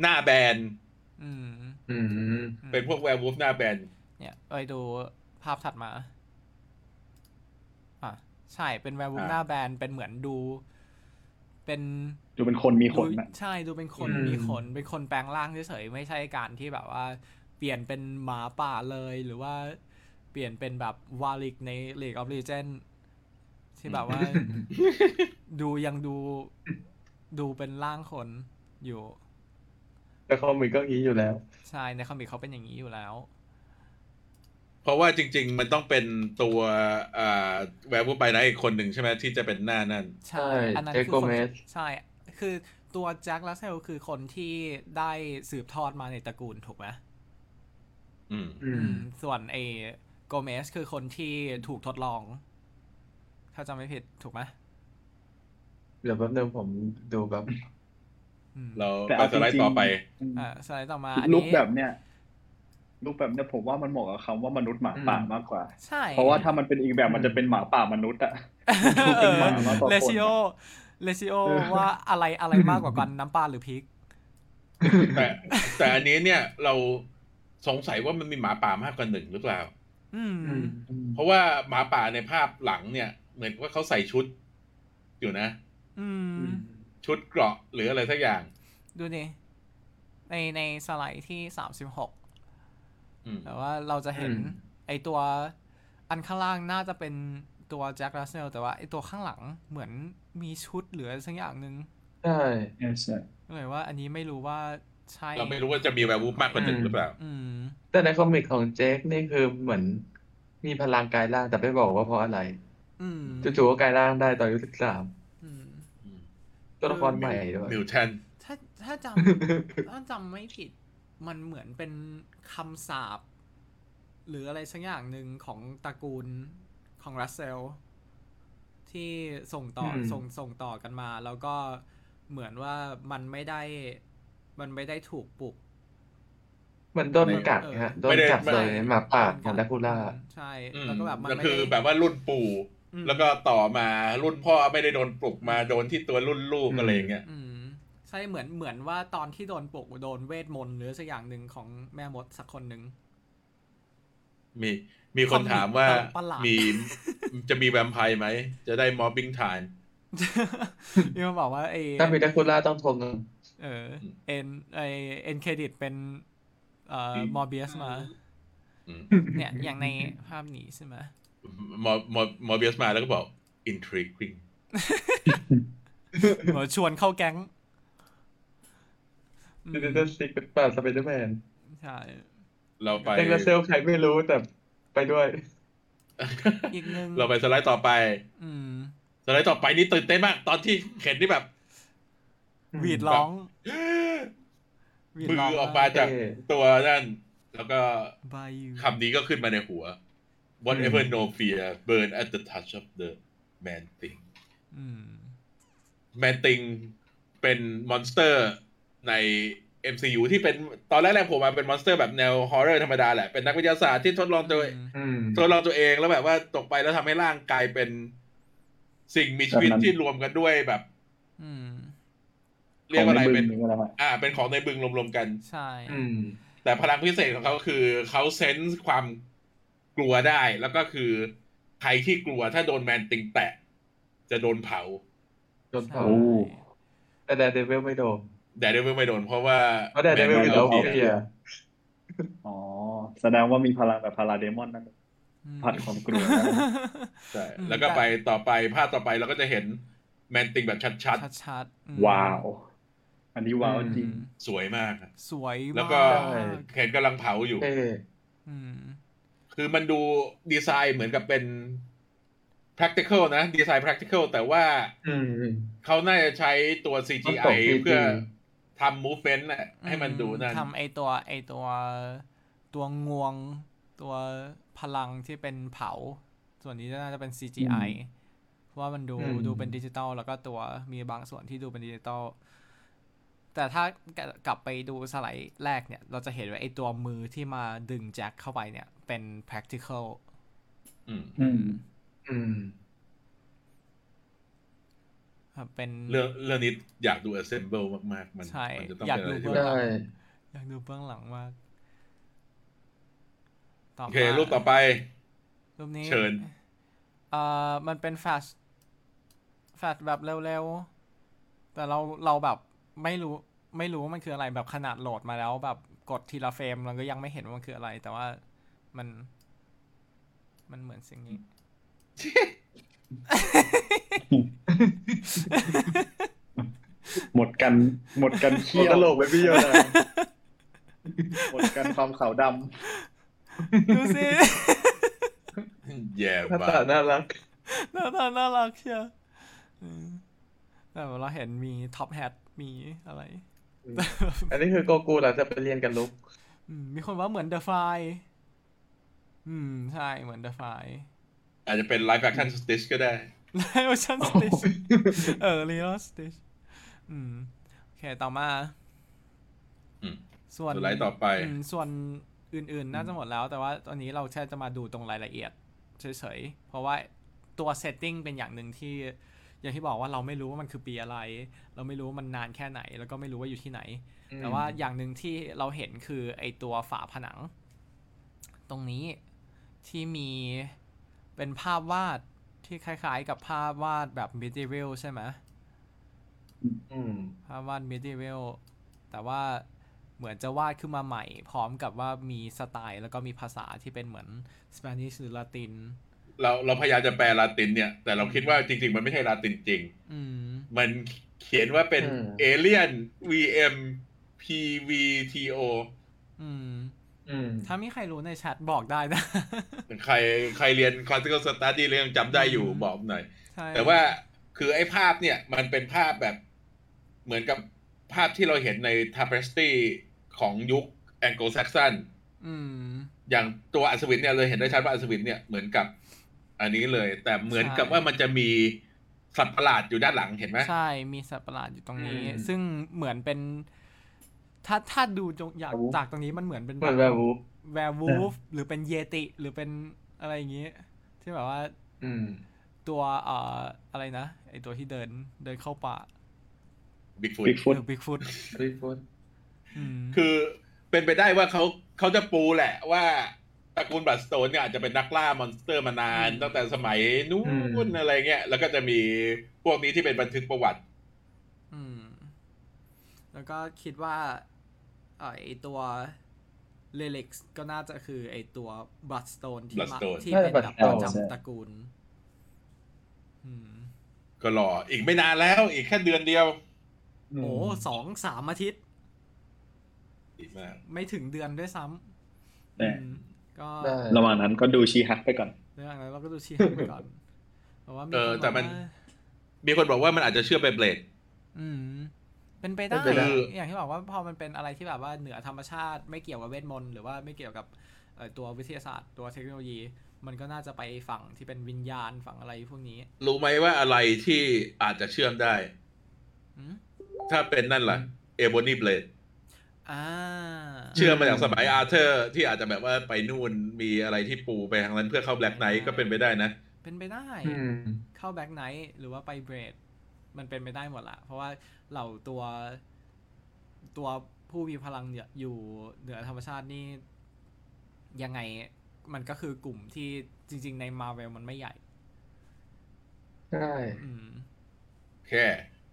S2: หน้าแบน
S1: อืม
S4: อืม
S1: อืม
S2: เป็นพวกแวร์วูฟหน้าแบน
S1: เนี่ยไปดูภาพถัดมา อ่ะ ใช่เป็นแวร์บุก
S2: อ่ะ
S1: หน้าแบนเป็นเหมือนดู เป็น
S7: ดูเป็นคนมีขน
S1: ดู
S7: นะ
S1: ใช่ดูเป็นคน
S4: อืม
S1: มีขนเป็นคนแปลงร่างเฉยๆไม่ใช่การที่แบบว่า เปลี่ยนเป็นหมาป่าเลยหรือว่า เปลี่ยนเป็นแบบวาลิกใน League of Legends ที่แบบว่า ดูยังดูดูเป็นร่างคนอยู่
S4: แต่คอมิกก็งี้อยู่แล้ว
S1: ใช่ในคอมิกเขาเป็นอย่างนี้อยู่แล้ว
S2: เพราะว่าจริง ๆ มันต้องเป็นตัวแวร์วูฟไปไหนอีกคนหนึ่งใช่ไหมที่จะเป็นหน้านั่น
S1: ใช่
S4: ใช่
S1: อันนั้น
S4: เจค
S1: คือ
S4: โก
S1: คน
S4: เมส
S1: ใช่ คือตัวแจ็คลัสเซลคือคนที่ได้สืบทอดมาในตระกูลถูกไหม
S2: อืม
S4: อื
S1: อื
S4: ม
S1: มส่วนไอ้โกเมสคือคนที่ถูกทดลอง ถ้าจำไม่ผิดถูกไหม
S4: เดี๋ยวแป๊บนึงผมดูแบบ
S1: อืม
S2: เรา
S7: แต่
S2: ไป
S7: เอา
S2: สไลด์
S7: จริงๆ
S2: ต่อไป
S1: อ่าสไลด์ต่อมาอัน
S7: ลุ
S1: นี้
S7: กแบบเนี้ยลุกแบบเนี้ยผมว่ามันเหมาะกับคำว่ามนุษย์หมาป่ามากกว่า
S1: ใช่
S7: เพราะว่าถ้ามันเป็นอีกแบบมันจะเป็นหมาป่ามนุษย์อะ เป็นหมามากกว่าคน
S1: เลซิโอเลซิโอ
S7: เออ
S1: ว่าอะไรอะไรมากกว่ากันน้ำปลาหรือพริก
S2: แต่แต่อันนี้เนี่ยเราสงสัยว่ามันมีหมาป่ามากกว่าหนึ่งหรือเปล่า
S1: อืม
S2: เพราะว่าหมาป่าในภาพหลังเนี่ย เหมือนว่าเขาใส่ชุด อยู่นะ
S1: อืม
S2: ชุดเกราะหรืออะไรสักอย่าง
S1: ดูดิในในสไลด์ที่สามสิบหก
S2: อืม
S1: แต่ว่าเราจะเห็น
S4: อืม
S1: ไอตัวอันข้างล่างน่าจะเป็นตัวแจ็คลัสเซลแต่ว่าไอตัวข้างหลังเหมือนมีชุดเหลือสักอย่างหนึ่ง
S4: ใช่
S7: ใช่
S1: ก็เลยว่าอันนี้ไม่รู้ว่าใช่
S2: เราไม่รู้ว่าจะมีแวร์วูฟมากกว่าหนึ่งหรือเปล่า
S1: อืม
S4: แต่ในคอมิกของเจคนี่คือเหมือน มีพลังกายร่างแต่ไม่บอกว่าเพราะอะไร
S1: อืม
S4: จู่ๆก็กายร่างได้ตอนอายุสิบสาม
S1: อืม
S4: ตัวละครใหม่ด้วย
S2: มิวแทน
S1: ถ้าถ้าจ ำ ถ้าจำไม่ผิด มันเหมือนเป็นคำสาปหรืออะไรสักอย่างหนึ่งของตระกูลของรัสเซล ที่ส่งต่ออ
S4: ม
S1: ส่งส่งต่อกันมา แล้วก็เหมือนว่ามันไม่ได้ มันไม่ได้ถูกปลุก
S4: เหมือนโดนกัดฮะโดนกัดโดยหมาป่าของดาคูล่า
S1: ใช่แล้วก็แบบมัน
S2: ก็
S1: ไม่
S2: คือ
S1: ได้
S2: แบบว่ารุ่นปู่
S1: อืม
S2: แล้วก็ต่อมารุ่นพ่อไม่ได้โดนปลุกมาโดนที่ตัวรุ่นลูก
S4: อืม
S2: อะไรอย่างเงี้ย
S1: อืมใช่เหมือนเหมือนว่าตอนที่โดนปลุกโดนเวทมนต์หรือสักอย่างหนึ่งของแม่มดสักคนหนึ่ง
S2: มีมีคนถามว่า
S1: ความประหลาด
S2: มีจะมีแวมไพร์ไหม จะได้มอบบิงทาน
S1: นี่มันบอกว่าไอ
S4: ถ้ามีดาคูล่าต้องทวงเงิน
S1: เออเอ็นไอเอ็นเครดิตเป็นเอ่อมอร์เบียสมา
S2: อืม
S1: เนี่ยอย่างในภาพนี้ใช่ไหม
S2: มอมอมอเบียสมาแล้วก็บอก intriguing
S1: เหมือนชวนเข้าแก๊งอืม
S4: ดิจิทัลซิกเป็นป่าสไปเดอร์แมน
S1: ใช่
S2: เราไป
S4: เอ็กซ์เซลใครไม่รู้แต่ไปด้วย
S1: อีกหนึ่ง
S2: เราไปสไลด์ต่อไป
S1: อืม
S2: สไลด์ต่อไปนี่ตื่นเต้นมาก ตอนที่เห็นนี่แบบ
S1: หวีดร้องหวีด
S2: มื
S1: ร้
S2: อออกมาจาก
S4: เท่
S2: ตัวนั่น แล้วก็
S1: บายยู
S2: คำนี้ก็ขึ้นมาในหัว whatever no fear burn at the touch of the man thing
S1: อืม
S2: man thing เป็นมอนสเตอร์ใน MCU ที่เป็นตอนแรกๆผมมาเป็นมอนสเตอร์แบบแนวฮอร์เรอร์ธรรมดาแหละ เป็นนักวิทยาศาสตร์ที่ทดลองตัวเอง
S1: ม
S4: อืม
S2: ทดลองตัวเองแล้วแบบว่าตกไปแล้วทำให้ร่างกายเป็นสิ่งมีชีวิต
S7: แบบนั้น
S2: ที่รวมกันด้วยแบบ
S1: อืม
S2: เรียกว่าอะไร
S7: ขงใน
S2: เป็น
S7: มืออะไรวะ
S2: อ่า เป็นของในบึงรวมๆกัน
S1: ใช่
S4: อืม
S2: แต่พลังพิเศษของเขาคือเขาเซนส์ความกลัวได้ แล้วก็คือ ใครที่กลัวถ้าโดนแมนติงแตะ จะโดนเผา
S4: โดนเผา
S1: ใช่
S4: แต่แดนเดวิลไม่โดน
S2: แต่เดวิลไม่โดนเพราะว่า
S4: เพราะแดนเดวิลมี
S2: แม
S4: โด
S2: เรา
S4: น
S2: เสีย
S4: เพีย
S7: อ๋อแสดงว่ามีพลังแบบพาราเดมอนนั่น
S1: อืม
S7: ผ่านความก ลัว
S2: ใช่แล้วก็ไปต่อไปภาพต่อไปเราก็จะเห็นแมนติงแบบชัด
S1: ชัดชัดๆอืม
S7: ว้าว อันนี้ว้าวจริง
S2: ๆ สวยมากอะ
S1: สวยมา
S2: แล้วก็ เห็นกำลังเผาอยู่
S4: เท่
S1: อืม
S2: คือมันดูดีไซน์เหมือนกับเป็น practical นะ ดีไซน์ practical แต่ว่า
S4: อืม
S2: เขาน่าจะใช้ตัว
S4: มันตก
S2: CGI
S4: จริงๆ
S2: เพื่อท ทำ movement น่ะให้มันดูนั่น
S1: ทำไอตัวไอตัวตัวงวง ตัวพลังที่เป็นเผา ส่วนนี้น่าจะเป็น CGI เพราะว่ามันดู
S4: อืม
S1: ดูเป็นดิจิตอลแล้วก็ตัวมีบางส่วนที่ดูเป็นดิจิตอลแต่ถ้ากลับไปดูสไลด์แรกเนี่ย เราจะเห็นว่าไอตัวมือที่มาดึงแจ็คเข้าไปเนี่ย เป็น practical
S2: อืม
S1: อืม
S4: อืม
S1: ครับเป็น
S2: เรื่องเรื่องนี้อยากดู assemble มากๆ มัน
S1: ใช่
S2: มันจะต้อง
S1: อยาก
S2: เป็นอะไร
S1: ดู
S2: ที่
S4: ได้
S1: อยากดูเบื้องหลังมาก
S2: โอเค
S1: มา
S2: รูปต่อไป
S1: รูปนี้
S2: เชิญ
S1: เอ่อมันเป็นแฟลชแฟลชแบบเร็วๆ แต่เราเราแบบไม่รู้ไม่รู้ว่ามันคืออะไรแบบขนาดโหลดมาแล้วแบบกดทีละเฟรมเราก็ยังไม่เห็นว่ามันคืออะไร แต่ว่ามัน มันเหมือนสิ่งนี้
S7: หมดกันหมดกันเขี้ยวตลกไปพี่โยนะหมดกันความขาวด
S1: ดูสิ
S2: แย่
S4: หน้า
S2: บ้า
S4: ตาน่ารัก
S1: หน้าตาน่ารักเชียวอืมแต่เราเห็นมีท็อปแฮทมีอะไร
S4: อันนี้คือโกกูหลังจากไปเรียนกันลุก
S1: อืมมีคนว่าเหมือนเดอะไฟอืมใช่เหมือนเดอะไฟ
S2: อาจจะเป็น live action stitch ก็ได้
S1: ไลออชันสติชเออลีออสติชอืม โอเค ต่อมา
S2: อืม
S1: ส่วน
S2: สไลด์ต่อไป
S1: มส่วนอื่นๆ น่าจะหมดแล้ว แต่ว่าตอนนี้เราแค่จะมาดูตรงรายละเอียดเฉยๆ เพราะว่าตัวเซตติ้งเป็นอย่างหนึ่งที่ อย่างที่บอกว่าเราไม่รู้ว่ามันคือปีอะไร เราไม่รู้ว่ามันนานแค่ไหน แล้วก็ไม่รู้ว่าอยู่ที่ไหน แต่ว่าอย่างหนึ่งที่เราเห็นคือไอตัวฝาผนัง ตรงนี้ที่มีเป็นภาพวาดที่คล้ายๆ กับภาพวาดแบบ medieval ใช่ไหม
S4: อืม
S1: ภาพวาด medieval แต่ว่าเหมือนจะวาดขึ้นมาใหม่ พร้อมกับว่ามีสไตล์แล้วก็มีภาษาที่เป็นเหมือน Spanish หรือลาติน
S2: เราเราพยายามจะแปลลาตินเนี่ย แต่เราคิดว่าจริง ๆ มันไม่ใช่ลาตินจริง
S1: อืม
S2: มันเขียนว่าเป็น
S4: อืม
S2: alien vm pvto
S1: อืม
S4: อืม
S1: ถ้ามีใครรู้ในแชทบอกได้นะ
S2: ใครใครเรียน classical study เรื่องจำได้อยู่
S1: อืม
S2: บอกหน่อย
S1: ใช่
S2: แต่ว่าคือไอ้ภาพเนี่ย มันเป็นภาพแบบเหมือนกับภาพที่เราเห็นใน tapestry ของยุค anglo-saxon
S1: อืม
S2: อย่างตัวอัศวินเนี่ยเลยเห็นได้ชัดว่าอัศวินเนี่ยเหมือนกับ อันนี้เลย แต่เหมือนกับ
S1: ใช่
S2: ว่ามันจะมีสัตว์ประหลาดอยู่ด้านหลังเห็นไหม
S1: ใช่ มีสัตว์ประหลาดอยู่ตรงนี้
S4: อืม
S1: ซึ่งเหมือนเป็น ถ้าถ้าดูจงอยาก
S7: โอ้
S1: จากตรงนี้มันเหมือนเป็น
S4: เหมือนแบบวูฟ
S1: แวร์วูฟหรือเป็นเยติหรือเป็นอะไรอย่างนี้ ที่แบบว่า
S4: อืม
S1: ตัวเอ่ออะไรนะ ไอตัวที่เดินเดินเข้าป่า
S2: Bigfoot
S7: ำบิ๊กฟุต
S1: หรือบิ๊กฟุต
S4: รีฟูด
S2: คือเป็นไปได้ว่าเขาเขาจะปูแหละว่าตระกูลบัตสโตนเนี่ยอาจจะเป็นนักล่ามอนสเตอร์มานาน ตั้งแต่สมัยนู้นอะไรเงี้ย แล้วก็จะมีพวกนี้ที่เป็นบันทึกประวัติ
S1: อืม แล้วก็คิดว่าเอ่อไอตัวเลเล็กก็น่าจะคือไอตัวบัตสโตนที่มา
S2: Bloodstone
S1: ที่เป็นแบบประจำตระกูล อืม
S2: ก็รออีกไม่นานแล้วอีกแค่เดือนเดียว
S1: โอ้สองสามอาทิตย์
S2: ดีมาก
S1: ไม่ถึงเดือนด้วยซ้ำ
S7: แต่
S1: อืมก็
S4: ได้
S7: ระหว่างนั้นก็ดูชีฮักไปก่อน
S1: เรื่องอะไรเราก็ดูชีฮักไปก่ อนแต่ว่ามี
S2: เออ
S1: คน
S2: แต่มัน
S1: บอกว่า
S2: มีคนบอกว่ามันอาจจะเชื่อมไปเบลด
S1: อืม เป็นไปได้
S4: เป็นไปได้
S1: อย่างที่บอกว่าพอมันเป็นอะไรที่แบบว่าเหนือธรรมชาติไม่เกี่ยวกับเวทมนต์หรือว่าไม่เกี่ยวกับเอ่อตัววิทยาศาสตร์ ตัวเทคโนโลยี มันก็น่าจะไปฝั่งที่เป็นวิญญาณฝั่งอะไรพวกนี้
S2: รู้ไหมว่าอะไรที่อาจจะเชื่อมได้
S1: อืม
S2: ถ้าเป็นนั่นล่ะเอโบนีเบลด
S1: อ่า
S2: เชื่อมาจากสมัยอาร์เธอร์ ที่อาจจะแบบว่าไปนู่นมีอะไรที่ปูไปทางนั้นเพื่อเข้าแบล็กไนท์ก็เป็นไปได้นะ
S1: เป็นไปได้
S4: อืม
S1: เข้าแบ็กไนท์หรือว่าไปเบรด มันเป็นไปได้หมดละ เพราะว่าเหล่าตัวตัวผู้มีพลังเนี่ยอยู่เหนือธรรมชาตินี่ ยังไงมันก็คือกลุ่มที่จริง ๆ ในมาเวลมันไม่ใหญ่
S4: ใช่
S1: อืม
S2: โอเค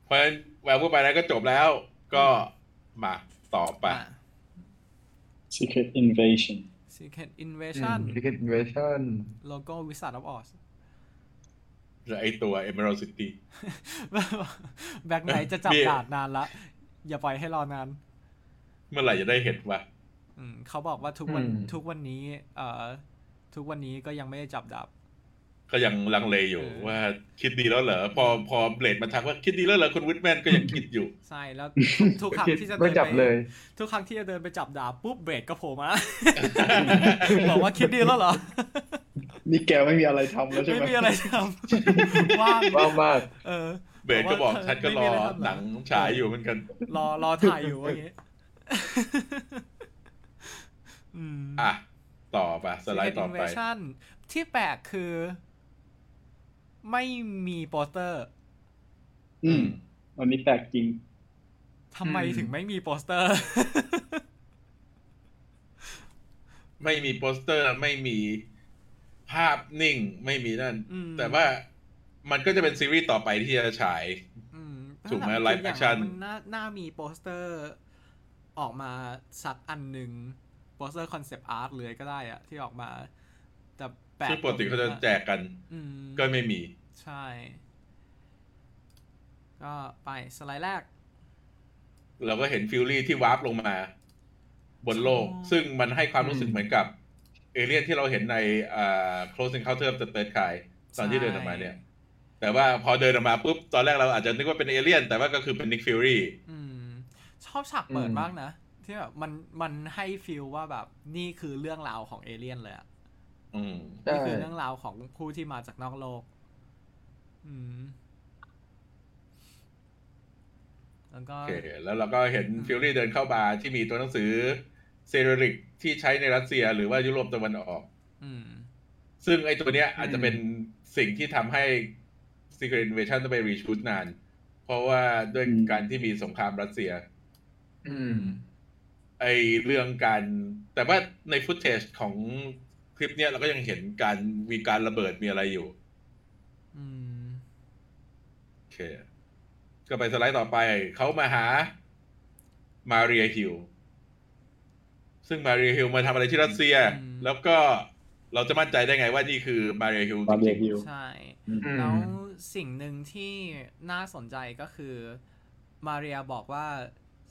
S2: เพราะฉะนั้นแวร์พูดไปแล้วก็จบแล้วก็มาต่อไป
S7: Secret Invasion
S1: Secret Invasion
S4: พิกเก็ตเวชั่น
S1: โลโก้วิสัทออ ส
S2: ไอตัว Emerald City
S1: แบ็กไนท์จะจับ
S2: นี่
S1: ดาดนานละ อย่าปล่อยให้รอนาน
S2: เมื่อไหร่จะได้เห็นวะ
S1: อืมเขาบอกว่าทุกวัน
S4: อืม
S1: ทุกวันนี้ เอ่อ ทุกวันนี้ก็ยังไม่ได้จับดาบ
S2: ก็ยังลังเลอยู่
S1: เออ
S2: ว่าคิดดีแล้วเหรอพอพอเบลดมาทักว่าคิดดีแล้วเหรอคุณวิทแมนก็ยังคิดอยู่
S1: ใช่ แล้วทุกทุกครั้งที่จะเดิ
S4: ไม่
S1: น
S4: จับ
S1: ไป
S4: เลย
S1: ทุกครั้งที่จะเดินไปจับดาบปุ๊บเบรกก็โผล่มา บอกว่าคิดดีแล้วเหรอ
S7: นี่แกไม่มีอะไรทำแล้วใช่ไหม
S1: ไม่มีอะไรท ำว่าง
S4: ว่างมาก
S1: เออ
S2: เบลดก็บอก
S1: แต่ว่า
S2: ฉันก็ร
S1: ไม่
S2: อ
S1: มีะไรทำ
S2: หนังฉายอยู่เหมือนกัน
S1: รอรอถ่ายอยู่ว่าอย่างงี้ อืม
S2: อ่ะ ต่อไปสไลด์ต่อไป
S1: Secret Invasion ที่แปลกคือ ไม่มีโปสเตอร์
S7: อืมอันนี้แปลกจริง
S1: ทำไม
S7: อืม
S1: ถึงไม่มีโปสเตอร์
S2: ไม่มีโปสเตอร์ไม่มีภาพนิ่งไม่มีนั่น
S1: อืม
S2: แต่ว่ามันก็จะเป็นซีรีส์ต่อไปที่จะฉาย
S1: อื
S2: ถูกไหม
S1: ถ้าบบ
S2: Live
S1: ตัวย่าง
S2: Action
S1: มัน่าน่ามีโปสเตอร์ ออกมาสักอันหนึ่งโปสเตอร์คอนเซปต์อาร์ตเลยก็ได้อะที่ออกมา แต่แปลก
S2: ซึ่งปกติเขาจะแจกกัน
S1: อืม
S2: ก็ไม่มี
S1: ใช่ ก็ไปสไลด์แรก
S2: เราก็เห็นฟิลลี่ที่วาร์ปลงมา บนโลก
S1: อ๋อ
S2: ซึ่งมันให้ความรู้สึก
S4: อืม
S2: เหมือนกับ เอเลี่ยนที่เราเห็นในอ่า close encounter of the third kind ตอนที่เดินออกมาเนี่ย แต่ว่าพอเดินออกมาปุ๊บ ตอนแรกเราอาจจะนึกว่าเป็นเอเลี่ยน แต่ว่าก็คือเป็นนิกฟิลลี่
S1: อืม ชอบฉากเปิด
S4: อืม
S1: มากนะ ที่แบบมันมันให้ฟิลว่าแบบนี่คือเรื่องราวของเอเลี่ยนเลยอะ
S2: อืม
S4: ใช่
S1: นี่คือเรื่องราวของผู้ที่มาจากนอกโลก อืม แล้วก็
S2: โอเค แล้วเราก็เห็นฟิลลี่เดินเข้าบาร์ที่มีตัวหนังสือเซเรลิกที่ใช้ในรัสเซียหรือว่ายุโรปตะวันออก
S1: อืม
S2: ซึ่งไอ้ตัวเนี้ยอาจจะเป็นสิ่งที่ทำให้ Secret Invasion ต้องไปรีชูตนาน เพราะว่าด้วย
S7: อืม
S2: การที่มีสงครามรัสเซีย
S4: อืม
S2: ไอเรื่องการ แต่ว่าในฟุตเทจของคลิปเนี้ยเราก็ยังเห็นการมีการระเบิดมีอะไรอยู่
S1: อืม
S2: โอเค ก็ไปสไลด์ต่อไป เขามาหามาเรียฮิลซึ่งมาเรียฮิลมาทำอะไรที่รัสเซีย
S1: อืม
S2: แล้วก็เราจะมั่นใจได้ไงว่านี่คือมาเรียฮิลจ
S7: มาเรี
S2: ริ
S7: ย
S2: ง
S7: ฮิว
S1: ใช่
S4: อื
S1: แล้ว
S4: ม
S1: สิ่งหนึ่งที่น่าสนใจก็คือมาเรียบอกว่า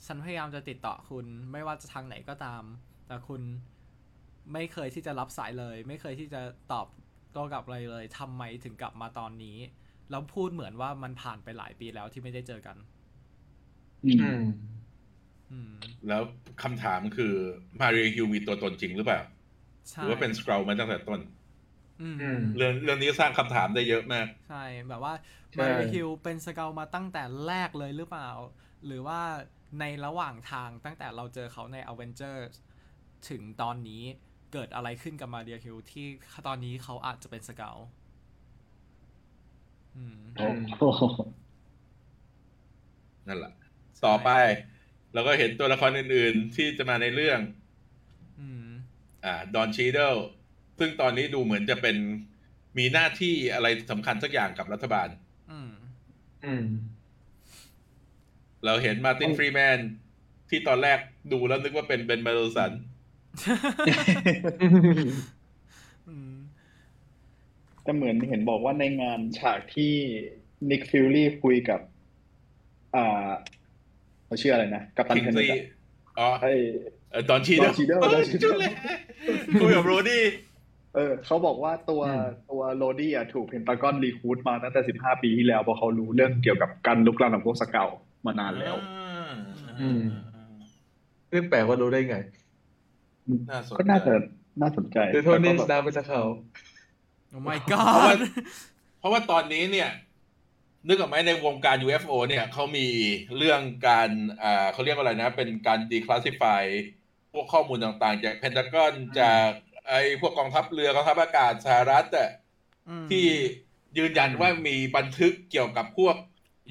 S1: ฉันพยายามจะติดต่อคุณ ไม่ว่าจะทางไหนก็ตาม แต่คุณไม่เคยที่จะรับสายเลย ไม่เคยที่จะตอบโต้กลับอะไรเลยทำไมถึงกลับมาตอนนี้ แล้วพูดเหมือนว่ามันผ่านไปหลายปีแล้วที่ไม่ได้เจอกัน
S7: อืม
S4: อืม
S1: อืม
S2: ๆแล้วคำถามคือมาเรียฮิลมีตัวตนจริงหรือเปล่า ห
S1: ใช่
S2: รือว่าเป็นสครัลมาตั้งแต่ต้น
S1: อืม
S4: อืม
S2: เรื่องเรื่องนี้สร้างคำถามได้เยอะมาก
S1: ใช่แบบว่า
S4: ใช่
S1: มาริฮิลเป็นสเกลมาตั้งแต่แรกเลยหรือเปล่า หรือว่าในระหว่างทางตั้งแต่เราเจอเขาใน a v e n g e r s ถึงตอนนี้เกิดอะไรขึ้นกับมาเรียฮิลที่ตอนนี้เขาอาจจะเป็นสเกลอืม
S4: อืม
S7: โอ้โห
S2: นั่นแหละ ต่อไป เราก็เห็นตัวละครอื่นๆ ที่จะมาในเรื่อง
S1: อืม
S2: อ่าดอนชีเดลซึ่งตอนนี้ดูเหมือนจะเป็นมีหน้าที่อะไรสำคัญสักอย่างกับรัฐบาล
S1: อื ม
S4: อืม
S2: เราเห็นมาร์ตินฟรีแมนที่ตอนแรกดูแล้วนึกว่าเป็นเบนมาโดสัน
S1: อืม
S7: แต่เหมือนเห็นบอกว่าในงานฉากที่นิกฟิลลี่คุยกับ อ่าเขาชื่ออะไรนะ กับตัน
S2: i ิง
S7: เทนนิ
S2: ซี่
S7: ส
S2: อ๋อ
S7: ไอ้
S2: ดอนชีเดล
S7: Don Cheadle Don Cheadle
S2: จุดเลยคุยกับโรดี้
S7: เออ เขาบอกว่าตัว
S4: อืม
S7: ตัวโรดี้อ่ะถูกเพนตากอนรีคูดมาตั้งแต่สิบห้าปีที่แล้วเพราะเขารู้เรื่องเกี่ยวกับการลุกลามของพวกสเกลมานานแล้ว
S4: อืม เรื่องแปลกว่ารู้ได้ไง
S2: น่าสน
S7: ก็น่า
S2: ใจ
S7: จะน่าสนใจ
S4: เดี๋ยวโทนี่สตาร์ไปสักเขา
S1: โอ้ my
S2: เพราะว่า
S1: god
S2: เพราะว่าตอนนี้เนี่ย นึกออกไหมในวงการ UFO เนี่ยเขามีเรื่องการอ่าเขาเรียกว่าอะไรนะ เป็นการดีคลาสสิฟายพวกข้อมูลต่างๆ จากเพนทากอนจากไอ้พวกกองทัพเรือกองทัพอากาศสหรัฐอะ
S1: อืม
S2: ที่ยืนยันว่ามีบันทึกเกี่ยวกับพวก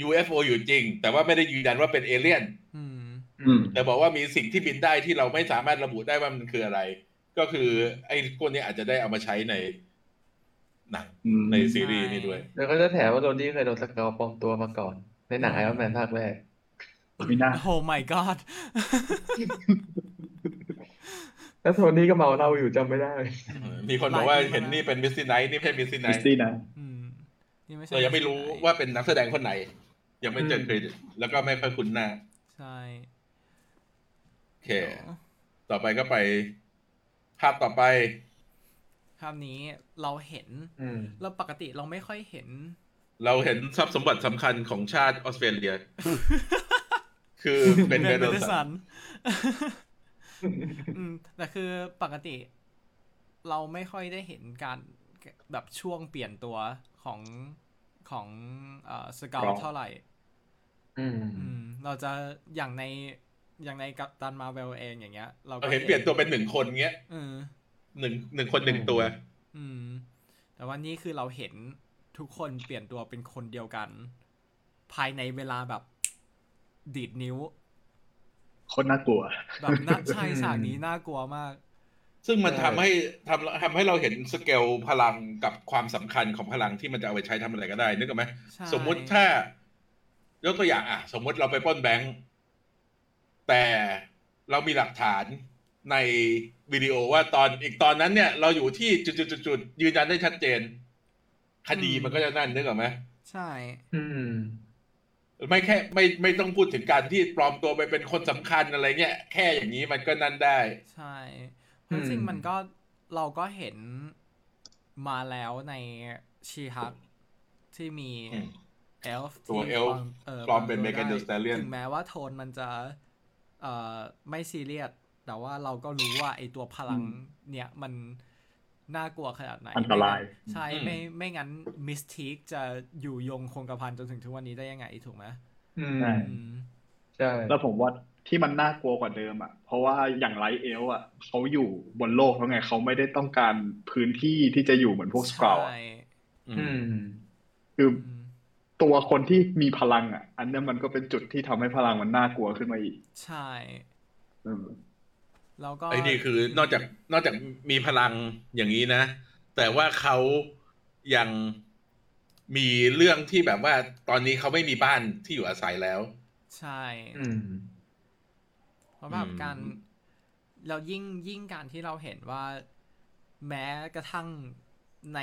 S2: UFO อยู่จริง แต่ว่าไม่ได้ยืนยันว่าเป็นเอเลี่ยน
S1: อืม
S7: อืม
S2: แต่บอกว่ามีสิ่งที่บินได้ที่เราไม่สามารถระบุได้ว่ามันคืออะไร ก็คือไอ้พวกเนี้อาจจะได้เอามาใช้ในหนัง
S7: อืม
S2: ในซีรีส์นี่ด้วย
S4: เดี๋ยวก็จะแถว่าโรดี้เคยโดนสเกลปลอมตัวมาก่อน ในหนังไอรอนแมนภาคแรก
S7: ไม่น่า
S1: โอ้ my god
S4: แล้วโทนี่ก็เมาเหล้าอยู่จำไม่ได้
S2: มีคนบอกว่าเห็นนี่เป็นมิสซิไนท์นี่ไม่ใช่มิสซิไน
S7: มิส
S2: ท์
S7: ตี้นะ
S1: อืมนี่ไม่ใช่
S2: เรายังไม่รู้ว่าเป็นนักแสดงคนไหน ยังไม่เจอเครดิตแล้วก็ไม่ค่อยคุ้นหน้า
S1: ใช่
S2: โอเค ต่อไปก็ไป ภาพต่อไป
S1: คราวนี้เราเห็น
S4: อืม
S1: เราปกติเราไม่ค่อยเห็น
S2: เราเห็นทรัพย์สมบัติสำคัญของชาติออสเตรเลีย คือ เป็น
S1: เบ
S2: เบโด
S1: นเด
S2: สั
S1: สั
S2: น
S1: นอืมแต่คือปกติเราไม่ค่อยได้เห็นการแบบช่วงเปลี่ยนตัวของของเอ่อสเกล
S4: ครับ
S1: เท่าไหร่
S4: อืม
S1: อืม เราจะอย่างในอย่างในกัปตันมาเวลเองอย่างเงี้ย เราก็
S2: เราเห็นเปลี่ยนตัวเป็นหนึ่งคนเงี้ย
S1: เออ
S2: หนึ่งหนึ่งคนหนึ่งตัว
S1: อืม แต่ว่านี่คือเราเห็นทุกคนเปลี่ยนตัวเป็นคนเดียวกัน ภายในเวลาแบบดีดนิ้ว
S7: คนน่ากลัว
S1: แบบ น่าใช่ฉากนี้น่ากลัวมาก
S2: ซึ่งมัน
S4: ใช่
S2: ทำให้ทำทำให้เราเห็นสเกลพลังกับความสำคัญของพลังที่มันจะเอาไปใช้ทำอะไรก็ได้ นึกออกไหม
S1: ใช่
S2: สมมุติถ้ายกตัวอย่างอ่ะ สมมุติเราไปปล้นแบงค์แต่เรามีหลักฐานในวิดีโอว่าตอนอีกตอนนั้นเนี่ย เราอยู่ที่จุดจุดจุดจุดๆๆๆยืนยันได้ชัดเจน คดี
S1: อืม
S2: มันก็จะนั่นนึกออกไหม
S1: ใช่
S4: อืม
S2: ไม่แค่ไม่ไม่ต้องพูดถึงการที่ปลอมตัวไปเป็นคนสำคัญอะไรเงี้ยแค่อย่างนี้มันก็นั่นได้
S1: ใช่เพราะจริง
S4: อืม
S1: ๆมันก็เราก็เห็นมาแล้วในชีฮักที่มี
S2: อืม
S1: เอลฟ์
S2: ตัว elf ปลอมเป็
S1: ว
S2: น Megan
S1: ได้
S2: Thee Stallion
S1: ถึงแม้ว่าโทนมันจะเอ่อไม่ซีเรียสแต่ว่าเราก็รู้ว่าไอตัวพลัง
S7: อืม
S1: เนี่ยมันน่ากลัวขนาดไหน
S7: อันตราย
S1: ใช่
S2: อืม
S1: ไม่ไม่งั้นมิสทีกจะอยู่ยงคงกระพันจนถึงทุกวันนี้ได้ยังไงถูกไหม
S4: อืม
S7: ใช่
S1: อืม
S4: ใช่
S7: แล้วผมว่าที่มันน่ากลัวกว่าเดิมอ่ะ เพราะว่าอย่างไลท์เอลฟ์อ่ะเขาอยู่บนโลกแล้วไงเขาไม่ได้ต้องการพื้นที่ที่จะอยู่เหมือนพวกสเกล
S1: ใช่
S4: อืม
S7: คือ
S1: อืม
S7: ตัวคนที่มีพลังอ่ะ อันเนี้ยมันก็เป็นจุดที่ทำให้พลังมันน่ากลัวขึ้นมาอีก
S1: ใช่
S7: อืม
S1: แล้วก็
S2: ไอ้นี่คือนอกจากนอกจากมีพลังอย่างนี้นะ แต่ว่าเขายังมีเรื่องที่แบบว่าตอนนี้เขาไม่มีบ้านที่อยู่อาศัยแล้ว
S1: ใช่
S4: อืม
S1: เพราะแบบ
S2: อืม
S1: การเรายิ่งยิ่งการที่เราเห็นว่าแม้กระทั่งใน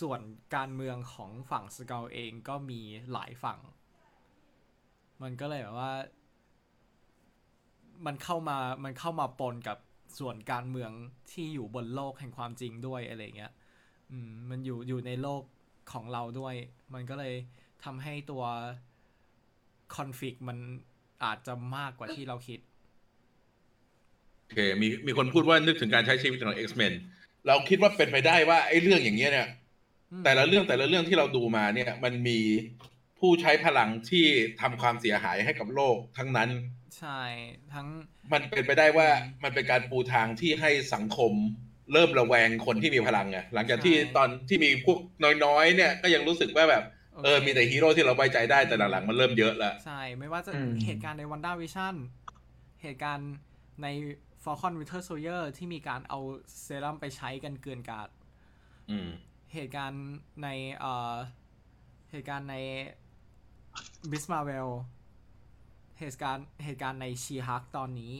S1: ส่วนการเมืองของฝั่งสเกลเองก็มีหลายฝั่ง มันก็เลยแบบว่า มันเข้ามามันเข้ามาปนกับส่วนการเมืองที่อยู่บนโลกแห่งความจริงด้วยอะไรอย่างเงี้ย อืมมันอยู่อยู่ในโลกของเราด้วย มันก็เลยทำให้ตัวคอนฟ lict มันอาจจะมากกว่าที่เราคิด
S2: โอเคมีมีคนพูดว่านึกถึงการใช้ชีวิตของ X-Men เราคิดว่าเป็นไปได้ว่าไอ้เรื่องอย่างเงี้ยเนี่ย
S1: อืม
S2: แต่ละเรื่องแต่ละเรื่องที่เราดูมาเนี่ย มันมีผู้ใช้พลังที่ทำความเสียหายให้กับโลกทั้งนั้น
S1: ใช่ทั้ง
S2: มันเป็นไปได้ว่า
S1: อืม
S2: มันเป็นการปูทางที่ให้สังคมเริ่มระแวงคนที่มีพลังไงหลังจากที่
S1: ใช่
S2: ตอนที่มีพวกน้อยๆ เนี่ยก็ยังรู้สึกว่าแบบเออ
S1: โค
S2: มีแต่ฮีโร่ที่เราไว้ใจได้แต่หลังๆมันเริ่มเยอะละ
S1: ใช่ ไม่ว่าจะ
S4: อืม
S1: เหตุการณ์ในวันด้าวิชั่นเหตุการณ์ใน Falcon Winter Soldier ที่มีการเอาเซรั่มไปใช้กันเกลือนกลาด
S2: อืม
S1: เหตุการณ์ในเอ่อเหตุการณ์ในบิสมาเวลเหตุการณ์เหตุการณ์ในชีฮักตอนนี้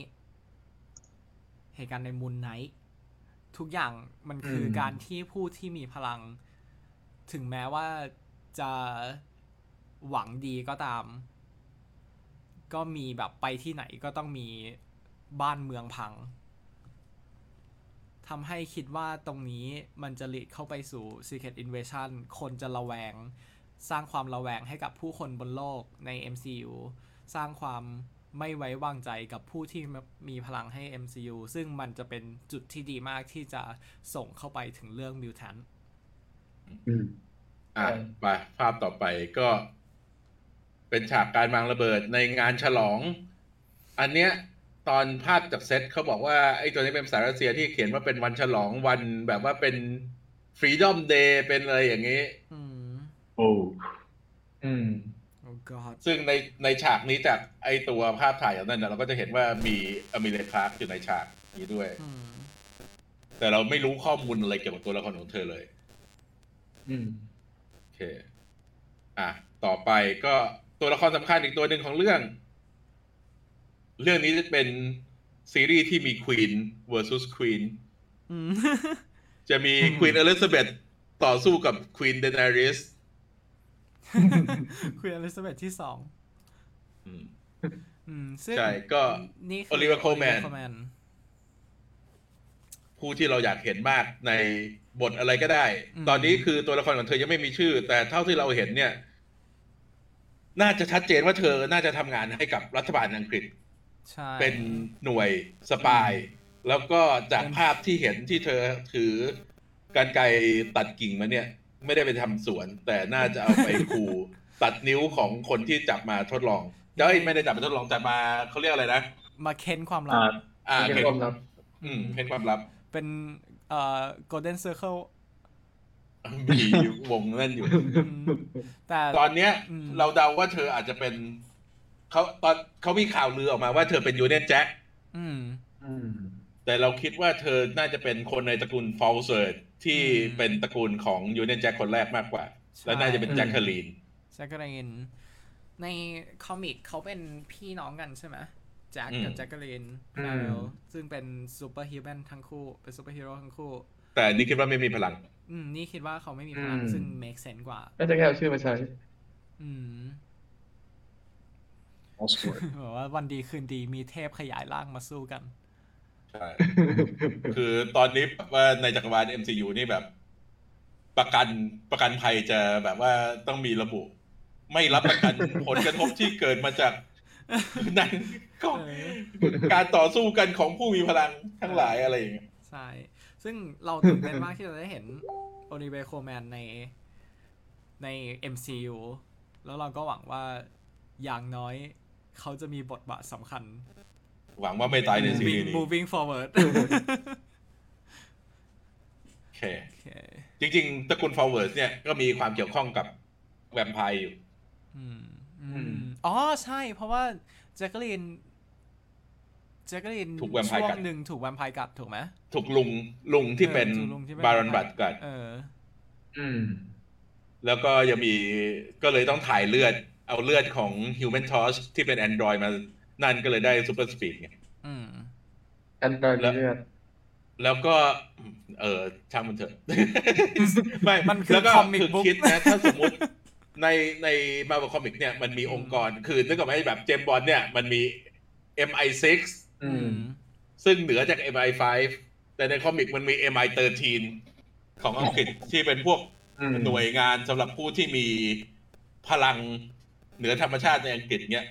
S1: เหตุการณ์ในมูนไนท์ทุกอย่างมันคืออ
S4: ม
S1: การที่ผู้ที่มีพลัง ถึงแม้ว่าจะหวังดีก็ตาม ก็มีแบบไปที่ไหนก็ต้องมีบ้านเมืองพัง ทำให้คิดว่าตรงนี้มันจะหลีดเข้าไปสู่ Secret Invasion คนจะระแวง สร้างความระแวงให้กับผู้คนบนโลกใน MCU สร้างความไม่ไว้วางใจกับผู้ที่มีพลังให้ MCU ซึ่งมันจะเป็นจุดที่ดีมากที่จะส่งเข้าไปถึงเรื่อง Mutant
S2: อ่ะ
S4: ใช่
S2: ไปภาพต่อไปก็ เป็นฉากการวางระเบิดในงานฉลอง อันเนี้ย ตอนภาพจากเซตเขาบอกว่าไอ้ตัวนี้เป็นภาษารัสเซียที่เขียนว่าเป็นวันฉลองวันแบบว่าเป็น Freedom Day เป็นอะไรอย่างนี้
S1: อืม
S7: โอ้
S4: อืม
S1: oh god
S2: ซึ่งในในฉากนี้จากไอตัวภาพถ่ายอันนั้นนะเราก็จะเห็นว่ามีอเมเลคลาร์กอยู่ในฉากนี้ด้วย
S1: อืม
S2: แต่เราไม่รู้ข้อมูลอะไรเกี่ยวกับตัวละครของเธอเลย
S4: อืม
S2: โอเค อ่ะ ต่อไปก็ตัวละครสำคัญอีกตัวหนึ่งของเรื่อง เรื่องนี้จะเป็นซีรีส์ที่มีควีน versus ควีน
S1: อืม
S2: จะมี
S4: อืม
S2: ควีนอลิซาเบธต่อสู้กับควีนเดนาริส
S1: คุยอลิซาเบธที่สองอืมซึ่ง
S2: ใช่ก็
S1: นี่คื
S2: Oliver Coleman
S1: Coleman
S2: ผู้ที่เราอยากเห็นมากในบทอะไรก็ได้
S1: อืม
S2: ตอนนี้คือตัวละครของเธอยังไม่มีชื่อ แต่เท่าที่เราเห็นเนี่ย น่าจะชัดเจนว่าเธอน่าจะทำงานให้กับรัฐบาลอังกฤษ
S1: ใช่
S2: เป็นหน่วยสปาย แล้วก็จากภาพที่เห็นที่เธอถือกันไกรตัดกิ่งมาเนี่ย ไม่ได้ไปทำสวน แต่น่าจะเอาไปขู่ ตัดนิ้วของคนที่จับมาทดลองเอ้ยไม่ได้จับมาทดลองจับมาเขาเรียกอะไรนะ
S1: มาเค้นความลับ
S4: อ่า
S2: อ่า
S4: เป็น
S2: เห็น
S4: ความลับ
S2: อืมเห็นความลับ
S1: เป็นเอ่อ golden circle
S2: มีวงนั่นอยู่
S1: อืมแต่
S2: ตอนเนี้ย
S1: อืม
S2: เราเดาว่าเธออาจจะเป็นเขาตอนเขามีข่าวลือออกมาว่าเธอเป็นยูเนียนแจ็ค
S1: อืม
S4: อืม
S2: แต่เราคิดว่าเธอน่าจะเป็นคนในตระกูลฟอลเซอร์ที่
S1: อืม
S2: เป็นตระกูลของยูเนียนแจ็คคนแรกมากกว่า และน่าจะเป็น
S4: อืม
S2: แจ็คคลีน
S1: แจ็คเกอรีนในคอมิกเขาเป็นพี่น้องกันใช่ไหมแจ็ค
S2: อืม
S1: กับแจ็คเกอรีน
S4: อืม
S1: แมวซึ่งเป็นซูเปอร์ฮิวแมนทั้งคู่ เป็นซูเปอร์ฮีโร่ทั้งคู่
S2: แต่นี่คิดว่าไม่มีพลัง
S1: อืม นี่คิดว่าเขาไม่มีพลัง
S4: อืม
S1: ซึ่ง make sense กว่า
S4: น่าจะแค่เอาชื่อมาใช้
S1: อืม
S7: all sort
S1: แบบว่าวันดีคืนดีมีเทพขยายร่างมาสู้กัน
S2: ใช่ คือตอนนี้แบบว่าในจักรวาล MCU นี่แบบ ประกันประกันภัยจะแบบว่าต้องมีระบุ ไม่รับประกัน ผลกระทบที่เกิดมาจาก นั้นของ
S1: เออ
S2: การต่อสู้กันของผู้มีพลังทั้งหลายอะไรอย่างเงี้ย
S1: ใช่ ซึ่ง เราตื่นเต้นมากที่เราได้เห็นโอนิเวโคแมนในใน MCU แล้วเราก็หวังว่าอย่างน้อยเขาจะมีบทบาทสำคัญ
S2: หวังว่าไม่ตายในซีรี
S1: moving
S2: ส์นี้
S1: moving forward
S2: โอเค
S1: โอเค
S2: จริง ๆตระกูลฟาวเวิร์สเนี่ยก็มีความเกี่ยวข้องกับแวมไพร์อยู่
S1: อืมอืมอ๋อ ใช่ เพราะว่าแจ็คเกอรีนแจ็คเกอรีน
S2: ถูกแวมไพร์
S1: ช่ว
S2: กั
S1: ง
S2: ด
S1: หนึ่งถูกแวมไพร์กัดถูกไหม
S2: ถูกลุงลุงที่
S1: เออ
S2: เป็น
S1: ถูกลุงที่เป็น
S2: บารอนบัตกัน
S1: เออ
S4: อืม
S2: แล้วก็ยังมีก็เลยต้องถ่ายเลือด เอาเลือดของ Human Torch ที่เป็น Android มานั่นก็เลยได้ Super Speed ไง
S1: อืม
S4: แอนดรอยเลือด
S2: แล้วก็ เออช่างมันเถอะ ไม่
S1: มันคือ
S2: แล้วก็
S1: comic
S2: คือ
S1: book
S2: คิดนะ ถ้าสมม ติในในมาบอคอมิกเนี่ย มันมีองค์กร คือนึกออกไหมแบบเจมบอลเนี่ย มันมี MI6
S4: อืม
S2: ซึ่งเหนือจาก MI5 แต่ในคอมิกมันมี MI13 ของอังกฤษที่เป็นพวก
S4: อืม
S2: หน่วยงานสำหรับผู้ที่มีพลังเหนือธรรมชาติในอังกฤษเนี่ย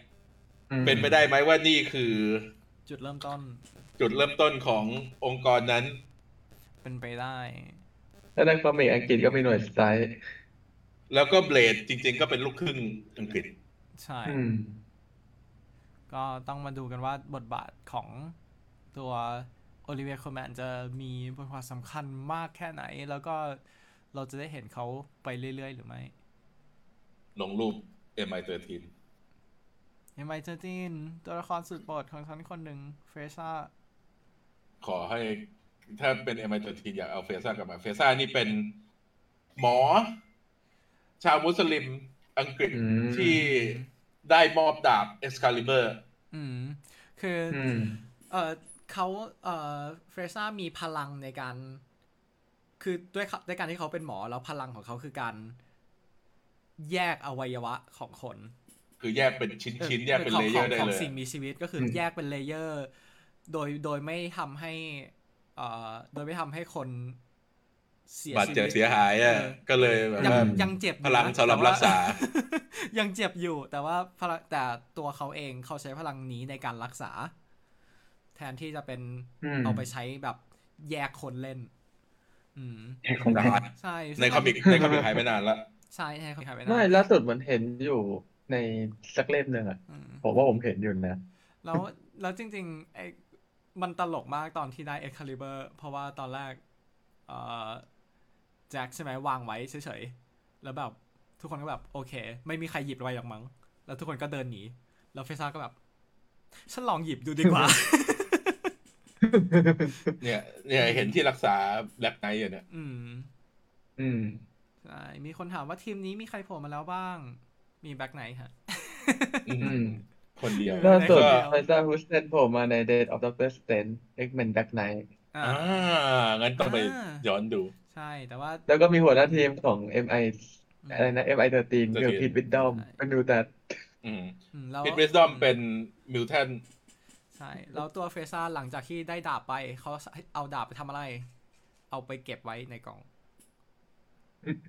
S4: อืม
S2: เป็นไปได้ไหมว่านี่คือ
S1: จุดเริ่มต้น
S2: จุดเริ่มต้นขององค์กรนั้น
S1: เป็นไปได้
S4: แล้วในคอมิกอังกฤษก็มีหน่วยสไตล์
S2: แล้วก็เบลดจริงๆก็เป็นลูกครึ่งอังกฤษ
S1: ใช่
S4: อืม
S1: ก็ต้องมาดูกันว่าบทบาทของตัวโอลิเวียคอมแมนจะมีบทบาทสำคัญมากแค่ไหน แล้วก็เราจะได้เห็นเขาไปเรื่อยๆ หรือไม่
S2: ลงรูป MI13
S1: ยังไงเจอร์จินตัวละครสุดโปรดของฉันคนหนึ่งเฟรชา
S2: ขอให้ถ้าเป็น MI13 อยากเอาเฟซ่ากลับมาเฟซ่านี่เป็นหมอ ชาวมุสลิมอังกฤษ
S4: อืม
S2: ที่ได้มอบดาบ Excalibur
S1: อืม คืออ
S4: อืม
S1: เออเขาเออเฟรชามีพลังในการ คือด้วยเขาด้วยการที่เขาเป็นหมอแล้วพลังของเขาคือการแยกอวัยวะของคน
S2: คือแยกเป็นชิ้นๆแยกเป็น
S1: ข
S2: เล
S1: อง
S2: เยอร์ได้
S1: ของข
S2: เลย
S1: องสิ่งมีชีวิตก็คืออ
S4: ม
S1: แยกเป็นเลเยอร์ โดยโดยไม่ทำให้เอ่อโดยไม่ทำให้คนเสีย
S2: บาด
S1: ชี
S2: เจ็บ
S1: วิต
S2: เสียหายอ่ะ
S1: เออ
S2: ก็เลยแบบ
S1: ยัง
S2: ว่า
S1: ยังเจ็บอยู่
S2: พลัง
S1: นะ
S2: สำหรับ
S1: แต่ว่
S2: รักษา
S1: ยังเจ็บอยู่ แต่ว่าพลังแต่ตัวเขาเองเขาใช้พลังนี้ในการรักษา แทนที่จะเป็น
S4: อืม
S1: เอาไปใช้แบบแยกคนเล่น อืม
S7: ของ
S2: แต่
S7: เรา
S2: ว่า
S1: ใช่
S2: ในคอมิกในคอมิกหายไปนาน ละ
S1: ใช่ในคอมิกหายไปนาน
S4: ไม่ล่าสุดเหมือนเห็นอยู่ในสักเล่มหนึ่งอะ
S1: อืม
S4: ผมว่าผมเห็นอยู่นะ
S1: แล้วแล้วจริงๆไอ้มันตลกมากตอนที่ได้ Excalibur เพราะว่าตอนแรกเอ่อแจ็คใช่ไหมวางไว้เฉยๆ แล้วแบบทุกคนก็แบบโอเค ไม่มีใครหยิบไปหรอกมั้ง แล้วทุกคนก็เดินหนี แล้วเฟซ่าก็แบบ ฉันลองหยิบดูดีกว่า
S2: เนี่ยเนี่ยเห็นที่รักษาแบล็กไนท์อยู่เนี่ย
S1: อืม
S4: อืม
S1: ใช่มีคนถามว่าทีมนี้มีใครโผล่มาแล้วบ้าง มีแบ็คไนท์ฮะ
S4: อืม
S2: คนเดียว
S4: ล่าสุด
S1: ก็
S4: ไฟซ่าฮุสเซนโผล่มาใน Dead of Doctor Strange X-Men Dark Knight
S1: อ่า
S2: อ่างั้นต้องไป
S1: อ่า
S2: ย้อนดู
S1: ใช่แต่ว่า
S4: แล้วก็มีหัวหน้าทีมของ MI อะไรนะ MI13 คือ
S2: 13
S4: Pete Whitcomb เป็นดูแต่
S2: อืม
S1: อืมแล้ว
S2: พิทวิสดอมเป็นมิวแทน
S1: ใช ช่ แล้วตัวเฟซ่าหลังจากที่ได้ดาบไป เขาเอาดาบไปทำอะไร เอาไปเก็บไว้ในกล่อง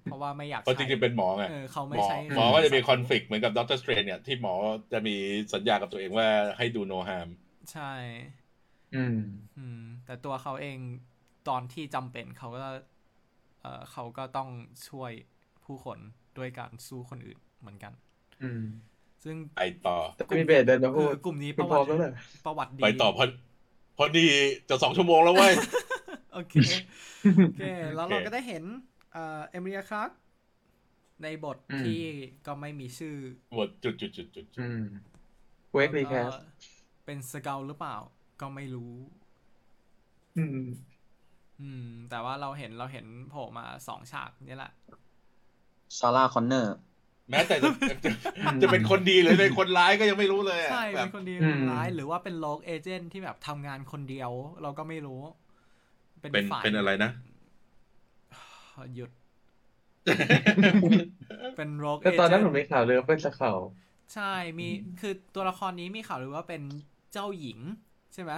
S1: เพราะว่าไม่อยาก
S2: เพราะจ
S1: ใช้
S2: ริงๆเป็นหมอไง
S1: เออเขาไม่
S2: หมอ
S1: ใช้
S2: หมอก็จะมีคอนฟ lict เหมือนกับด็อกเตอร์สเตรนเนี่ยที่หมอจะมีสัญญากับตัวเองว่าให้ดูโนฮาม
S1: ใช่
S4: อืม
S1: อืม แต่ตัวเขาเองตอนที่จำเป็นเขาก็เออเขาก็ต้องช่วยผู้คนด้วยการสู้คนอื่นเหมือนกัน
S4: อืม
S1: ซึ่ง
S2: ไปต่อ
S4: แต่พี่เบสเดินมาพูด
S1: เออกลุ่มนี้
S4: คุณ
S1: ป
S4: พ
S1: ระ
S4: อ
S1: วัติ
S4: ก็เลย
S1: ประวัติดี
S2: ไปต่อพอพอดีจะสองชั่วโมงแล้วเว้ย
S1: โอเค โอ เค แล้วเราก็ได้เห็นเอ่อเอมิเรียคลักในบท
S4: อืม
S1: ที่ก็ไม่มีชื่อ
S2: หมดจุดจุดจุดจุด
S4: อืมเวกรีแค
S1: ล้ว
S4: ส
S1: ก็เป็นสเกลหรือเปล่า ก็ไม่รู้
S7: อืม
S1: อืม แต่ว่าเราเห็นเราเห็นโผล่มาสองฉากเนี่ยแหละ
S6: ซาร่าคอนเนอร์
S2: แม้แต่ จะจะจะเป็นคนดีหรือเป็นคนร้ายก็ยังไม่รู้เลยอะ
S1: ใช่
S2: แบ
S1: เป็
S2: บ
S1: นคนดี
S4: อืม
S1: ร้าย หรือว่าเป็นโลกเอเจนต์ที่แบบทำงานคนเดียว เราก็ไม่รู้ เป็น
S2: เป็น
S1: ฝ่าย
S2: เป็นอะไรนะ
S1: หยุด เป็นโลกเอเจนต์
S4: แต่ตอนนั้นผมมีข่าวเรือเป็นสะเข่า
S1: ใช่ มี คือตัวละครนี้มีข่าวหรือว่าเป็นเจ้าหญิงใช่ไหม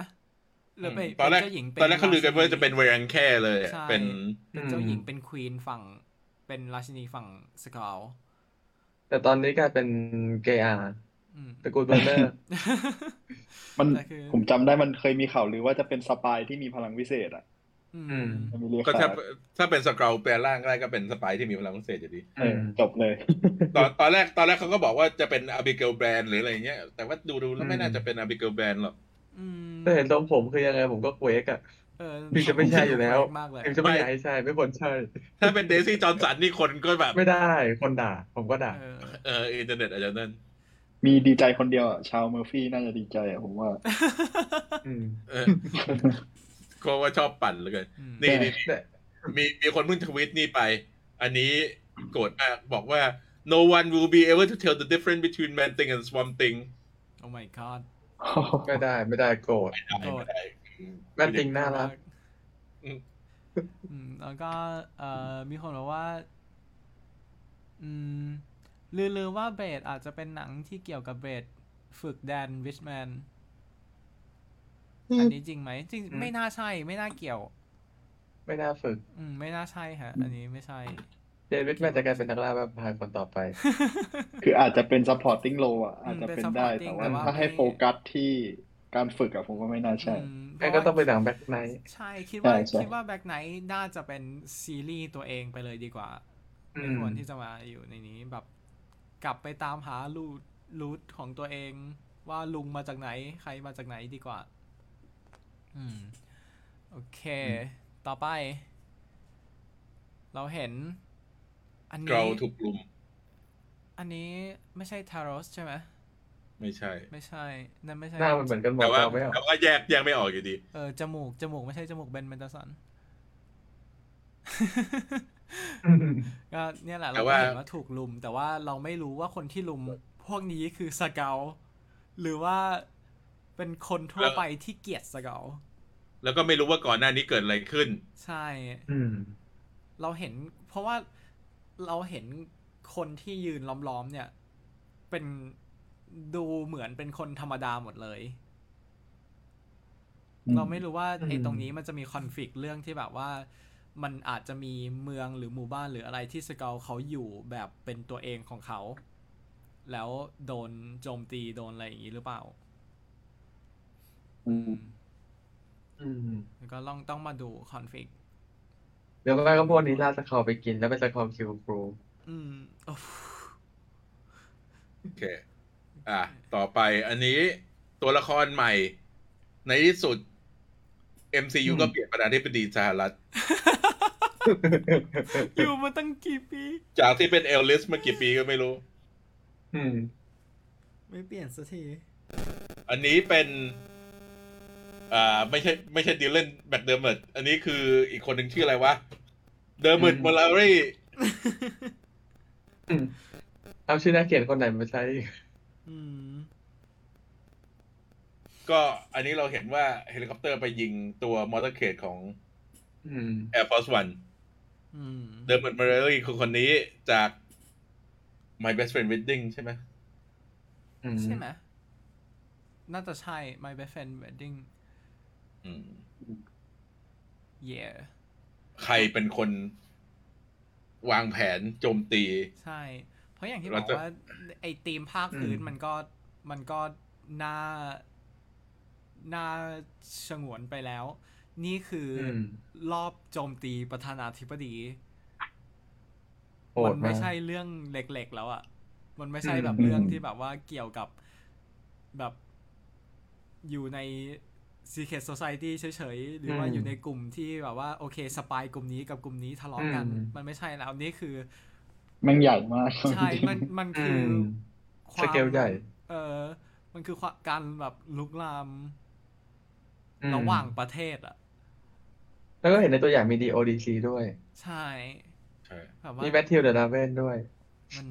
S1: หรือเป็น
S2: ตอนแรก
S1: เป็เจ้าหญิงเป็
S2: ตอนแรกเขาลือกันว่าจะเป็นเวรังแค่เลยอะ
S1: ใช่
S2: เป็น
S1: เป็นเจ้าหญิง เป็นควีนฝั่ง เป็นราชินีฝั่งสกาว
S4: แต่ตอนนี้กลายเป็นเกย์อาร์
S1: อืม
S4: ตระกูลเบอร์เนอร์
S7: มัน
S1: แต่คือ
S7: ผมจำได้มันเคยมีข่าวหรือว่าจะเป็นสปายที่มีพลังวิเศษอ่ะ
S1: อื
S4: อื
S1: ม
S4: ม
S7: มันมีเรีย
S2: ก็ถ้า
S7: ข่าว
S2: ถ้าเป็นสเกลแปลร่างได้ก็เป็นสไปายที่มีพลังพิเศษอยู่ดี
S7: เออจบเลย
S2: ตอนตอนแรกตอนแรกเขาก็บอกว่าจะเป็นอาบิเกลแบรนด์หรืออะไรเงี้ย แต่ว่าดูดูแล้วไม่น่าจะเป็นอาบิเกลแบรนด์หรอก
S1: อืม
S4: แต่เห็นทรงผมคือยังไงผมก็เวกอ่ะ
S1: เออ
S4: ถึงจะไม่ใช่อยู่แล้ว
S1: มากเลย
S4: ถึงจะไม่อยากให้ใช่ไม่ควรใช่
S2: ถ้าเป็นเดซี่จอ h ์ สันนี่คนก็แบบ
S4: ไม่ได้คนด่า ผมก็ด่า
S1: เออ
S2: เอออินเทอร์เน็ตอาจจะนั่น
S7: มีดีใจคนเดียวอ่ะชาวเมอร์ฟี่น่าจะดีใจอ่ะผมว่า
S4: อืม
S2: เออ ก็ว่าชอบปั่นเหลยกัน
S1: อืม
S2: นี่
S7: แต่
S2: นี่นี่มีมีคนเพิ่งทวิตนี่ไป อันนี้โกรธมากบอกว่า no one will be able to tell the difference between man thing and swamp thing
S1: Oh my god
S4: ไม่ได้ไม่ได้โกรธ
S1: โกรธ
S2: ได้อืม
S4: แม่นจริงน่ารัก
S2: อืม
S1: อืม แล้วก็เอ่อมีคนบอกว่า อืมลือๆว่าเบรดอาจจะเป็นหนังที่เกี่ยวกับเบรดฝึกแดนวิชแมน อันนี้จริงไหมจริง
S4: อืม
S1: ไม่น่าใช่ ไม่น่าเกี่ยว
S4: ไม่น่าฝึก
S1: อืม ไม่น่าใช่ฮะ อันนี้ไม่ใช่
S4: เดวิดแม่นจะกลายเป็นนักล่าแบบพายคนต่อไป
S7: คืออาจจะเป็น supporting role อ่ะอาจจะเป็นได้
S1: เป็น supporting
S7: แต่
S1: แต่
S7: ว่า
S1: ว่า
S7: ถ้าให้
S1: ไม่
S7: โฟกัสที่การฝึกอ่ะผมว่าไม่น่าใช่
S1: อืม
S4: แม่นก็ต้องไปหนังแบ็คไนท์
S1: ใช่ คิดว่า
S7: ใช่ใช่
S1: คิดว่าแบ็กไนท์น่าจะเป็นซีรีส์ตัวเองไปเลยดีกว่า
S4: อืม
S1: ไม่ควรที่จะมาอยู่ในนี้แบบกลับไปตามหารูทรูทของตัวเอง ว่าลุงมาจากไหน ใครมาจากไหนดีกว่า อืม โอเค ต่อไป เราเห็น อัน
S2: เรา
S1: นี้
S2: ถูกลุม
S1: อันนี้ไม่ใช่ทารอสใช่ไหม
S2: ไม่ใช่
S1: ไม่ใช่นั่นไม่ใช่
S4: หน้ามันเหมือนกันหมด
S2: แต่ว่า
S4: เราไม่ออก
S2: แต่ว่าแยกแยกไม่ออกอยู่ดี
S1: เออจมูก จมูกไม่ใช่จมูกเบนเมนเดลสัน ก็เนี่ยแหละ
S2: แต่
S1: เรา
S2: ว่า
S1: ก็เห็นว่าถูกลุม แต่ว่าเราไม่รู้ว่าคนที่ลุมพวกนี้คือสเกลหรือว่าเป็นคนทั่วไปที่เกลียดสเกล
S2: แล้วก็ไม่รู้ว่าก่อนหน้านี้เกิดอะไรขึ้น
S1: ใช่
S4: อืม
S1: เราเห็น เพราะว่าเราเห็นคนที่ยืนล้อมๆเนี่ย เป็นดูเหมือนเป็นคนธรรมดาหมดเลย เราไม่รู้ว่าไอ้
S4: อืม
S1: ตรงนี้มันจะมีคอนฟ lict เรื่องที่แบบว่ามันอาจจะมีเมืองหรือหมู่บ้านหรืออะไรที่สเกลเขาอยู่แบบเป็นตัวเองของเขา แล้วโดนโจมตีโดนอะไรอย่างนี้หรือเปล่า
S7: อืม
S4: อืม
S1: แล้วก็ต้องต้องมาดูคอนฟ lict
S4: เดี๋ยวแม่ก็พวกนี้ล่าสคอไปกินแล้วไปสคอคิวครู
S1: อืมโอ้โห
S2: โอเค อ่ะ ต่อไปอันนี้ตัวละครใหม่ ในที่สุด MCU ก็เปลี่ยนประธานาธิบดีสหรัฐ
S1: อยู่มาตั้งกี่ปี
S2: จากที่เป็นเอลลิสมากี่ปีก็ไม่รู้
S4: อืม
S1: ไม่เปลี่ยนสักที
S2: อันนี้เป็น อ่า ไม่ใช่ ไม่ใช่ดิลเลนแบกเดอร์เมิร์ดอันนี้คืออีกคนหนึ่งชื่ออะไรวะ เดอร์เมิร์ด
S4: อืม
S2: มอลลารี
S4: อืมเอาชื่อนักเขียนคนไหนมาใช้
S1: อืม
S2: ก็อันนี้เราเห็นว่าเฮลิคอปเตอร์ไปยิงตัวมอเตอร์เคดของ
S4: อืม
S2: Air Force One
S1: อืม
S2: เดอร์เมิร์ดมอลลารีคือคนนี้จาก My Best Friend Wedding ใช่ไหม
S4: อืม
S1: ใช่ไหม น่าจะใช่ My Best Friend Wedding
S2: อืม
S1: yeah
S2: ใครเป็นคนวางแผนโจมตี
S1: ใช่ เพราะอย่างที่บ
S2: เรา
S1: อก
S2: จะ
S1: ว่าไอ้ธีมภาคพื้น
S2: อืม
S1: มันก็มันก็น่าน่าชงวนไปแล้ว นี่คืออ
S4: ม
S1: รอบโจมตีประธานาธิบดี
S4: โห
S1: มั
S4: ด
S1: นไม่
S4: มาก
S1: ใช่เรื่องเล็กๆแล้วอะ่ะ มันไม่ใช่
S7: อืม
S1: แบบเรื่องที่แบบว่าเกี่ยวกับแบบอยู่ใน Secret Society เฉยๆ หรือว่า
S4: อืม
S1: อยู่ในกลุ่มที่แบบว่า โอเคสปายกลุ่มนี้กับกลุ่มนี้ทะเลาะกัน
S4: อืม
S1: มันไม่ใช่แล้วนี่คือ
S7: แม่งใหญ่มาก
S1: ใช่ มันมันคืออ
S4: ม
S1: ความ
S4: สเกลใหญ่
S1: เออ มันคือความการแบบลุกลาม
S4: อืม
S1: ระหว่างประเทศอ่ะ
S4: แล้วก็เห็นในตัวอย่างมี DODC ด้วย
S1: ใช่
S2: ใช่
S1: แบบว่า
S4: มี Matthew the Raven ด้วย
S1: มัน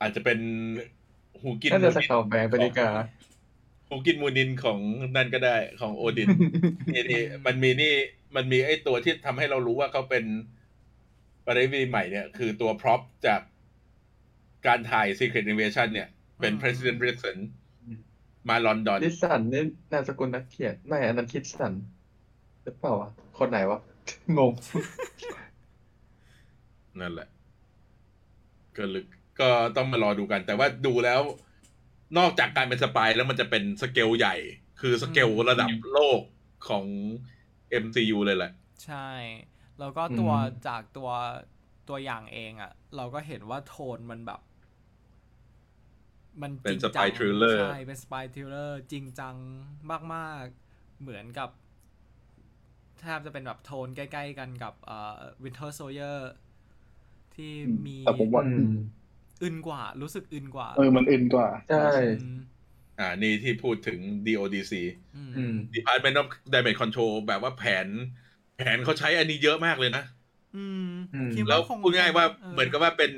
S2: อาจจะเป็นหูกิน
S4: น่าจะสกาวแบงค์ไปดีกา
S2: หูกินมูนินของนั่นก็ได้ของโอดิน นี่นี่มันมีนี่มันมีไอ้ตัวที่ทำให้เรารู้ว่าเขาเป็นปริวีใหม่เนี่ย คือตัวพร็อพจากการถ่าย Secret Invasion เนี่ย เป็น
S1: อืม
S2: President Wilson
S4: อืม
S2: มาลอนดอน
S4: ดิสสันนี่นามสกุลนักเขียนไม่อันนั้นคิดสันหรือเปล่าวะ คนไหนวะ งง
S2: นั่นแหละก็ลึกก็ต้องมารอดูกัน แต่ว่าดูแล้ว นอกจากการเป็นสปายแล้วมันจะเป็นสเกลใหญ่ คือสเกลระดับโลกของ MCU เลยแหละ
S1: ใช่ แล้วก็ตัว
S4: อืม
S1: จากตัวตัวอย่างเองอะ่ะ เราก็เห็นว่าโทนมันแบบ มัน
S2: เป็น
S1: จริงจัง
S2: spy thriller
S1: ใช่ เป็นสปายทริลเลอร์จริงจังมากๆ เหมือนกับแทบจะเป็นแบบโทนใกล้ๆกันกับเอ่อวินเทอร์โซเยอร์ที่มี
S7: แต่ผมว่า
S4: อืม
S1: อึนกว่า รู้สึกอึนกว่า
S7: เออมันอื่นกว่า
S4: ใช่
S1: ม
S2: อ่า นี่ที่พูดถึง DODC
S1: อืม
S4: อืม
S2: Department of Damage Control แบบว่าแผน แผนเขาใช้อันนี้เยอะมากเลยนะ
S1: อืม
S4: อืม
S1: คิด
S2: แล้ว
S1: ค
S2: พูดง่ายๆว่า
S1: ออ
S2: เหมือนกับว่าเป็น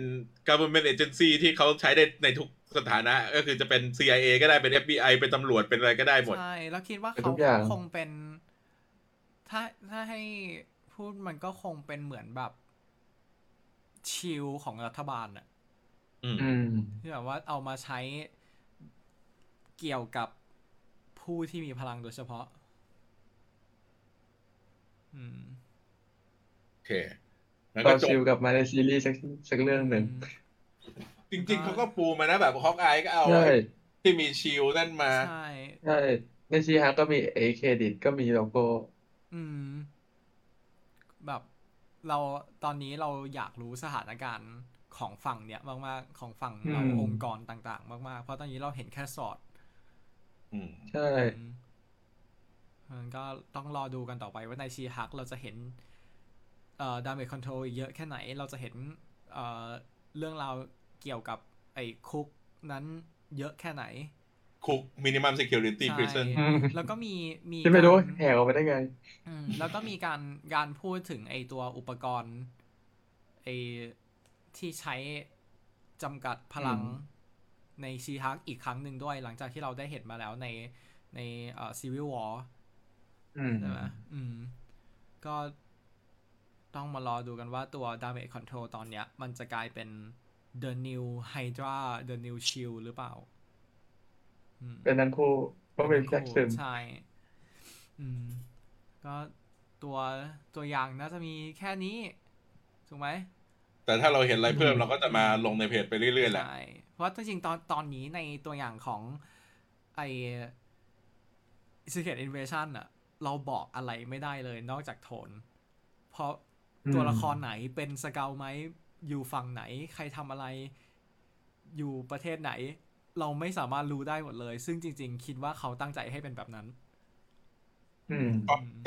S2: government agency ที่เขาใช้ได้ในทุกสถานะ ก็คือจะเป็น CIA ก็ได้เป็น FBI เป็นตำรวจเป็นอะไรก็ได้หมด
S1: ใช่ แล้วคิดว่า
S4: เป็น
S1: เขา
S4: ทุกอย่าง
S1: คงเป็น ถ้าถ้าให้พูดมันก็คงเป็นเหมือนแบบชิลของรัฐบาลอะ
S2: อืม
S4: อืม
S1: ที่แบบว่าเอามาใช้เกี่ยวกับผู้ที่มีพลังโดยเฉพาะ อืม
S2: โอเคแล้ว
S4: ต
S2: ก็
S4: อน
S2: จบ
S4: ชิลกลับมาในซีรีส์สักสักเรื่องหนึ่ง
S2: จริงๆ เขาก็ปูมานะแบบฮอกอายก็เอา
S4: ใช่
S2: ที่มีชิลนั่นมา
S1: ใช่
S4: ใช่ในชีฮะก็มีเอเครดิตก็มีโลโก้
S1: อืม แบบเราตอนนี้เราอยากรู้สถานการณ์ของฝั่งเนี้ยมากๆของฝั่งเรา
S4: อืม
S1: องค์กรต่างๆ มากๆ เพราะตอนนี้เราเห็นแค่สอด
S2: อืม
S4: ใช่
S1: อืมมันก็ต้องรอดูกันต่อไปว่าในชีฮักเราจะเห็นเอ่อดามเมจคอนโทรลเยอะแค่ไหน เราจะเห็นเอ่อเรื่องราวเกี่ยวกับไอ้คุกนั้นเยอะแค่ไหน
S2: คุกมินิมัม s e ค u r ิตี้
S1: ใช่
S2: พรีเซน
S4: อืม
S1: แล้วก็มีมี
S4: ที่ไม่รู้
S1: การ
S4: แหกออกไปได้ไง
S1: อืมแล้วก็มีการการพูดถึงไอตัวอุปกรณ์ไอที่ใช้จำกัดพลัง
S4: อืม
S1: ในชีฮักอีกครั้งหนึ่งด้วย หลังจากที่เราได้เห็นมาแล้วในในเอ่อซีวิววอร์
S4: อืม
S1: ใช่ไหมอืม ก็ต้องมารอดูกันว่าตัว Damage Control ตอนเนี้ย มันจะกลายเป็น The New Hydra The New Shield หรือเปล่าอืม
S4: เป็นทั้งคู่ก็เป็นแจ็คสัน
S1: ใช่ อืม ก็ตัวตัวอย่างน่าจะมีแค่นี้ ถูกไหม
S2: แต่ถ้าเราเห็นอะไรเพิ่มเราก็จะมาลงในเพจไปเรื่อยๆแหละ
S1: ใช่ เพราะจริงๆตอนตอนนี้ในตัวอย่างของไอ Secret Invasion อะเราบอกอะไรไม่ได้เลยนอกจากโทน เพราะตัว
S4: อืม
S1: ละครไหนเป็นสเกลไหม อยู่ฝั่งไหน ใครทำอะไร อยู่ประเทศไหน เราไม่สามารถรู้ได้หมดเลย ซึ่งจริง ๆ คิดว่าเขาตั้งใจให้เป็นแบบนั้น
S4: อื ม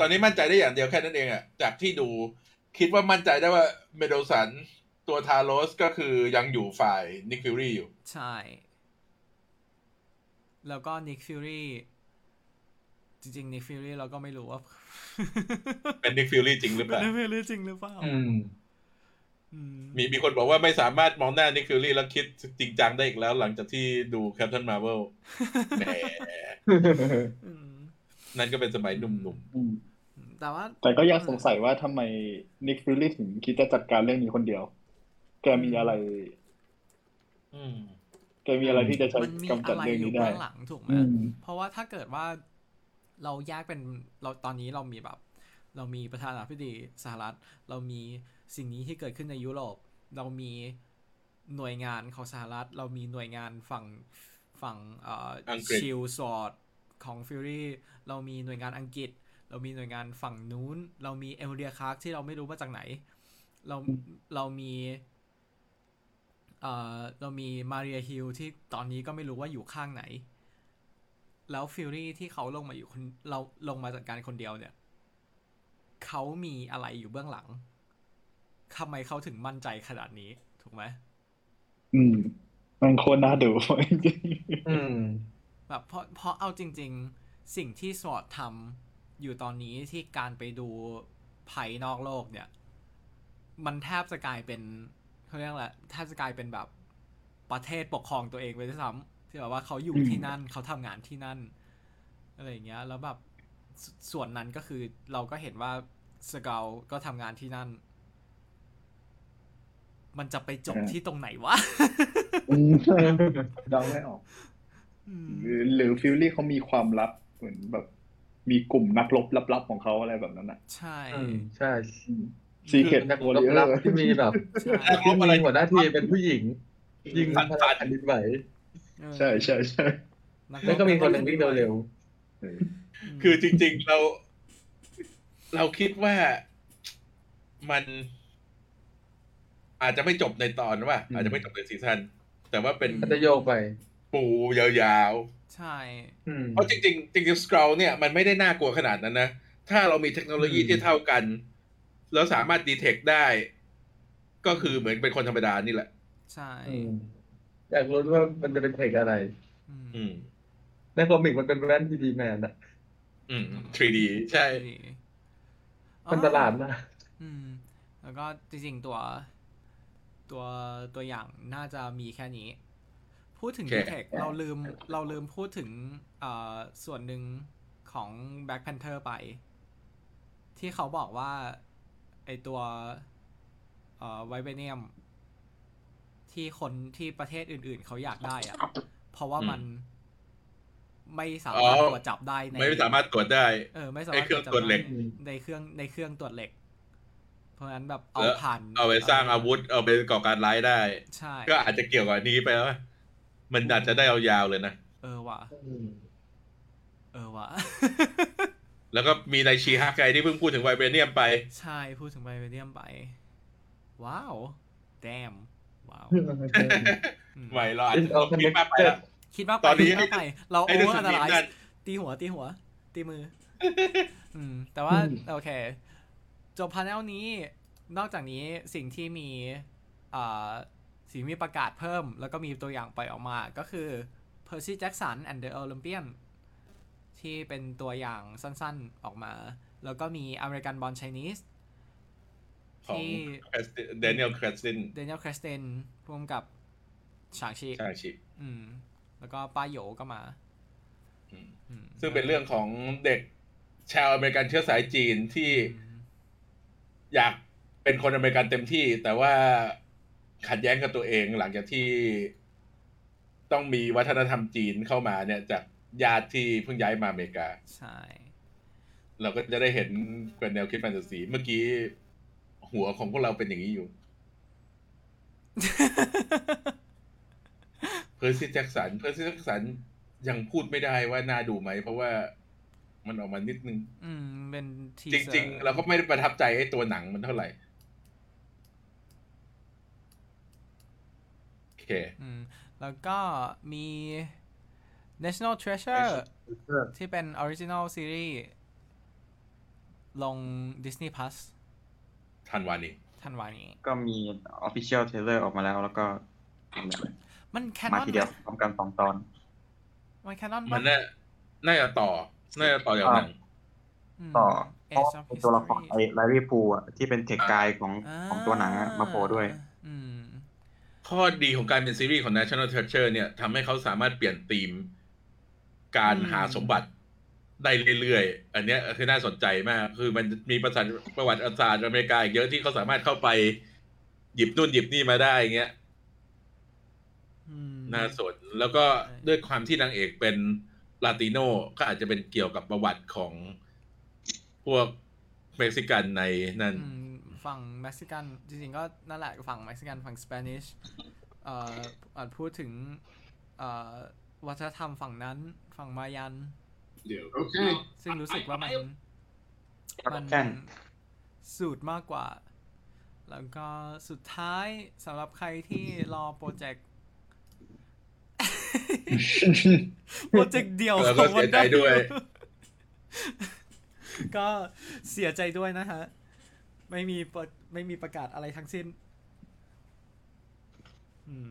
S2: ตอนนี้มั่นใจได้อย่างเดียวแค่นั้นเองอ่ะ จากที่ดู คิดว่ามั่นใจได้ว่าเมโดสันตัวทาโรสก็คือยังอยู่ฝ่ายนิกฟิ u รี่อยู่
S1: ใช่ แล้วก็นิกฟิ u รี่จริงๆนิกฟิวรี่เราก็ไม่รู้ว่า
S2: เป็นนิกฟิ u รี่จริงหรือเป
S1: เป็น
S2: ล่า
S1: นิกฟิวรี่จริงหรือเปล่า
S4: อืม
S1: อืม
S2: มีมีคนบอกว่าไม่สามารถมองหน้านิกฟิ u รี่แล้วคิดจริงจังได้อีกแล้ว หลังจากที่ดูแคปทันมาร์เวลแหม
S1: อืม
S2: นั่นก็เป็นสมัยหนุ่ม
S7: อืม
S1: แต่ว่า
S7: แต่ก็ยังสงสัยว่าทำไมนิกฟิลลี่ถึงคิดจะจัดการเรื่องนี้คนเดียว แกมีอะไร
S2: ๆอืม
S7: แกมีอะไรที่จะใช้
S1: มันมี
S7: กำ
S1: อะ
S7: จัด
S1: ไร
S7: เรื่อง
S1: อยู่
S7: นี้ได้
S1: เบื้องหลังถูกไหม
S7: อืม
S1: เพราะว่าถ้าเกิดว่าเราแยกเป็นเราตอนนี้เรามีแบบ เรามีประธานาธิบดีสหรัฐ เรามีสิ่งนี้ที่เกิดขึ้นในยุโรป เรามีหน่วยงานของสหรัฐ เรามีหน่วยงานฝั่งฝั่งเอ่อ
S2: อังกฤษ
S1: ชิลสอดของฟิรี่เรามีหน่วยงานอังกฤษ เรามีหน่วยงานฝั่งนู้น เรามีเอ r เ a ียคาร์ที่เราไม่รู้มาจากไหน เราเรามี เอ่อเรามีมาเรียฮิลที่ตอนนี้ก็ไม่รู้ว่าอยู่ข้างไหน แล้วฟิลลี่ที่เขาลงมาอยู่คนเราลงมาจัดการคนเดียวเนี่ย เขามีอะไรอยู่เบื้องหลังทำไมเขาถึงมั่นใจขนาดนี้ ถูกไหม
S7: อืม มันโคตรน่าดูจริง
S4: อืม
S1: แบบเพราะเพราะเอาจริง ๆ สิ่งที่สวอตทำอยู่ตอนนี้ที่การไปดูภายนอกโลกเนี่ย มันแทบจะกลายเป็นเขาเรียกอะไรแทบจะกลายเป็นแบบประเทศปกครองตัวเองไปด้วยซ้ำที่แบบว่าเขาอยู่ที่นั่นเขาทำงานที่นั่นอะไรอย่างเงี้ย แล้วแบบสส่วนนั้นก็คือเราก็เห็นว่าสเกลก็ทำงานที่นั่น มันจะไปจบที่ตรงไหนวะ
S7: ๆเดาไม่ออก
S1: อืม
S7: หรือหรือฟิลลี่เขามีความลับเหมือนแบบ มีกลุ่มนักรบลับๆของเขาอะไรแบบนั้นอ่ะ
S1: ใช่
S4: อืม ใช่
S7: ซีเค
S4: เห็
S7: ท
S4: นนักรบลับที่มีแบบ
S1: ใช่
S2: นักรบอะไร
S4: ที่มีหัวหน้าทีมเป็นผู้หญิง ยิง
S2: พัน
S4: พ
S2: พั
S4: ลั
S2: น
S4: งแผ่นดินไหว
S7: ใช่ใช่ใช่
S4: แล้วก็มีคนหนึ่งวิ่งเร็ว
S1: ม
S2: คือจริง ๆ เรา เราคิดว่ามัน อาจจะไม่จบในตอนว่า อาจจะไม่จบในซีซั่นแต่ว่าเป็น
S4: ๆมันจะโยกไป
S2: ปูยาว
S1: ใช่
S4: อืม
S2: ๆเพราะจริง ๆ จริงๆสครอเนี่ยมันไม่ได้น่ากลัวขนาดนั้นนะถ้าเรามีเทคโนโลยี
S4: อืม
S2: ที่เท่ากัน แล้วสามารถดีเทคได้ ก็คือเหมือนเป็นคนธรรมดานี่แหละ
S1: ใช่
S4: อืมอยากรู้ว่ามันจะเป็นเพลงอะไร
S1: อืม
S2: อืม
S4: ในคอมิกมันเป็นแว่นทีดีแมนอะ
S2: อืม 3D ใช่
S1: ดี
S4: มันตลาดนะ
S1: อืม แล้วก็จริงๆตัว ตัวตัวอย่างน่าจะมีแค่นี้ พูดถึง
S2: โอเค
S1: ดีเทคเราลืมเราลืมพูดถึงเอ่อส่วนหนึ่งของ Black Panther ไป ที่เขาบอกว่า ไอตัวเอ่อไวเบเนียม ที่คนที่ประเทศอื่นๆ เขาอยากได้อะ เพราะว่ามันไม่สามารถตรวจจับได้ใน
S2: ไม่สามารถตรวจได้
S1: เออไม่สามารถ
S2: ไอ้เครื่องตรวจเหล็ก
S1: จับได้ในเครื่องในเครื่องตรวจเหล็ก เพราะฉะนั้นแบบเอาผ่าน
S2: เอาไปสร้างอาวุธ เอาไปก่อการร้ายได้
S1: ใช่
S2: ก็อาจจะเกี่ยวกับอันนี้ไปแล้ว มันอาจจะได้เอายาวเลยนะ
S1: เออว่ะเออว่ะ
S2: แล้วก็มีในชีฮักไกที่เพิ่งพูดถึงไวเบเนียมไป
S1: ใช่ พูดถึงไบเบเนียมไป ว้าว แดม ว้าวอืม
S2: ไหวรอดคิดมากไปแล้ว
S1: คิดว่าไป
S2: ตอนนี้
S1: คิดว่าไป เรา
S2: ให้
S1: โอ
S2: ดู
S1: เวอร์
S2: ส
S1: อัน
S2: ปี
S1: ต
S2: ด
S1: ราย
S2: นั่น
S1: ตีหัวตีหัว ตีมือ อืม แต่ว่า โอเค จบพาร์เนลนี้ นอกจากนี้สิ่งที่มีเอ่อสิ่งที่มีประกาศเพิ่ม แล้วก็มีตัวอย่างปล่อยออกมาก็คือ Percy Jackson and the Olympian ที่เป็นตัวอย่างสั้นๆออกมา แล้วก็มี American Born Chinese
S2: ของ
S1: ที่
S2: เดนิเอลครสติน
S1: เดนิเอลครสเตนร่วมกับฉางชี
S2: ชาชิ
S1: อืม แล้วก็ป้าโหยก็มา
S2: อืม
S1: อืม
S2: ซึ่งเป็นเรื่องของเด็กชาวอเมริกันเชื้อสายจีนที่
S1: อืม
S2: อยากเป็นคนอเมริกันเต็มที่ แต่ว่าขัดแย้งกับตัวเองหลังจากที่ต้องมีวัฒนธรรมจีนเข้ามาเนี่ย จากญาติที่เพิ่งย้ายมาอเมริกา
S1: ใช่
S2: เราก็จะได้เห็นเป็นแนวคิดแฟนตาซีเมื่อกี้ หัวของพวกเราเป็นอย่างนี้อยู่เพอร์ซี่แจ็คสันเพอร์ซี่แจ็คสันยังพูดไม่ได้ว่าน่าดูไหม เพราะว่ามันออกมานิดนึง
S1: อืม เป็นที
S2: จริง ๆ เราก็ไม่ได้ประทับใจไอ้ตัวหนังมันเท่าไหร่ โอเค
S1: อืม แล้วก็มี National Treasure ที่เป็น Original Series ลง Disney Plus
S2: ทันวานี
S1: ธันวานี้
S6: ก็มี Official Trailer ออกมาแล้ว แล้วก็
S1: มันแคน
S6: มาน
S1: อน
S6: ทีเดียวพร้อมกันสองตอน
S1: มันแคนนอน
S2: มันน่าน่าจะต่อ น่าจะต่อจากหนัง
S6: ต่อเพ
S1: เอ
S6: ราะ
S1: ช
S6: ว่ามีตัวละครไอ้ไลรี่ปูอะที่เป็นเทคกายของของตัวหนังอะมาโผล่ด้วย
S1: อืม
S2: ข้อดีของการเป็นซีรีส์ของ National Treasure เนี่ยทำให้เขาสามารถเปลี่ยนธีม การ
S1: อืม
S2: หาสมบัติได้เรื่อยๆ อันเนี้ยคือน่าสนใจมาก คือมันมีประวัติประวัติศาสตร์อเมริกาอีกเยอะที่เขาสามารถเข้าไปหยิบนู่นหยิบนี่มาได้อย่างเงี้ย
S1: อืม
S2: น น่าสน แล้วก็ด้วยความที่นางเอกเป็นลาติโนก็อาจจะเป็นเกี่ยวกับประวัติของพวกเม็กซิกันในนั่น
S1: อืมฝั่งเม็กซิกันจริงๆก็นั่นแหละฝั่งเม็กซิกันฝั่งสเปนิชเอ่ออาจพูดถึงเอ่อวัฒนธรรมฝั่งนั้นฝั่งมายัน
S7: เดี๋ยว
S1: ซึ่งรู้สึกว่ามันมัน
S6: กัน
S1: สูตรมากกว่า แล้วก็สุดท้ายสำหรับใครที่รอโปรเจกต์ โปรเจกต์เดียว
S2: แล้ว
S1: ข
S2: ก็
S1: องวัน
S2: เสียใจด้วย
S1: ก็เสียใจด้วยนะฮะ ไม่มีปรไม่มีประกาศอะไรทั้งสิ้น อืม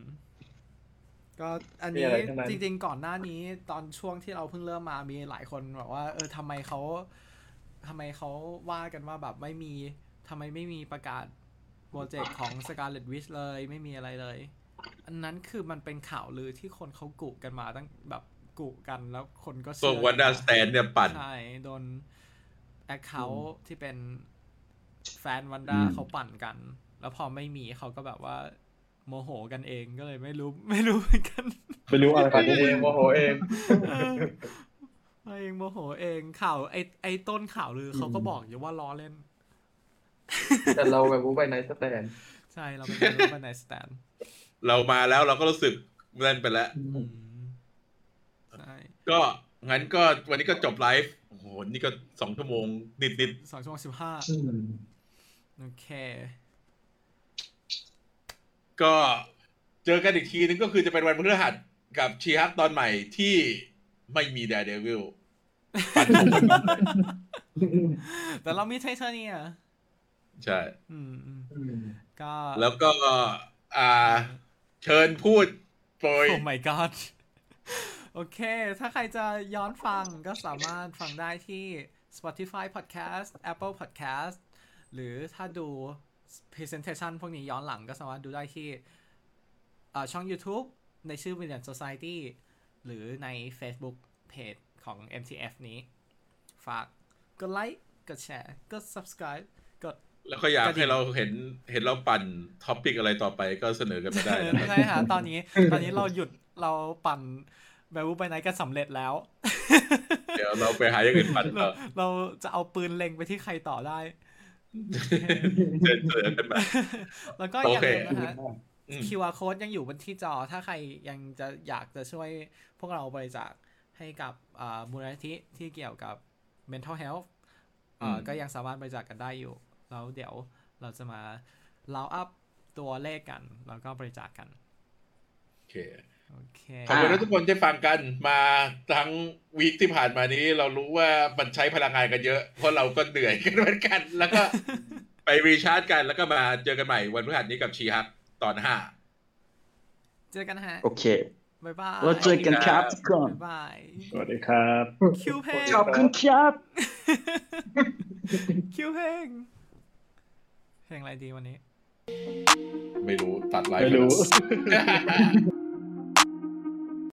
S1: ก็อัน
S4: มี
S1: นี้
S4: อะไรทั้งนั้น
S1: จริง ๆ ก่อนหน้านี้ตอนช่วงที่เราเพิ่งเริ่มมามีหลายคนบอกว่า เออทำไมเขาทำไมเขาว่ากันว่าแบบไม่มีทำไมไม่มีประกาศโปรเจกต์ของ Scarlet Witch เลยไม่มีอะไรเลย อันนั้นคือมันเป็นข่าวลือที่คนเขากุกันมาตั้งแบบกุกันแล้วคนก็
S2: พวกวันดาสแตนเนี่ยปั่น
S1: ใช่โดนแอคเคาท์ที่เป็นแฟนวันดา
S6: อืม
S1: เขาปั่นกัน แล้วพอไม่มีเขาก็แบบว่าโมโหกันเองก็เลยไม่รู้ ไม่รู้เหมือนกัน
S7: ไม่รู้อะไร
S4: ตั
S7: กั
S4: ด
S7: น
S4: เองโมโหเอง
S1: เออเราเองโมโหเองข่าวไอไอต้นข่าวลือเขาก็บอกอยู่ว่าล้อเล่น
S4: แต่เราแบบวูไปไหนสแตน
S1: ใช่เราเป็นรูปในสแตน
S2: เรามาแล้วเราก็รู้สึกเล่นไปแล้ว
S1: ใช่
S2: ก็งั้นก็วันนี้ก็จบไลฟ์โอ้โหนี่ก็สองชั่วโมงนิด
S1: สองชั่วโมงสิบห้าโอเค
S2: ๆ ก็เจอกันอีกทีนึงก็คือจะเป็นวันพฤหัสกับชีฮักตอนใหม่ที่ไม่มีแดร์เดวิล
S1: แต่เรามีไทเทเนีย
S2: ใช่
S1: อืมอืมก็
S2: แล้วก็อ่าเชิญพูดโปรย
S1: โอ้ my god โอเค ถ้าใครจะย้อนฟังก็สามารถฟังได้ที่ Spotify Podcast Apple Podcast หรือถ้าดู Presentation พวกนี้ย้อนหลังก็สามารถดูได้ที่เอ่อช่อง YouTube ในชื่อ Million Society หรือใน Facebook Page ของ MTF นี้ ฝากกดไลค์กดแชร์กด subscribe กด
S2: แล้วก็อยาก
S1: กระดิ่ง
S2: ให้เราเห็นเห็นเราปั่นท็อปิกอะไรต่อไปก็เสนอกันมาได้นะครับ
S1: ใช่ฮะตอน นี้ ตอนนี้เราหยุดเราปั่นแบบวูไปไหนกันสำเร็จแล้ว
S2: เดี๋ยวเราไปหาอย่างอื่นปั่น
S1: เรา
S2: ต่อ
S1: เราจะเอาปืนเล็งไปที่ใครต่อได้
S2: เชิญเสนอกันมา
S1: แล้วก็
S2: โอ
S1: อย่าง
S2: เค
S1: หนึงนะฮะ
S2: อืม
S1: QR code ยังอยู่บนที่จอ ถ้าใครยังจะอยากจะช่วยพวกเราบริจาคให้กับอ่ามูลนิธิที่เกี่ยวกับ mental health อ่า
S2: อืม
S1: ก็ยังสามารถบริจาคกันได้อยู่ แล้วเดี๋ยวเราจะมาเล่าอัพตัวเลขกัน แล้วก็บริจาคกัน
S2: โอเค
S1: โอเค
S2: ขอบคุณทุกคนที่ฟังกันมาทั้งวีคที่ผ่านมานี้ เรารู้ว่ามันใช้พลังงานกันเยอะ เพราะเราก็เหนื่อยกันเหมือนกัน แล้วก็ ไปรีชาร์จกันแล้วก็มาเจอกันใหม่วันพฤหัสนี้กับชีฮักตอนห้า
S1: เจอกันฮะ
S6: โอเค
S1: บ๊ายบาย
S6: แล้วเจอกันครับทุกคน
S1: บ๊ายบาย
S7: สวัสดีครับ
S1: คิวเพลง
S6: ขอบ คุณครับ
S1: คิวเพลง เพลงอะไรดีวันนี้
S2: ไม่รู้ตัดไลฟ์
S7: ไม่รู้
S2: ปแล้ว